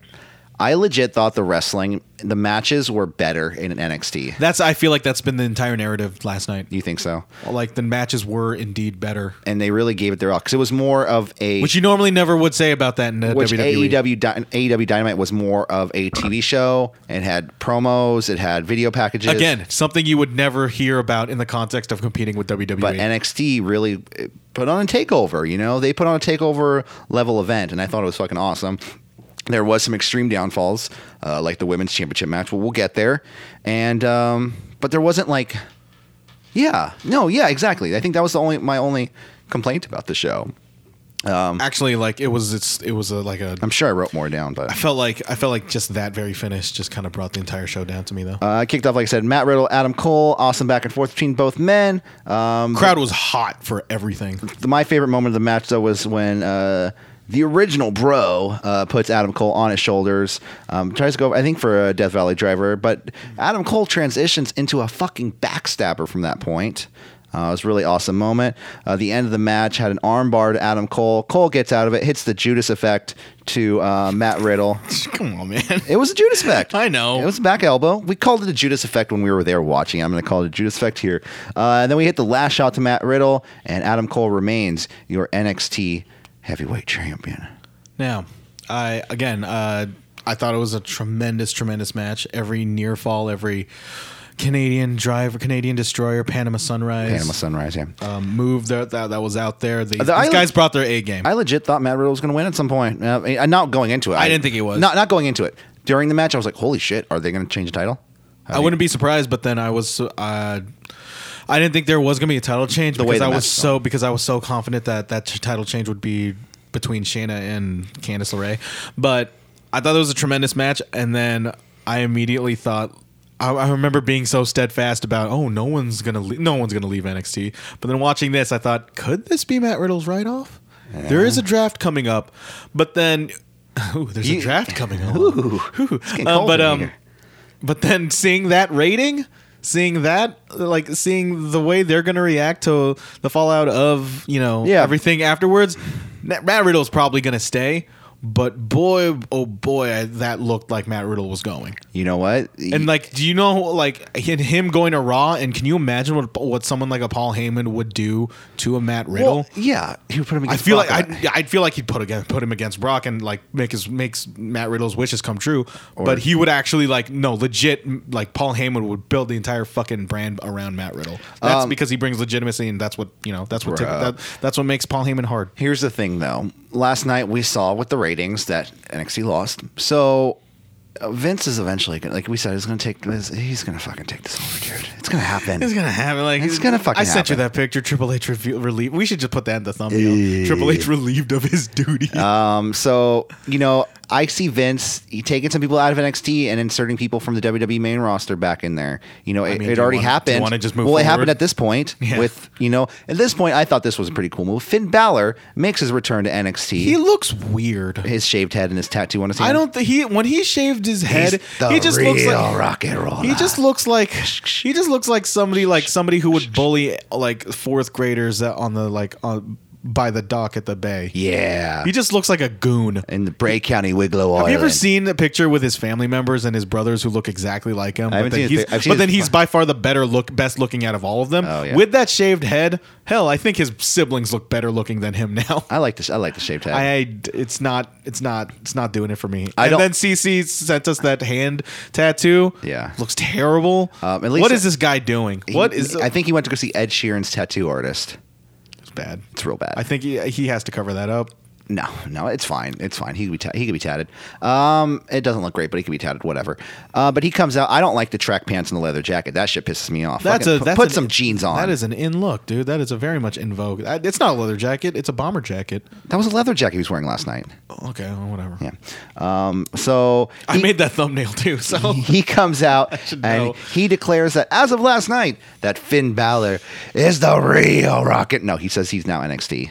[SPEAKER 1] I legit thought the wrestling, the matches were better in an NXT.
[SPEAKER 2] That's I feel like that's been the entire narrative last night.
[SPEAKER 1] You think so?
[SPEAKER 2] Like the matches were indeed better,
[SPEAKER 1] And they really gave it their all because it was more of a
[SPEAKER 2] which you normally never would say about that in the E.
[SPEAKER 1] which E
[SPEAKER 2] WWE.
[SPEAKER 1] AEW Dy- AEW Dynamite was more of a TV show and had promos, it had video packages.
[SPEAKER 2] Again, something you would never hear about in the context of competing with E. WWE.
[SPEAKER 1] but NXT really eh, put on a takeover. You know, they put on a takeover level event, and I thought it was fucking awesome. There was some extreme downfalls, uh, like the women's championship match, but we'll get there. And um, but there wasn't like, yeah, no, yeah, exactly. I think that was the only my only complaint about the show. um,
[SPEAKER 2] Actually, like it was, it's it was a, like a.
[SPEAKER 1] I'm sure I wrote more down, but
[SPEAKER 2] I felt like I felt like just that very finish just kind of brought the entire show down to me though.
[SPEAKER 1] uh, kicked off like I said, Matt Riddle, Adam Cole, awesome back and forth between both men. Um,
[SPEAKER 2] Crowd was hot for everything.
[SPEAKER 1] the- my favorite moment of the match though was when uh, the original bro uh, puts Adam Cole on his shoulders, um, tries to go I think for a Death Valley driver, but Adam Cole transitions into a fucking backstabber from that point. Uh, it was a really awesome moment. Uh, the end of the match had an armbar to Adam Cole. Cole gets out of it, hits the Judas effect to uh, Matt Riddle.
[SPEAKER 2] Come on, man.
[SPEAKER 1] It was a Judas effect.
[SPEAKER 2] I know.
[SPEAKER 1] It was a back elbow. We called it a Judas effect when we were there watching. I'm going to call it a Judas effect here. Uh, and then we hit the last shot to Matt Riddle, and Adam Cole remains your NXT heavyweight champion.
[SPEAKER 2] Now, I again, uh, I thought it was a tremendous, tremendous match. Every near fall, every Canadian driver, Canadian destroyer, Panama Sunrise,
[SPEAKER 1] Panama Sunrise, yeah.
[SPEAKER 2] um, move that, that that was out there. The,
[SPEAKER 1] The
[SPEAKER 2] these
[SPEAKER 1] island-
[SPEAKER 2] guys brought their A game.
[SPEAKER 1] I legit thought Matt Riddle was going to win at some point. Uh, I- not going into it.
[SPEAKER 2] I didn't think he was.
[SPEAKER 1] Not, not going into it. During the match, I was like, holy shit, are they going to change the title?
[SPEAKER 2] I wouldn't be surprised, but then I was uh, I didn't think there was gonna be a title change
[SPEAKER 1] way
[SPEAKER 2] because
[SPEAKER 1] the
[SPEAKER 2] I
[SPEAKER 1] match
[SPEAKER 2] was
[SPEAKER 1] is
[SPEAKER 2] so because I was so confident that that t- title change would be between Shayna and Candice LeRae. But I thought it was a tremendous match, and then I immediately thought. I- I remember being so steadfast about, oh, no one's gonna, le- no one's gonna leave NXT. But then watching this, I thought, could this be Matt Riddle's write-off? There is a draft coming up, but then, ooh, there's
[SPEAKER 1] You-
[SPEAKER 2] a draft coming up.
[SPEAKER 1] getting
[SPEAKER 2] Um,
[SPEAKER 1] cold
[SPEAKER 2] but
[SPEAKER 1] in
[SPEAKER 2] um,
[SPEAKER 1] here.
[SPEAKER 2] but then seeing that rating, seeing that like seeing the way they're gonna react to the fallout of you know
[SPEAKER 1] Yeah.
[SPEAKER 2] everything afterwards, Matt Matt Riddle's probably gonna stay. But boy, oh boy, I, that looked like Matt Riddle was going.
[SPEAKER 1] You know what?
[SPEAKER 2] And like, do you know like him- him going to Raw? And can you imagine what what someone like a Paul Heyman would do to a Matt Riddle?
[SPEAKER 1] well, yeah, he would put him.
[SPEAKER 2] I
[SPEAKER 1] Against
[SPEAKER 2] feel like
[SPEAKER 1] Brock.
[SPEAKER 2] I'd, I'd feel like he'd put again put him against Brock and like make his makes Matt Riddle's wishes come true. but he would actually like no legit m- like Paul Heyman would build the entire fucking brand around Matt Riddle. That's because he brings legitimacy and that's what you know. That's what
[SPEAKER 1] Um, Bruh.
[SPEAKER 2] that, that's what makes Paul Heyman hard.
[SPEAKER 1] Here's the thing, though. Last night we saw with the ratings that NXT lost. So uh, Vince is eventually, gonna, like we said, he's going to take this. He's going to fucking take this over, dude. It's going to happen.
[SPEAKER 2] It's gonna happen. Like
[SPEAKER 1] It's gonna fucking
[SPEAKER 2] I sent you
[SPEAKER 1] happen.
[SPEAKER 2] that picture. Triple H reveal, relieved. We should just put that in the thumbnail. Triple H relieved of his duty.
[SPEAKER 1] Um, so you know, I see Vince he taking some people out of NXT and inserting people from the WWE main roster back in there. You know, it,
[SPEAKER 2] mean, do
[SPEAKER 1] it
[SPEAKER 2] you
[SPEAKER 1] already
[SPEAKER 2] wanna- do you
[SPEAKER 1] happened.
[SPEAKER 2] wanna just move
[SPEAKER 1] well, it
[SPEAKER 2] forward?
[SPEAKER 1] happened at this point
[SPEAKER 2] Yeah.
[SPEAKER 1] with you know, at this point, I thought this was a pretty cool move. Finn Balor makes his return to NXT.
[SPEAKER 2] he looks weird.
[SPEAKER 1] his shaved head and his tattoo on his hand.
[SPEAKER 2] I don't think he when he shaved his
[SPEAKER 1] He's
[SPEAKER 2] head,
[SPEAKER 1] the
[SPEAKER 2] he just
[SPEAKER 1] real
[SPEAKER 2] looks like
[SPEAKER 1] rock and roll.
[SPEAKER 2] He just looks like he just looks like somebody like somebody who would bully like fourth graders that on the like on by the dock at the bay.
[SPEAKER 1] yeah.
[SPEAKER 2] He just looks like a goon.
[SPEAKER 1] in the Bray County Wigloo Island.
[SPEAKER 2] Have you ever seen a picture with his family members and his brothers who look exactly like him?
[SPEAKER 1] haven't
[SPEAKER 2] but
[SPEAKER 1] seen
[SPEAKER 2] then
[SPEAKER 1] his
[SPEAKER 2] he's,
[SPEAKER 1] pic- I've seen
[SPEAKER 2] but then
[SPEAKER 1] his-
[SPEAKER 2] he's by far the better look, best looking out of all of them.
[SPEAKER 1] Oh, yeah.
[SPEAKER 2] With that shaved head, hell, I think his siblings look better looking than him now.
[SPEAKER 1] I like this. I like the shaved head.
[SPEAKER 2] I it's not it's not it's not doing it for me.
[SPEAKER 1] I
[SPEAKER 2] and
[SPEAKER 1] don't-
[SPEAKER 2] then CC sent us that hand tattoo.
[SPEAKER 1] Yeah.
[SPEAKER 2] looks terrible.
[SPEAKER 1] Um, at least
[SPEAKER 2] what
[SPEAKER 1] it-
[SPEAKER 2] is this guy doing?
[SPEAKER 1] He-
[SPEAKER 2] what is oh,
[SPEAKER 1] I think he went to go see Ed Sheeran's tattoo artist.
[SPEAKER 2] it's bad?
[SPEAKER 1] It's real bad.
[SPEAKER 2] I think he, he has to cover that up.
[SPEAKER 1] No, no, it's fine. It's fine. He could be ta- he could be tatted. Um, it doesn't look great, but he could be tatted. Whatever. Uh, but he comes out. I don't like the track pants and the leather jacket. That shit pisses me off.
[SPEAKER 2] That's
[SPEAKER 1] Fucking
[SPEAKER 2] a
[SPEAKER 1] pu-
[SPEAKER 2] that's
[SPEAKER 1] put
[SPEAKER 2] an-
[SPEAKER 1] some jeans on.
[SPEAKER 2] That is an in look, dude. That is a very much in vogue. That- It's not a leather jacket. It's a bomber jacket.
[SPEAKER 1] that was a leather jacket he was wearing last night.
[SPEAKER 2] Okay, well, whatever.
[SPEAKER 1] Yeah. Um. So
[SPEAKER 2] I made that thumbnail too. So
[SPEAKER 1] he comes out
[SPEAKER 2] should
[SPEAKER 1] and
[SPEAKER 2] know.
[SPEAKER 1] he declares that as of last night, that Finn Balor is the real Rocket. No, he says he's now NXT.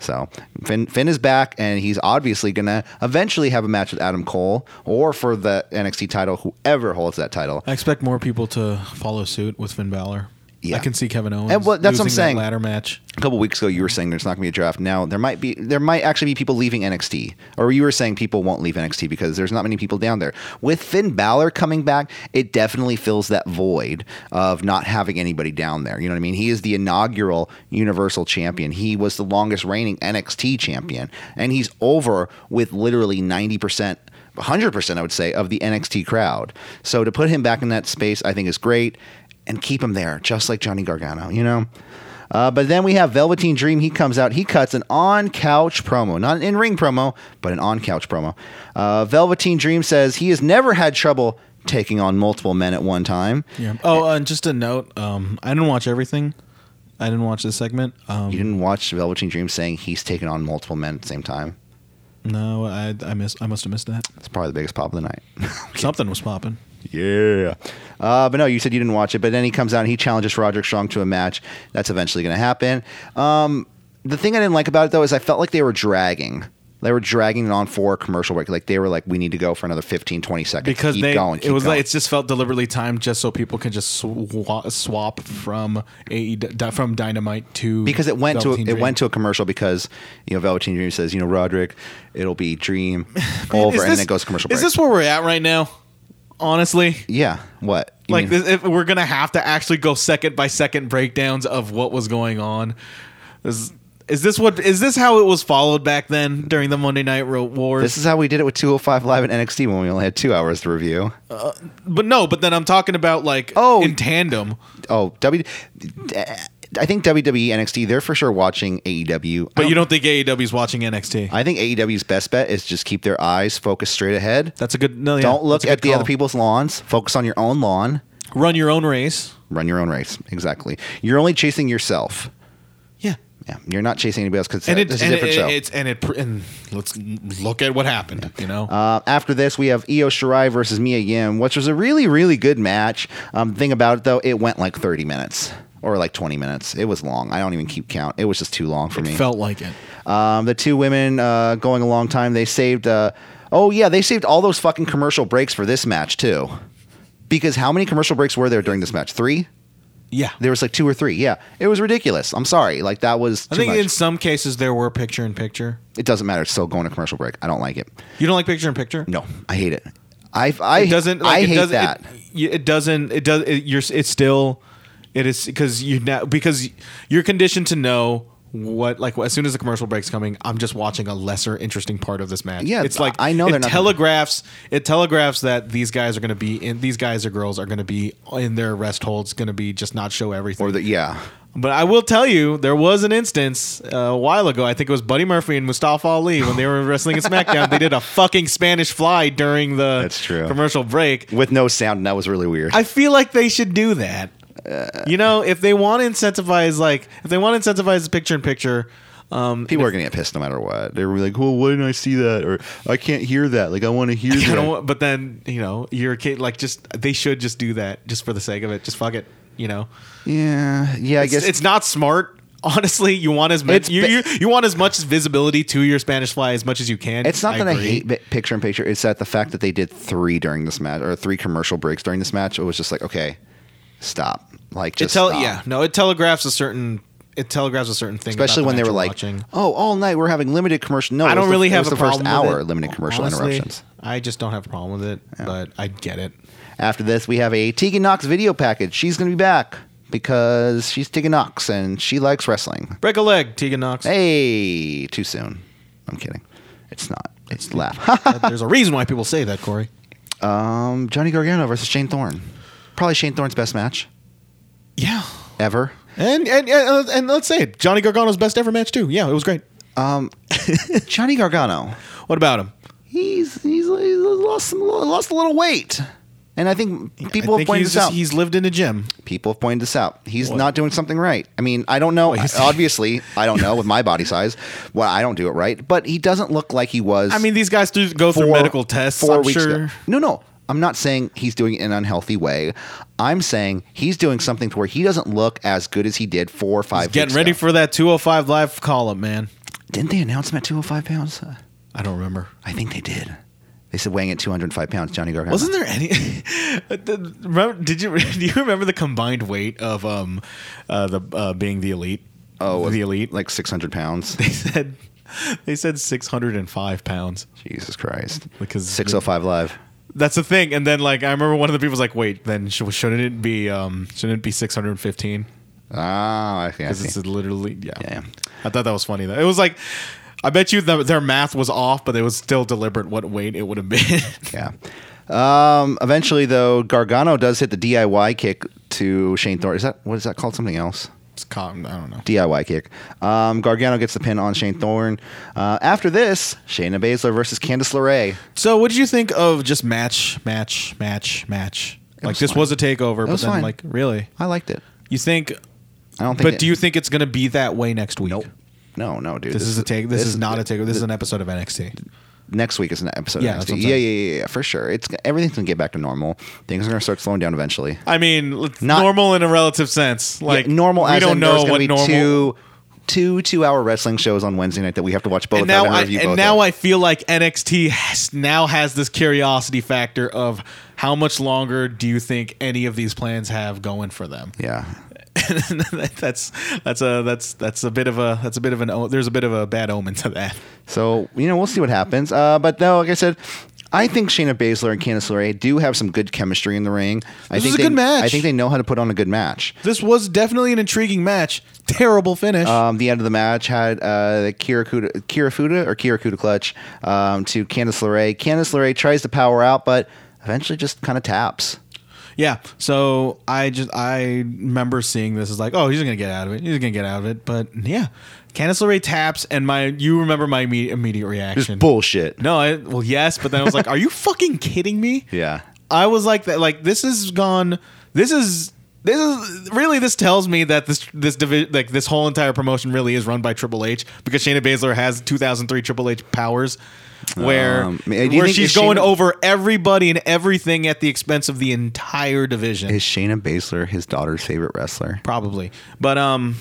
[SPEAKER 1] So Finn, Finn is back, and he's obviously gonna eventually have a match with Adam Cole or for the NXT title, whoever holds that title.
[SPEAKER 2] I expect more people to follow suit with Finn Balor.
[SPEAKER 1] Yeah.
[SPEAKER 2] I can see Kevin Owens.
[SPEAKER 1] And what- that's what I'm
[SPEAKER 2] losing that
[SPEAKER 1] saying.
[SPEAKER 2] Ladder match.
[SPEAKER 1] A couple weeks ago, you were saying there's not gonna be a draft. Now there might be, there might actually be people leaving NXT, or you were saying people won't leave NXT because there's not many people down there. With Finn Balor coming back, it definitely fills that void of not having anybody down there. You know what I mean? He is the inaugural Universal Champion. He was the longest reigning NXT Champion, and he's over with literally 90 percent 100% I would say of the NXT crowd. So to put him back in that space I think is great and keep him there just like Johnny Gargano, you know. Uh, but then we have Velveteen Dream. He comes out. He cuts an on couch promo, not an in ring promo, but an on couch promo. Uh, Velveteen Dream says he has never had trouble taking on multiple men at one time.
[SPEAKER 2] Yeah. Oh, and just a note. Um, I didn't watch everything. I didn't watch this segment. Um,
[SPEAKER 1] You didn't watch Velveteen Dream saying he's taken on multiple men at the same time.
[SPEAKER 2] no, I I miss I must have missed that.
[SPEAKER 1] It's probably the biggest pop of the night.
[SPEAKER 2] Something was popping.
[SPEAKER 1] Yeah. Uh, but no, you said you didn't watch it. But then he comes out and he challenges Roderick Strong to a match. That's eventually going to happen. Um, the thing I didn't like about it though is I felt like they were dragging. They were dragging it on for a commercial break. Like they were like, we need to go for another 15, 20 seconds.
[SPEAKER 2] Because
[SPEAKER 1] keep
[SPEAKER 2] they,
[SPEAKER 1] going.
[SPEAKER 2] it
[SPEAKER 1] keep
[SPEAKER 2] was
[SPEAKER 1] going.
[SPEAKER 2] like it's just felt deliberately timed just so people can just swa- swap from a E, from dynamite to
[SPEAKER 1] because it went to
[SPEAKER 2] Velveteen
[SPEAKER 1] it
[SPEAKER 2] Dream.
[SPEAKER 1] went to a commercial because you know Velveteen Dream says you know Roderick, it'll be Dream over
[SPEAKER 2] Is
[SPEAKER 1] and
[SPEAKER 2] this-
[SPEAKER 1] then it goes commercial break.
[SPEAKER 2] Is this where we're at right now? Honestly,
[SPEAKER 1] yeah. What You
[SPEAKER 2] like
[SPEAKER 1] mean-
[SPEAKER 2] this, if we're gonna have to actually go second by second breakdowns of what was going on is is this what is this how it was followed back then during the monday night Ro- wars
[SPEAKER 1] This is how we did it with 205 Live and NXT when we only had two hours to review.
[SPEAKER 2] but no but then i'm talking about like
[SPEAKER 1] Oh.
[SPEAKER 2] in tandem
[SPEAKER 1] Oh, W. I think E, WWE NXT they're for sure watching AEW.
[SPEAKER 2] but
[SPEAKER 1] I
[SPEAKER 2] you don't think aew's watching nxt
[SPEAKER 1] I think AEW's best bet is just keep their eyes focused straight ahead.
[SPEAKER 2] that's a good no yeah,
[SPEAKER 1] don't look
[SPEAKER 2] that's a
[SPEAKER 1] at
[SPEAKER 2] good
[SPEAKER 1] the other
[SPEAKER 2] call.
[SPEAKER 1] people's lawns. Focus on your own lawn.
[SPEAKER 2] run your own race
[SPEAKER 1] Run your own race. Exactly. You're only chasing yourself.
[SPEAKER 2] yeah
[SPEAKER 1] Yeah, you're not chasing anybody else because
[SPEAKER 2] and it,
[SPEAKER 1] it's a
[SPEAKER 2] and
[SPEAKER 1] different
[SPEAKER 2] it,
[SPEAKER 1] show.
[SPEAKER 2] it's and it pr- and let's look at what happened you know
[SPEAKER 1] Uh, after this, we have Io Shirai versus Mia Yim, which was a really, really good match. Um, thing about it though, it went like 30 minutes or like 20 minutes. It was long. I don't even keep count. It was just too long for me.
[SPEAKER 2] felt like it
[SPEAKER 1] Um, the two women uh, going a long time. They saved. Uh, oh yeah, they saved all those fucking commercial breaks for this match too. Because how many commercial breaks were there during this match? Three.
[SPEAKER 2] Yeah.
[SPEAKER 1] There was like two or three. Yeah. It was ridiculous. I'm sorry. Like that was too
[SPEAKER 2] I think
[SPEAKER 1] much.
[SPEAKER 2] in some cases there were picture in picture.
[SPEAKER 1] it doesn't matter. It's still going to commercial break. I don't like it.
[SPEAKER 2] You don't like picture in picture?
[SPEAKER 1] No, I hate it. I I
[SPEAKER 2] It doesn't. Like,
[SPEAKER 1] I
[SPEAKER 2] it
[SPEAKER 1] hate
[SPEAKER 2] doesn't,
[SPEAKER 1] that.
[SPEAKER 2] It, it doesn't. It does. It, you're. It's still. It is because you now because you're conditioned to know what like as soon as the commercial break's coming, I'm just watching a lesser interesting part of this match.
[SPEAKER 1] Yeah,
[SPEAKER 2] it's like
[SPEAKER 1] I know
[SPEAKER 2] it
[SPEAKER 1] they're not gonna-
[SPEAKER 2] telegraphs. It telegraphs that these guys are going to be in. These guys or girls are going to be in their rest holds. Going to be just not show everything.
[SPEAKER 1] or the yeah.
[SPEAKER 2] But I will tell you, there was an instance uh, a while ago. I think it was Buddy Murphy and Mustafa Ali when they were wrestling in SmackDown. they did a fucking Spanish fly during the
[SPEAKER 1] That's true.
[SPEAKER 2] commercial break.
[SPEAKER 1] With no sound, and that was really weird.
[SPEAKER 2] I feel like they should do that. you know, if they want to incentivize, like if they want to incentivize picture in picture, um,
[SPEAKER 1] People are gonna get pissed no matter what. They're gonna be like, "Well, why didn't I see that?" Or "I can't hear that." Like, I want to hear
[SPEAKER 2] you
[SPEAKER 1] that.
[SPEAKER 2] know, what- but then you know, you're a kid. Like, just they should just do that, just for the sake of it. Just fuck it. You know,
[SPEAKER 1] yeah, yeah. I
[SPEAKER 2] it's,
[SPEAKER 1] guess
[SPEAKER 2] it's not smart. Honestly, you want as much
[SPEAKER 1] It's
[SPEAKER 2] you,
[SPEAKER 1] ba-
[SPEAKER 2] you you want as much visibility to your Spanish fly as much as you can.
[SPEAKER 1] It's not that I,
[SPEAKER 2] agree.
[SPEAKER 1] hate bi- picture in picture. It's that the fact that they did three during this match or three commercial breaks during this match. It was just like, okay, stop. Like
[SPEAKER 2] It
[SPEAKER 1] just
[SPEAKER 2] tell
[SPEAKER 1] stop.
[SPEAKER 2] yeah no, it telegraphs a certain it telegraphs a certain thing, about
[SPEAKER 1] Especially
[SPEAKER 2] the
[SPEAKER 1] when they
[SPEAKER 2] match
[SPEAKER 1] were
[SPEAKER 2] you're
[SPEAKER 1] like,
[SPEAKER 2] watching.
[SPEAKER 1] "Oh, all night we're having limited commercial." No,
[SPEAKER 2] I
[SPEAKER 1] it was
[SPEAKER 2] don't
[SPEAKER 1] the-
[SPEAKER 2] really
[SPEAKER 1] it
[SPEAKER 2] have
[SPEAKER 1] was
[SPEAKER 2] a
[SPEAKER 1] the first
[SPEAKER 2] problem
[SPEAKER 1] hour
[SPEAKER 2] with it.
[SPEAKER 1] limited commercial
[SPEAKER 2] Honestly,
[SPEAKER 1] interruptions.
[SPEAKER 2] I just don't have a problem with it, but I get it.
[SPEAKER 1] After this, we have a Tegan Knox video package. She's going to be back because she's Tegan Knox and she likes wrestling.
[SPEAKER 2] Break a leg, Tegan Knox.
[SPEAKER 1] Hey, too soon. I'm kidding. It's not. It's laugh.
[SPEAKER 2] That- There's a reason why people say that, Corey.
[SPEAKER 1] um, Johnny Gargano versus Shane Thorne. Probably Shane Thorne's best match
[SPEAKER 2] Yeah,
[SPEAKER 1] ever.
[SPEAKER 2] and and uh, and, and let's say it, Johnny Gargano's best ever match too. Yeah, it was great.
[SPEAKER 1] Um, Johnny Gargano.
[SPEAKER 2] What about him?
[SPEAKER 1] He's he's, he's lost some, lost a little weight, and I think people have
[SPEAKER 2] I think
[SPEAKER 1] pointed
[SPEAKER 2] he's
[SPEAKER 1] this
[SPEAKER 2] just-
[SPEAKER 1] out.
[SPEAKER 2] he's lived in a gym.
[SPEAKER 1] people have pointed this out. He's
[SPEAKER 2] What?
[SPEAKER 1] not doing something right. I mean, I don't know.
[SPEAKER 2] What is-
[SPEAKER 1] Obviously, I don't know with my body size. Well, I don't do it right, but he doesn't look like he was.
[SPEAKER 2] I mean, these guys do go through
[SPEAKER 1] four-
[SPEAKER 2] medical tests.
[SPEAKER 1] Four
[SPEAKER 2] I'm
[SPEAKER 1] weeks
[SPEAKER 2] sure.
[SPEAKER 1] ago. No, no. I'm not saying he's doing it in an unhealthy way. I'm saying he's doing something to where he doesn't look as good as he did four or five.
[SPEAKER 2] Getting
[SPEAKER 1] weeks
[SPEAKER 2] ready
[SPEAKER 1] ago.
[SPEAKER 2] for that 205 live call up, man.
[SPEAKER 1] Didn't they announce him at 205 pounds? Uh,
[SPEAKER 2] I don't remember.
[SPEAKER 1] I think they did. They said weighing at 205 pounds, Johnny Gargano.
[SPEAKER 2] Wasn't there any? the- remember, did you do you remember the combined weight of um uh, the uh, being the elite?
[SPEAKER 1] Oh, was
[SPEAKER 2] the elite.
[SPEAKER 1] like 600 pounds.
[SPEAKER 2] They said they said six hundred and five pounds.
[SPEAKER 1] Jesus Christ.
[SPEAKER 2] Because-
[SPEAKER 1] 605 live.
[SPEAKER 2] That's the thing. And then like I remember one of the people was like, "Wait, then sh- shouldn't it be um shouldn't it be six hundred and fifteen?
[SPEAKER 1] Ah, I see. I
[SPEAKER 2] Because
[SPEAKER 1] see.
[SPEAKER 2] it's literally yeah.
[SPEAKER 1] Yeah, yeah.
[SPEAKER 2] I thought that was funny though. It was like. I bet you the, their math was off, but it was still deliberate what weight it would have been.
[SPEAKER 1] Yeah. Um, eventually, though, Gargano does hit the DIY kick to Shane Thorne. Is that what is that called? Something else?
[SPEAKER 2] it's cotton, I don't know.
[SPEAKER 1] DIY kick. Um, Gargano gets the pin on Shane Thorne. Uh, after this, Shayna Baszler versus Candice LeRae.
[SPEAKER 2] So, what did you think of just match, match, match, match? like
[SPEAKER 1] was
[SPEAKER 2] this
[SPEAKER 1] fine.
[SPEAKER 2] was a takeover, but
[SPEAKER 1] was
[SPEAKER 2] then
[SPEAKER 1] fine.
[SPEAKER 2] like really,
[SPEAKER 1] I liked it.
[SPEAKER 2] you think?
[SPEAKER 1] I don't think.
[SPEAKER 2] But
[SPEAKER 1] it-
[SPEAKER 2] do you think it's gonna be that way next week?
[SPEAKER 1] Nope. No, no, dude.
[SPEAKER 2] This, is a take. This, is not a takeover. This
[SPEAKER 1] th-
[SPEAKER 2] is an episode of NXT.
[SPEAKER 1] next week is an episode.
[SPEAKER 2] Yeah,
[SPEAKER 1] Yeah,
[SPEAKER 2] that's
[SPEAKER 1] next
[SPEAKER 2] what
[SPEAKER 1] week.
[SPEAKER 2] I'm
[SPEAKER 1] yeah, yeah, yeah, yeah, for sure. It's everything's gonna get back to normal. Things are gonna start slowing down eventually.
[SPEAKER 2] I mean, let's-
[SPEAKER 1] Not-
[SPEAKER 2] normal in a relative sense. Like
[SPEAKER 1] yeah, normal.
[SPEAKER 2] We
[SPEAKER 1] as
[SPEAKER 2] don't
[SPEAKER 1] in
[SPEAKER 2] know
[SPEAKER 1] there's gonna
[SPEAKER 2] what
[SPEAKER 1] be
[SPEAKER 2] normal.
[SPEAKER 1] Two, two two-hour wrestling shows on Wednesday night that we have to watch both.
[SPEAKER 2] and now,
[SPEAKER 1] of them
[SPEAKER 2] I,
[SPEAKER 1] review both
[SPEAKER 2] and now
[SPEAKER 1] of.
[SPEAKER 2] I feel like NXT has, now has this curiosity factor of how much longer do you think any of these plans have going for them?
[SPEAKER 1] yeah,
[SPEAKER 2] And that's that's a that's that's a bit of a that's a bit of an o- there's a bit of a bad omen to that.
[SPEAKER 1] So you know, we'll see what happens. Uh, but no, like I said, I think Shayna Baszler and Candice LeRae do have some good chemistry in the ring. I think
[SPEAKER 2] This was a
[SPEAKER 1] they,
[SPEAKER 2] good match.
[SPEAKER 1] I think they know how to put on a good match.
[SPEAKER 2] This was definitely an intriguing match. Terrible finish.
[SPEAKER 1] Um, the end of the match had uh, the Kirakuda, Kirafuda or Kirakuda clutch um, to Candice LeRae. Candice LeRae tries to power out, but eventually just kind of taps.
[SPEAKER 2] yeah. So I just I remember seeing this as like, oh, he's gonna get out of it. He's gonna get out of it. But yeah, Candice LeRae taps, and my you remember my imme- immediate
[SPEAKER 1] Just
[SPEAKER 2] reaction.
[SPEAKER 1] bullshit.
[SPEAKER 2] no, I, well, yes, but then I was like, are you fucking kidding me?
[SPEAKER 1] Yeah.
[SPEAKER 2] I was like that. Like this has gone. This is this is really this tells me that this this divi- like this whole entire promotion really is run by Triple H because Shayna Baszler has 2003 Triple H powers. Where
[SPEAKER 1] Um, do you
[SPEAKER 2] where
[SPEAKER 1] think
[SPEAKER 2] she's
[SPEAKER 1] Shayna-
[SPEAKER 2] going over everybody and everything at the expense of the entire division,
[SPEAKER 1] Is Shayna Baszler his daughter's favorite wrestler?
[SPEAKER 2] probably. But um,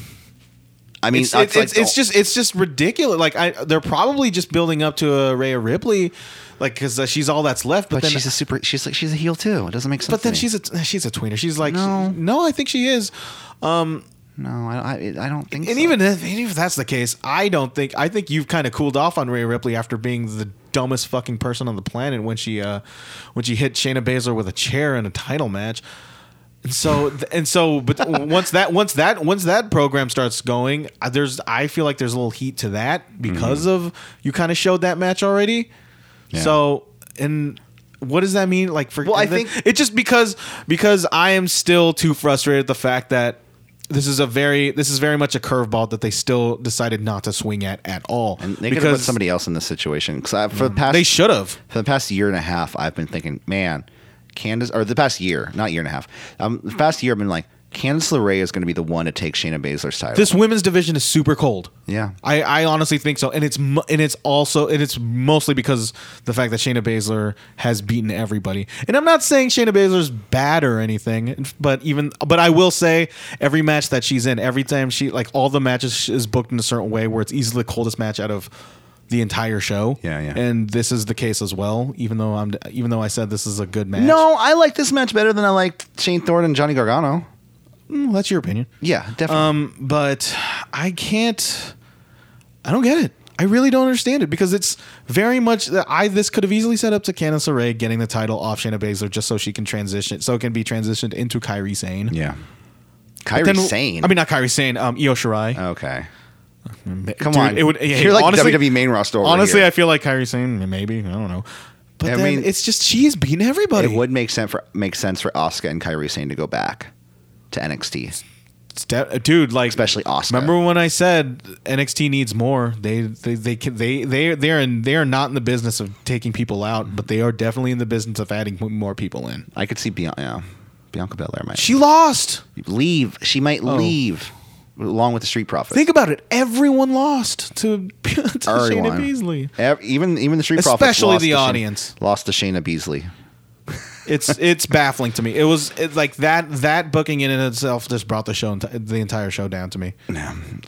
[SPEAKER 1] I mean,
[SPEAKER 2] it's, it's,
[SPEAKER 1] like
[SPEAKER 2] it's, it's
[SPEAKER 1] the-
[SPEAKER 2] just it's just ridiculous. Like I, they're probably just building up to a Rhea Ripley, like because she's all that's left. But,
[SPEAKER 1] But
[SPEAKER 2] then
[SPEAKER 1] she's a super. She's like she's a heel too. It doesn't make sense.
[SPEAKER 2] but then
[SPEAKER 1] to me.
[SPEAKER 2] she's a she's a tweener. She's like
[SPEAKER 1] No.
[SPEAKER 2] no, I think she is.
[SPEAKER 1] no. I, I, I don't think.
[SPEAKER 2] And
[SPEAKER 1] so.
[SPEAKER 2] even if, even if that's the case, I don't think I think you've kind of cooled off on Rhea Ripley after being the dumbest fucking person on the planet when she uh when she hit Shayna Baszler with a chair in a title match. And so and so but once that once that once that program starts going, uh, there's I feel like there's a little heat to that because of you kind of showed that match already. So and what does that mean? Like for
[SPEAKER 1] Well, I
[SPEAKER 2] and then-
[SPEAKER 1] think-
[SPEAKER 2] it's just because because I am still too frustrated at the fact that this is a very this is very much a curveball that they still decided not to swing at at all.
[SPEAKER 1] And they could have put somebody else in this situation because for the past
[SPEAKER 2] Mm. they should have.
[SPEAKER 1] for the past year and a half, I've been thinking, man, Candace, or the past year, not year and a half, um, the past year, I've been like, Candace LeRae is going to be the one to take Shayna Baszler's title.
[SPEAKER 2] This women's division is super cold.
[SPEAKER 1] Yeah.
[SPEAKER 2] I, I honestly think so, and it's mo- and it's also and it's mostly because the fact that Shayna Baszler has beaten everybody. And I'm not saying Shayna Baszler's bad or anything, but even but I will say every match that she's in, every time she like all the matches she is booked in a certain way where it's easily the coldest match out of the entire show.
[SPEAKER 1] Yeah, yeah.
[SPEAKER 2] And this is the case as well. Even though I'm even though I said this is a good match.
[SPEAKER 1] no, I like this match better than I liked Shane Thorne and Johnny Gargano.
[SPEAKER 2] Mm, that's your opinion.
[SPEAKER 1] Yeah, definitely.
[SPEAKER 2] Um, but I can't. I don't get it. I really don't understand it because it's very much that I this could have easily set up to Candice LeRae getting the title off Shayna Baszler just so she can transition, so it can be transitioned into Kyrie Sane.
[SPEAKER 1] yeah. Kyrie
[SPEAKER 2] Then-
[SPEAKER 1] Sane.
[SPEAKER 2] I mean, not Kyrie Sane. Um, Io Shirai.
[SPEAKER 1] okay. Um, Come
[SPEAKER 2] Dude,
[SPEAKER 1] on.
[SPEAKER 2] it would. yeah,
[SPEAKER 1] You're like
[SPEAKER 2] honestly,
[SPEAKER 1] WWE main roster. over
[SPEAKER 2] Honestly,
[SPEAKER 1] here.
[SPEAKER 2] I feel like Kyrie Sane. Maybe I don't know. But
[SPEAKER 1] I
[SPEAKER 2] then
[SPEAKER 1] mean-
[SPEAKER 2] it's just she's beating everybody.
[SPEAKER 1] it would make sense for make sense for Oscar and Kyrie Sane to go back to NXT.
[SPEAKER 2] It's de- dude, like
[SPEAKER 1] Especially Asuka.
[SPEAKER 2] Remember when I said NXT needs more? They they they can, they they they're in they are not in the business of taking people out, but they are definitely in the business of adding more people in.
[SPEAKER 1] I could see Bianca. Yeah, Bianca Belair might
[SPEAKER 2] She Oh. lost.
[SPEAKER 1] leave. She might leave along with the Street Profits.
[SPEAKER 2] Think about it. Everyone lost to, to Shayna
[SPEAKER 1] Everyone.
[SPEAKER 2] Beasley.
[SPEAKER 1] Ev- even even the Street Profits,
[SPEAKER 2] Especially
[SPEAKER 1] lost
[SPEAKER 2] the
[SPEAKER 1] to Shayna-
[SPEAKER 2] audience.
[SPEAKER 1] lost to Shayna Beasley.
[SPEAKER 2] It's it's baffling to me. It was it, like that that booking in and of itself just brought the show enti- the entire show down to me.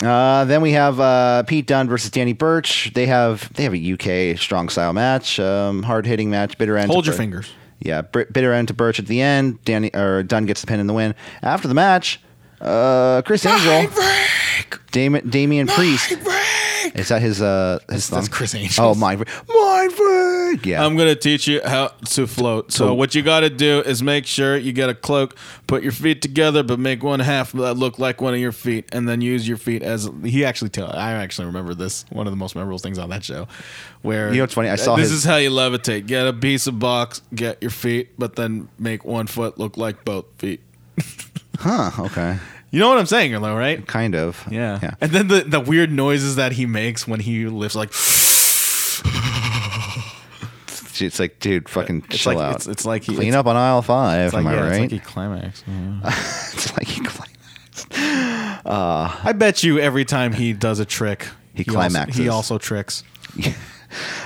[SPEAKER 1] Uh, then we have uh, Pete Dunne versus Danny Birch. They have they have a UK strong style match, um, hard hitting match, bitter end. to
[SPEAKER 2] Hold your
[SPEAKER 1] Bir-
[SPEAKER 2] fingers.
[SPEAKER 1] Yeah, br- bitter end to Birch at the end. Danny or Dunn gets the pin in the win. After the match, uh, Chris Angel, Dam- Damian Priest. Is that his uh his
[SPEAKER 2] that's
[SPEAKER 1] song?
[SPEAKER 2] Chris Angel's. Um,
[SPEAKER 1] Oh my, my freak. Yeah,
[SPEAKER 4] I'm gonna teach you how to float. So,
[SPEAKER 1] So-
[SPEAKER 4] what you gotta do is make sure you get a cloak, put your feet together, but make one half that look like one of your feet, and then use your feet as
[SPEAKER 2] He actually tell I actually remember this one of the most memorable things on that show, where
[SPEAKER 1] You know what's funny? I saw
[SPEAKER 4] this
[SPEAKER 1] his-
[SPEAKER 4] is how you levitate. Get a piece of box, get your feet, but then make one foot look like both feet.
[SPEAKER 1] huh? Okay,
[SPEAKER 2] you know what I'm saying, though, right?
[SPEAKER 1] kind of.
[SPEAKER 2] Yeah.
[SPEAKER 1] yeah.
[SPEAKER 2] And then the, the weird noises that he makes when he lifts like
[SPEAKER 1] It's like, dude, fucking
[SPEAKER 2] it's
[SPEAKER 1] chill
[SPEAKER 2] like
[SPEAKER 1] out.
[SPEAKER 2] it's, it's like he
[SPEAKER 1] clean
[SPEAKER 2] it's,
[SPEAKER 1] up on aisle five.
[SPEAKER 2] It's like,
[SPEAKER 1] am I
[SPEAKER 2] yeah, it's
[SPEAKER 1] right?
[SPEAKER 2] like he climaxed. yeah.
[SPEAKER 1] It's like he cli-
[SPEAKER 2] I bet you every time he does a trick,
[SPEAKER 1] He
[SPEAKER 2] also-
[SPEAKER 1] climaxes.
[SPEAKER 2] he also tricks.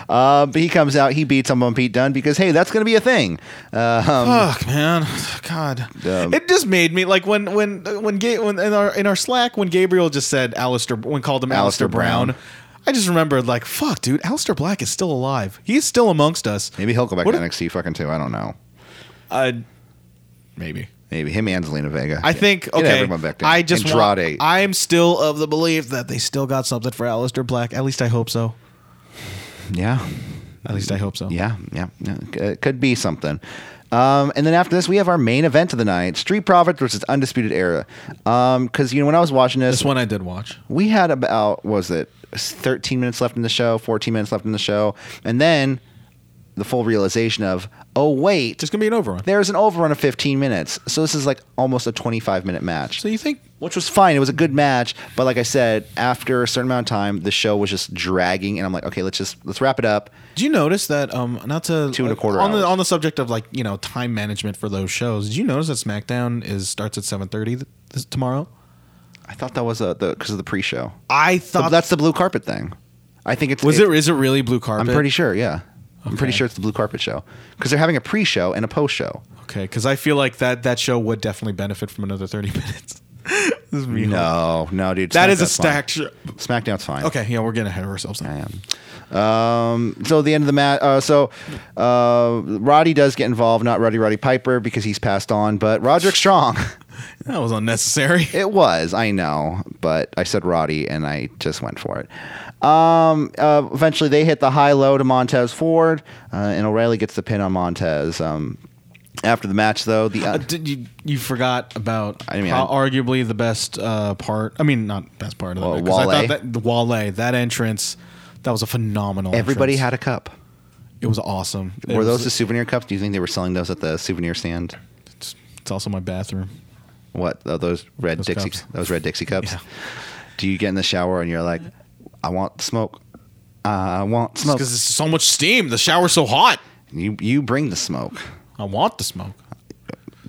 [SPEAKER 1] Uh, but he comes out, he beats him on Pete Dunne because hey, that's gonna be a thing. Uh, um,
[SPEAKER 2] Fuck, man, God,
[SPEAKER 1] Um,
[SPEAKER 2] it just made me like when when when, Ga- when in our in our Slack when Gabriel just said Alistair when called him
[SPEAKER 1] Alistair
[SPEAKER 2] Alistair, Brown.
[SPEAKER 1] Brown.
[SPEAKER 2] I just remembered like fuck, dude, Alistair Black is still alive. He's still amongst us.
[SPEAKER 1] maybe he'll go back
[SPEAKER 2] What
[SPEAKER 1] to
[SPEAKER 2] if-
[SPEAKER 1] NXT fucking too. I don't know.
[SPEAKER 2] I- maybe.
[SPEAKER 1] Maybe him and Zelina Vega.
[SPEAKER 2] I think
[SPEAKER 1] Get
[SPEAKER 2] okay.
[SPEAKER 1] everyone back down.
[SPEAKER 2] I just want,
[SPEAKER 1] Andrade.
[SPEAKER 2] I'm still of the belief that they still got something for Alistair Black. At least I hope so.
[SPEAKER 1] yeah,
[SPEAKER 2] At least I hope so.
[SPEAKER 1] yeah, yeah. yeah. It could be something. Um, and then after this, we have our main event of the night: Street Profits versus Undisputed Era. Because you know, when I was watching this,
[SPEAKER 4] This one I did watch.
[SPEAKER 1] we had about what was it 13 minutes left in the show 14 minutes left in the show and then the full realization of oh wait
[SPEAKER 2] Just gonna be an overrun.
[SPEAKER 1] there's an overrun of 15 minutes so this is like almost a 25 minute match
[SPEAKER 2] So you think?
[SPEAKER 1] which was fine it was a good match but like i said after a certain amount of time the show was just dragging and i'm like okay let's just let's wrap it up
[SPEAKER 2] Did you notice that? Um, not to
[SPEAKER 1] Two and a quarter
[SPEAKER 2] on
[SPEAKER 1] hours.
[SPEAKER 2] the on the subject of like you know time management for those shows. Did you notice that SmackDown is starts at seven thirty this tomorrow?
[SPEAKER 1] i thought that was a because of the pre-show
[SPEAKER 2] I thought
[SPEAKER 1] But that's the blue carpet thing i think it's
[SPEAKER 2] was
[SPEAKER 1] it-
[SPEAKER 2] it. Is it really blue
[SPEAKER 1] i'm
[SPEAKER 2] carpet?
[SPEAKER 1] pretty sure yeah i'm pretty
[SPEAKER 2] Okay.
[SPEAKER 1] sure it's the blue carpet show because they're having a pre-show and a post-show
[SPEAKER 2] okay because I feel like that that show would definitely benefit from another thirty minutes. This is me.
[SPEAKER 1] No, no, dude.
[SPEAKER 2] That is a
[SPEAKER 1] SmackDown's fine.
[SPEAKER 2] stacked. Sh-
[SPEAKER 1] SmackDown's fine.
[SPEAKER 2] okay, yeah, we're getting ahead of ourselves. Now.
[SPEAKER 1] Um, um, so the end of the match. Uh, so uh, Roddy does get involved, not Roddy Roddy Piper because he's passed on, but Roderick Strong.
[SPEAKER 2] That was unnecessary.
[SPEAKER 1] It was, I know, but I said Roddy and I just went for it. Um, uh, eventually, they hit the high low to Montez Ford, uh, and O'Reilly gets the pin on Montez. Um, after the match, though, the
[SPEAKER 2] Uh, did you you forgot about
[SPEAKER 1] I mean,
[SPEAKER 2] pro-
[SPEAKER 1] I-
[SPEAKER 2] arguably the best uh, part? I mean, not best part of the
[SPEAKER 1] Well,
[SPEAKER 2] night, 'cause I
[SPEAKER 1] Wale.
[SPEAKER 2] thought that the Wale that entrance that was a phenomenal.
[SPEAKER 1] everybody
[SPEAKER 2] entrance.
[SPEAKER 1] had a cup.
[SPEAKER 2] it was awesome. It
[SPEAKER 1] Were
[SPEAKER 2] was-
[SPEAKER 1] those the souvenir cups? Do you think they were selling those at the souvenir stand?
[SPEAKER 2] It's, it's also my bathroom.
[SPEAKER 1] What are those red
[SPEAKER 2] Those
[SPEAKER 1] Dixie?
[SPEAKER 2] cups.
[SPEAKER 1] Those red Dixie cups.
[SPEAKER 2] Yeah.
[SPEAKER 1] Do you get in the shower and you're like, I want smoke. Uh, I want smoke.
[SPEAKER 2] Because there's so much steam. The shower's so hot.
[SPEAKER 1] You you bring the smoke.
[SPEAKER 2] I want the smoke.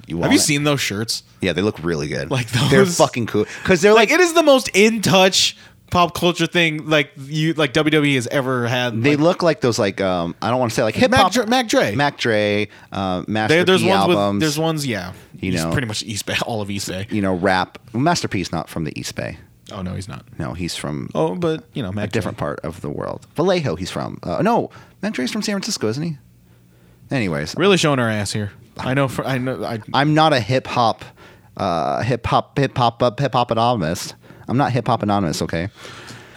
[SPEAKER 1] You
[SPEAKER 2] Have
[SPEAKER 1] want
[SPEAKER 2] you
[SPEAKER 1] it.
[SPEAKER 2] seen those shirts?
[SPEAKER 1] Yeah, they look really good.
[SPEAKER 2] Like
[SPEAKER 1] they're
[SPEAKER 2] those-
[SPEAKER 1] fucking cool because they're
[SPEAKER 2] Like,
[SPEAKER 1] like,
[SPEAKER 2] it is the most in touch pop culture thing like you like WWE has ever had.
[SPEAKER 1] they
[SPEAKER 2] Like,
[SPEAKER 1] look like those like um I don't want to say like hip
[SPEAKER 2] Mac
[SPEAKER 1] hop
[SPEAKER 2] Dre, Mac Dre.
[SPEAKER 1] Mac Dre uh, Master
[SPEAKER 2] There- there's
[SPEAKER 1] P
[SPEAKER 2] ones
[SPEAKER 1] albums
[SPEAKER 2] with there's ones yeah.
[SPEAKER 1] You
[SPEAKER 2] He's
[SPEAKER 1] know.
[SPEAKER 2] pretty much East Bay, all of East Bay.
[SPEAKER 1] you know rap Master P's not from the East Bay
[SPEAKER 2] Oh no, he's not.
[SPEAKER 1] no he's from
[SPEAKER 2] Oh, but you know,
[SPEAKER 1] a
[SPEAKER 2] Mac
[SPEAKER 1] different part of the world Vallejo he's from uh, no Mac Dre's from San Francisco isn't he anyways
[SPEAKER 2] Really showing our ass here. I know. For, I know. I,
[SPEAKER 1] I'm not a hip hop uh, hip hop hip hop uh, hip hop anonymous I'm not hip hop anonymous okay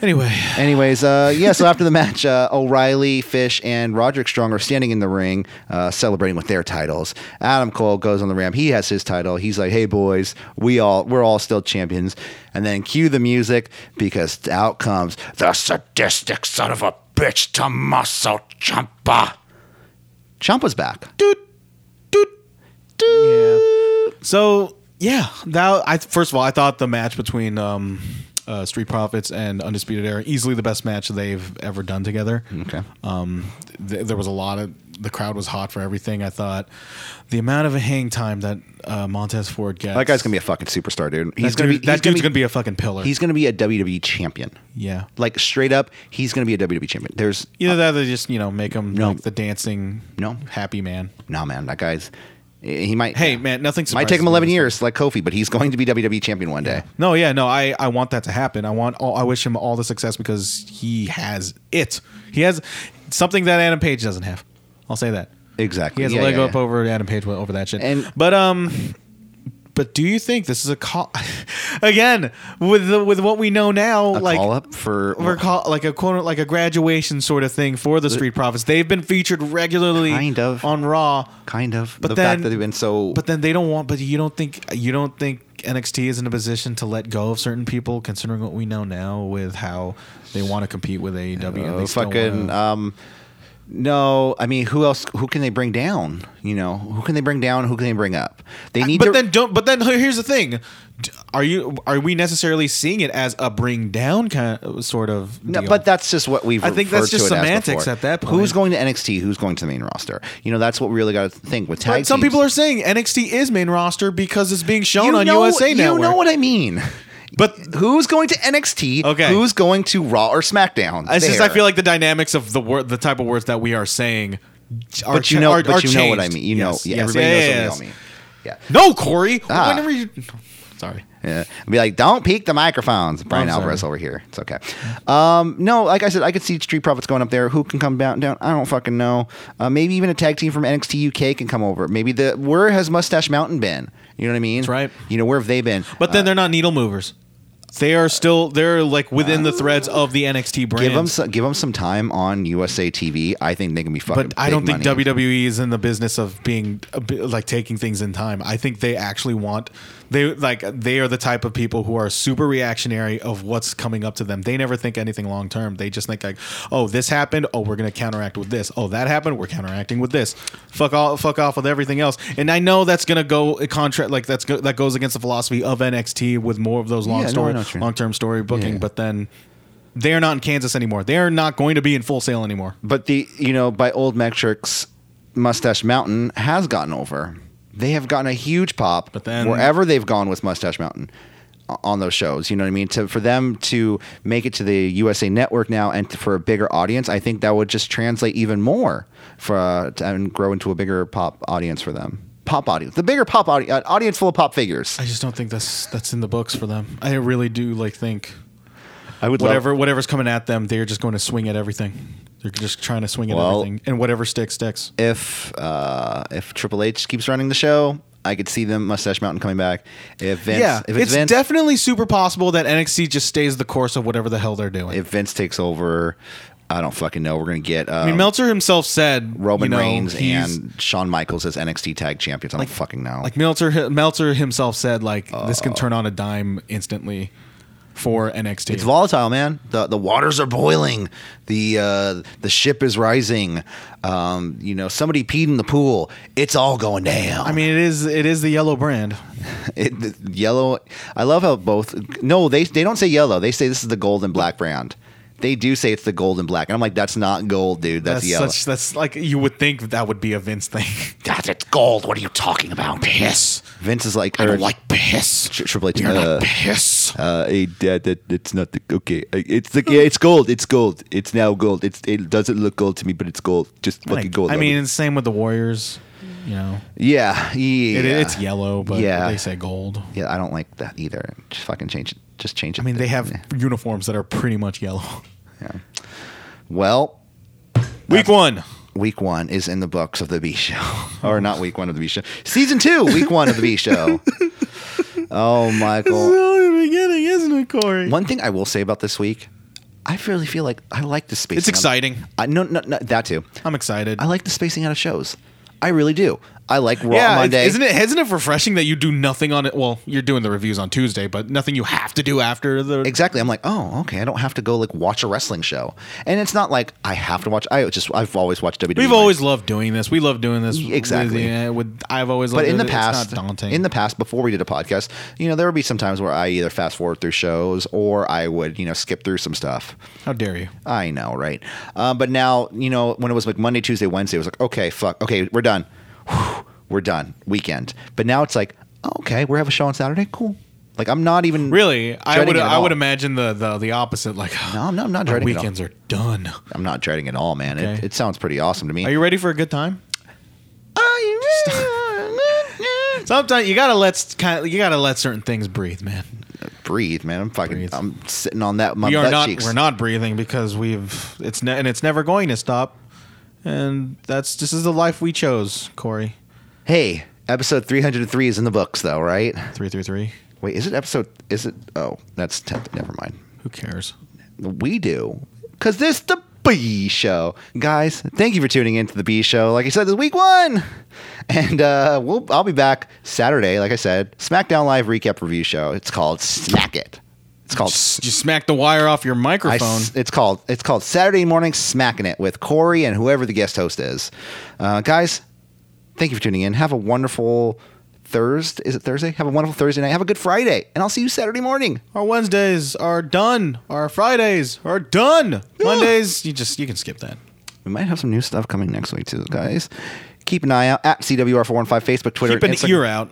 [SPEAKER 2] anyway,
[SPEAKER 1] Anyways, uh, yeah, so after the match, uh, O'Reilly, Fish, and Roderick Strong are standing in the ring uh, celebrating with their titles. Adam Cole goes on the ramp. He has his title. He's like, hey, boys, we all, we're all still champions. And then cue the music because out comes the sadistic son of a bitch, Tommaso Ciampa. Ciampa's back.
[SPEAKER 2] dude, dude, dude. So yeah, that I first of all, I thought the match between um, uh, Street Profits and Undisputed Era easily the best match they've ever done together.
[SPEAKER 1] Okay.
[SPEAKER 2] Um, th- there was a lot of the crowd was hot for everything. I thought the amount of hang time that uh, Montez Ford gets.
[SPEAKER 1] That guy's going to be a fucking superstar, dude. He's
[SPEAKER 2] that
[SPEAKER 1] going to
[SPEAKER 2] dude-
[SPEAKER 1] be,
[SPEAKER 2] that
[SPEAKER 1] he's
[SPEAKER 2] dude's
[SPEAKER 1] gonna
[SPEAKER 2] gonna,
[SPEAKER 1] be,
[SPEAKER 2] be a fucking pillar.
[SPEAKER 1] he's Uh, going to be a WWE champion.
[SPEAKER 2] yeah.
[SPEAKER 1] Like straight up, he's going to be a WWE champion. There's
[SPEAKER 2] Either that, or they just you know make him
[SPEAKER 1] No.
[SPEAKER 2] like the dancing
[SPEAKER 1] No.
[SPEAKER 2] happy man.
[SPEAKER 1] no man, that guy's he might.
[SPEAKER 2] Hey man, nothing
[SPEAKER 1] might
[SPEAKER 2] surprises
[SPEAKER 1] take him
[SPEAKER 2] me.
[SPEAKER 1] 11 years, like Kofi, but he's going to be WWE champion one day.
[SPEAKER 2] No, yeah, no. I I want that to happen. I want all. I wish him all the success because he has it. He has something that Adam Page doesn't have. I'll say that.
[SPEAKER 1] Exactly.
[SPEAKER 2] He has
[SPEAKER 1] Yeah,
[SPEAKER 2] a leg
[SPEAKER 1] yeah,
[SPEAKER 2] up
[SPEAKER 1] yeah.
[SPEAKER 2] over Adam Page went over that shit.
[SPEAKER 1] And-
[SPEAKER 2] but um, but do you think this is a call? Again, with the, with what we know now,
[SPEAKER 1] A
[SPEAKER 2] like
[SPEAKER 1] call up for
[SPEAKER 2] Or call, like a quote, like a graduation sort of thing for the Street Profits. They've been featured regularly,
[SPEAKER 1] Kind of.
[SPEAKER 2] on Raw,
[SPEAKER 1] kind of.
[SPEAKER 2] But
[SPEAKER 1] the
[SPEAKER 2] then-
[SPEAKER 1] fact that they've been so.
[SPEAKER 2] but then they don't want. But you don't think you don't think NXT is in a position to let go of certain people, considering what we know now with how they want to compete with AEW. and
[SPEAKER 1] uh,
[SPEAKER 2] they Oh, still
[SPEAKER 1] fucking.
[SPEAKER 2] wanna-
[SPEAKER 1] Um, no, I mean, who else? Who can they bring down? You know, who can they bring down? Who can they bring up? They need
[SPEAKER 2] Uh,
[SPEAKER 1] to.
[SPEAKER 2] but then don't. But then here's the thing: D- Are you are we necessarily seeing it as a bring down kind of, sort of?
[SPEAKER 1] No,
[SPEAKER 2] deal?
[SPEAKER 1] but that's just what we've.
[SPEAKER 2] I think that's
[SPEAKER 1] referred to
[SPEAKER 2] just
[SPEAKER 1] it as
[SPEAKER 2] semantics
[SPEAKER 1] before.
[SPEAKER 2] at that point.
[SPEAKER 1] Who's going to NXT? Who's going to the main roster? You know, that's what we really got to think with tag.
[SPEAKER 2] But some
[SPEAKER 1] teams.
[SPEAKER 2] people are saying NXT is main roster because it's being shown
[SPEAKER 1] You
[SPEAKER 2] on
[SPEAKER 1] know-
[SPEAKER 2] USA Network.
[SPEAKER 1] You know what I mean?
[SPEAKER 2] But
[SPEAKER 1] Who's going to NXT?
[SPEAKER 2] Okay.
[SPEAKER 1] Who's going to Raw or SmackDown?
[SPEAKER 2] It's just I
[SPEAKER 1] There.
[SPEAKER 2] feel like the dynamics of the word, the type of words that we are saying, are
[SPEAKER 1] but you
[SPEAKER 2] cha-
[SPEAKER 1] know,
[SPEAKER 2] are-
[SPEAKER 1] but
[SPEAKER 2] are
[SPEAKER 1] you know what I
[SPEAKER 2] changed.
[SPEAKER 1] mean. You know,
[SPEAKER 2] Yes,
[SPEAKER 1] yeah,
[SPEAKER 2] yes,
[SPEAKER 1] everybody
[SPEAKER 2] yeah,
[SPEAKER 1] knows
[SPEAKER 2] yeah,
[SPEAKER 1] what
[SPEAKER 2] yes.
[SPEAKER 1] we all mean. Yeah,
[SPEAKER 2] No, Corey.
[SPEAKER 1] Ah.
[SPEAKER 2] Whenever you, sorry.
[SPEAKER 1] yeah. I'd be like, don't peek the microphones. Brian
[SPEAKER 2] I'm sorry.
[SPEAKER 1] Alvarez over here. It's okay. Um, no, like I said, I could see Street Profits going up there. Who can come down? Down? I don't fucking know. Uh, maybe even a tag team from NXT UK can come over. Maybe the where has Mustache Mountain been? You know what I mean? That's
[SPEAKER 2] right.
[SPEAKER 1] You know where have they been? Uh,
[SPEAKER 2] But then they're not needle movers. They are still they're like within the threads of the NXT brand.
[SPEAKER 1] give them some, give them some time on USA TV. I think they can be fucking.
[SPEAKER 2] but I don't
[SPEAKER 1] big
[SPEAKER 2] think
[SPEAKER 1] money.
[SPEAKER 2] WWE is in the business of being a bit- like taking things in time. I think they actually want they like they are the type of people who are super reactionary of what's coming up to them. They never think anything long term. They just think like, oh, this happened. Oh, we're gonna counteract with this. Oh, that happened. We're counteracting with this. Fuck all. Fuck off with everything else. And I know that's gonna go a contract like that's go, that goes against the philosophy of NXT with more of those long
[SPEAKER 1] Yeah, no, I
[SPEAKER 2] story
[SPEAKER 1] know what you mean.
[SPEAKER 2] long term story booking.
[SPEAKER 1] yeah.
[SPEAKER 2] But then. They are not in Kansas anymore. They are not going to be in full sale anymore.
[SPEAKER 1] But the you know by old metrics, Mustache Mountain has gotten over. They have gotten a huge pop.
[SPEAKER 2] But then-
[SPEAKER 1] wherever they've gone with Mustache Mountain o- on those shows, you know what I mean. To for them to make it to the USA Network now and to, for a bigger audience, I think that would just translate even more for uh, to, and grow into a bigger pop audience for them. pop audience, the bigger pop audience, an audience full of pop figures.
[SPEAKER 2] I just don't think that's that's in the books for them. I really do like think
[SPEAKER 1] I would
[SPEAKER 2] whatever whatever's coming at them, they're just going to swing at everything. They're just trying to swing at
[SPEAKER 1] Well-
[SPEAKER 2] everything, and whatever sticks sticks.
[SPEAKER 1] if uh, if Triple H keeps running the show. I could see them Mustache Mountain coming back. If Vince,
[SPEAKER 2] yeah,
[SPEAKER 1] if
[SPEAKER 2] it's,
[SPEAKER 1] Vince,
[SPEAKER 2] definitely super possible that NXT just stays the course of whatever the hell they're doing.
[SPEAKER 1] if Vince takes over, I don't fucking know. We're gonna get um,
[SPEAKER 2] I mean, Meltzer himself said
[SPEAKER 1] Roman
[SPEAKER 2] you know,
[SPEAKER 1] Reigns
[SPEAKER 2] he's-
[SPEAKER 1] and Shawn Michaels as NXT Tag Champions. I don't fucking know.
[SPEAKER 2] like Meltzer Meltzer himself said like this
[SPEAKER 1] Uh,
[SPEAKER 2] can turn on a dime instantly for NXT.
[SPEAKER 1] It's volatile, man. The the waters are boiling. The uh, the ship is rising. Um, you know, somebody peed in the pool. It's all going down.
[SPEAKER 2] I mean, it is it is the yellow brand.
[SPEAKER 1] It- the yellow. I love how both. No, they they don't say yellow. They say this is the gold and black brand. They do say it's the gold and black, and I'm like, that's not gold, dude. That's,
[SPEAKER 2] That's
[SPEAKER 1] yellow.
[SPEAKER 2] such that's like you would think that would be a Vince thing.
[SPEAKER 5] That's it's gold. What are you talking about? Piss.
[SPEAKER 1] Vince is like,
[SPEAKER 5] I
[SPEAKER 1] or
[SPEAKER 5] don't like piss.
[SPEAKER 1] Tri- Triple H.
[SPEAKER 5] You're
[SPEAKER 1] uh,
[SPEAKER 5] not piss.
[SPEAKER 1] uh, hey, Dad, that, that's not the okay. uh, It's the yeah, it's gold. It's gold. It's now gold. It's it doesn't look gold to me, but it's gold. Just fucking
[SPEAKER 2] Like,
[SPEAKER 1] gold.
[SPEAKER 2] I
[SPEAKER 1] love
[SPEAKER 2] mean,
[SPEAKER 1] it.
[SPEAKER 2] it's same with the Warriors. You know,
[SPEAKER 1] yeah, yeah.
[SPEAKER 2] it, it's yellow, but
[SPEAKER 1] Yeah.
[SPEAKER 2] they say gold.
[SPEAKER 1] Yeah, I don't like that either. Just fucking change it. Just change it.
[SPEAKER 2] I mean, they have uniforms that are pretty much yellow.
[SPEAKER 1] Well,
[SPEAKER 2] Week one.
[SPEAKER 1] week one is in the books of the B show, or not week one of the B show. Season two, week one of the B show. Oh, Michael.
[SPEAKER 2] only the beginning, isn't it, Corey?
[SPEAKER 1] One thing I will say about this week, I really feel like I like the space.
[SPEAKER 2] It's exciting.
[SPEAKER 1] I no, no, no, that too.
[SPEAKER 2] I'm excited.
[SPEAKER 1] I like the spacing out of shows. I really do. I like Raw
[SPEAKER 2] it's-
[SPEAKER 1] Monday.
[SPEAKER 2] isn't it? Isn't it refreshing that you do nothing on it? Well, you're doing the reviews on Tuesday, but nothing you have to do after the.
[SPEAKER 1] Exactly. I'm like, oh, okay. I don't have to go like watch a wrestling show, and it's not like I have to watch. I just I've always watched E. WWE.
[SPEAKER 2] We've always loved doing this. We love doing this.
[SPEAKER 1] Yeah, exactly.
[SPEAKER 2] With, yeah, with- I've always.
[SPEAKER 1] but
[SPEAKER 2] loved
[SPEAKER 1] in
[SPEAKER 2] it.
[SPEAKER 1] the
[SPEAKER 2] It's
[SPEAKER 1] past,
[SPEAKER 2] not daunting.
[SPEAKER 1] in the past, before we did a podcast, you know, there would be some times where I either fast forward through shows or I would, you know, skip through some stuff.
[SPEAKER 2] how dare you?
[SPEAKER 1] I know, right? Uh, but now, you know, when it was like Monday, Tuesday, Wednesday, it was like, okay, fuck, okay, we're done, Whew, we're done, weekend. But now it's like, okay, we have a show on Saturday, cool. Like I'm not even
[SPEAKER 2] Really, I
[SPEAKER 1] dreading
[SPEAKER 2] would.
[SPEAKER 1] it at
[SPEAKER 2] I would
[SPEAKER 1] all.
[SPEAKER 2] imagine the the, the opposite. Like,
[SPEAKER 1] No, I'm not, I'm not
[SPEAKER 2] our
[SPEAKER 1] dreading. it at all.
[SPEAKER 2] weekends are done.
[SPEAKER 1] I'm not dreading at all, man. It,
[SPEAKER 2] Okay.
[SPEAKER 1] it sounds pretty awesome to me.
[SPEAKER 2] Are you ready for a good time? Sometimes you gotta let kind you gotta let certain things breathe, man.
[SPEAKER 1] breathe, man. I'm fucking.
[SPEAKER 2] Breathe.
[SPEAKER 1] I'm sitting on that. My
[SPEAKER 2] We are
[SPEAKER 1] butt
[SPEAKER 2] not.
[SPEAKER 1] cheeks.
[SPEAKER 2] We're not breathing because we've. It's ne- and it's never going to stop. And that's this is the life we chose, Corey.
[SPEAKER 1] Hey, episode 303 is in the books, though, right?
[SPEAKER 2] Three three three.
[SPEAKER 1] Wait, is it episode? Is it? Oh, that's 10th. Never mind.
[SPEAKER 2] Who cares?
[SPEAKER 1] We do. Because this the B show. Guys, thank you for tuning in to the B show. Like I said, this is week one. And uh, we'll, I'll be back Saturday, like I said. SmackDown Live recap review show. It's called Smack It. It's called
[SPEAKER 2] S- You smacked the wire off your
[SPEAKER 1] I
[SPEAKER 2] microphone.
[SPEAKER 1] s- it's called it's called Saturday morning smacking it with Corey and whoever the guest host is. Uh, guys, thank you for tuning in. Have a wonderful Thursday. Is it Thursday? Have a wonderful Thursday night. Have a good Friday, and I'll see you Saturday morning.
[SPEAKER 2] our Wednesdays are done. Our Fridays are done. Mondays, you just you can skip that.
[SPEAKER 1] We might have some new stuff coming next week too, guys. Keep an eye out at CWR415 Facebook, Twitter,
[SPEAKER 2] Keep an
[SPEAKER 1] Instagram.
[SPEAKER 2] ear out.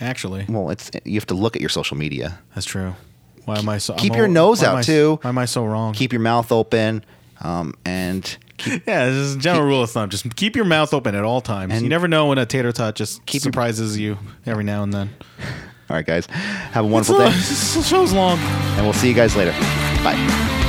[SPEAKER 2] Actually,
[SPEAKER 1] Well, it's you have to look at your social media.
[SPEAKER 2] that's true. Why am I so?
[SPEAKER 1] Keep
[SPEAKER 2] I'm
[SPEAKER 1] your
[SPEAKER 2] al-
[SPEAKER 1] nose
[SPEAKER 2] why am
[SPEAKER 1] out,
[SPEAKER 2] I s-
[SPEAKER 1] too.
[SPEAKER 2] Why am I so wrong?
[SPEAKER 1] Keep your mouth open, um, and keep,
[SPEAKER 2] Yeah, this is a general rule of thumb. Just keep your mouth open at all times.
[SPEAKER 1] And-
[SPEAKER 2] you never know when a tater tot just
[SPEAKER 1] Keep your-
[SPEAKER 2] surprises you every now and then.
[SPEAKER 1] all right, guys. Have a wonderful
[SPEAKER 2] So-
[SPEAKER 1] day,
[SPEAKER 2] this show's long.
[SPEAKER 1] and we'll see you guys later. Bye.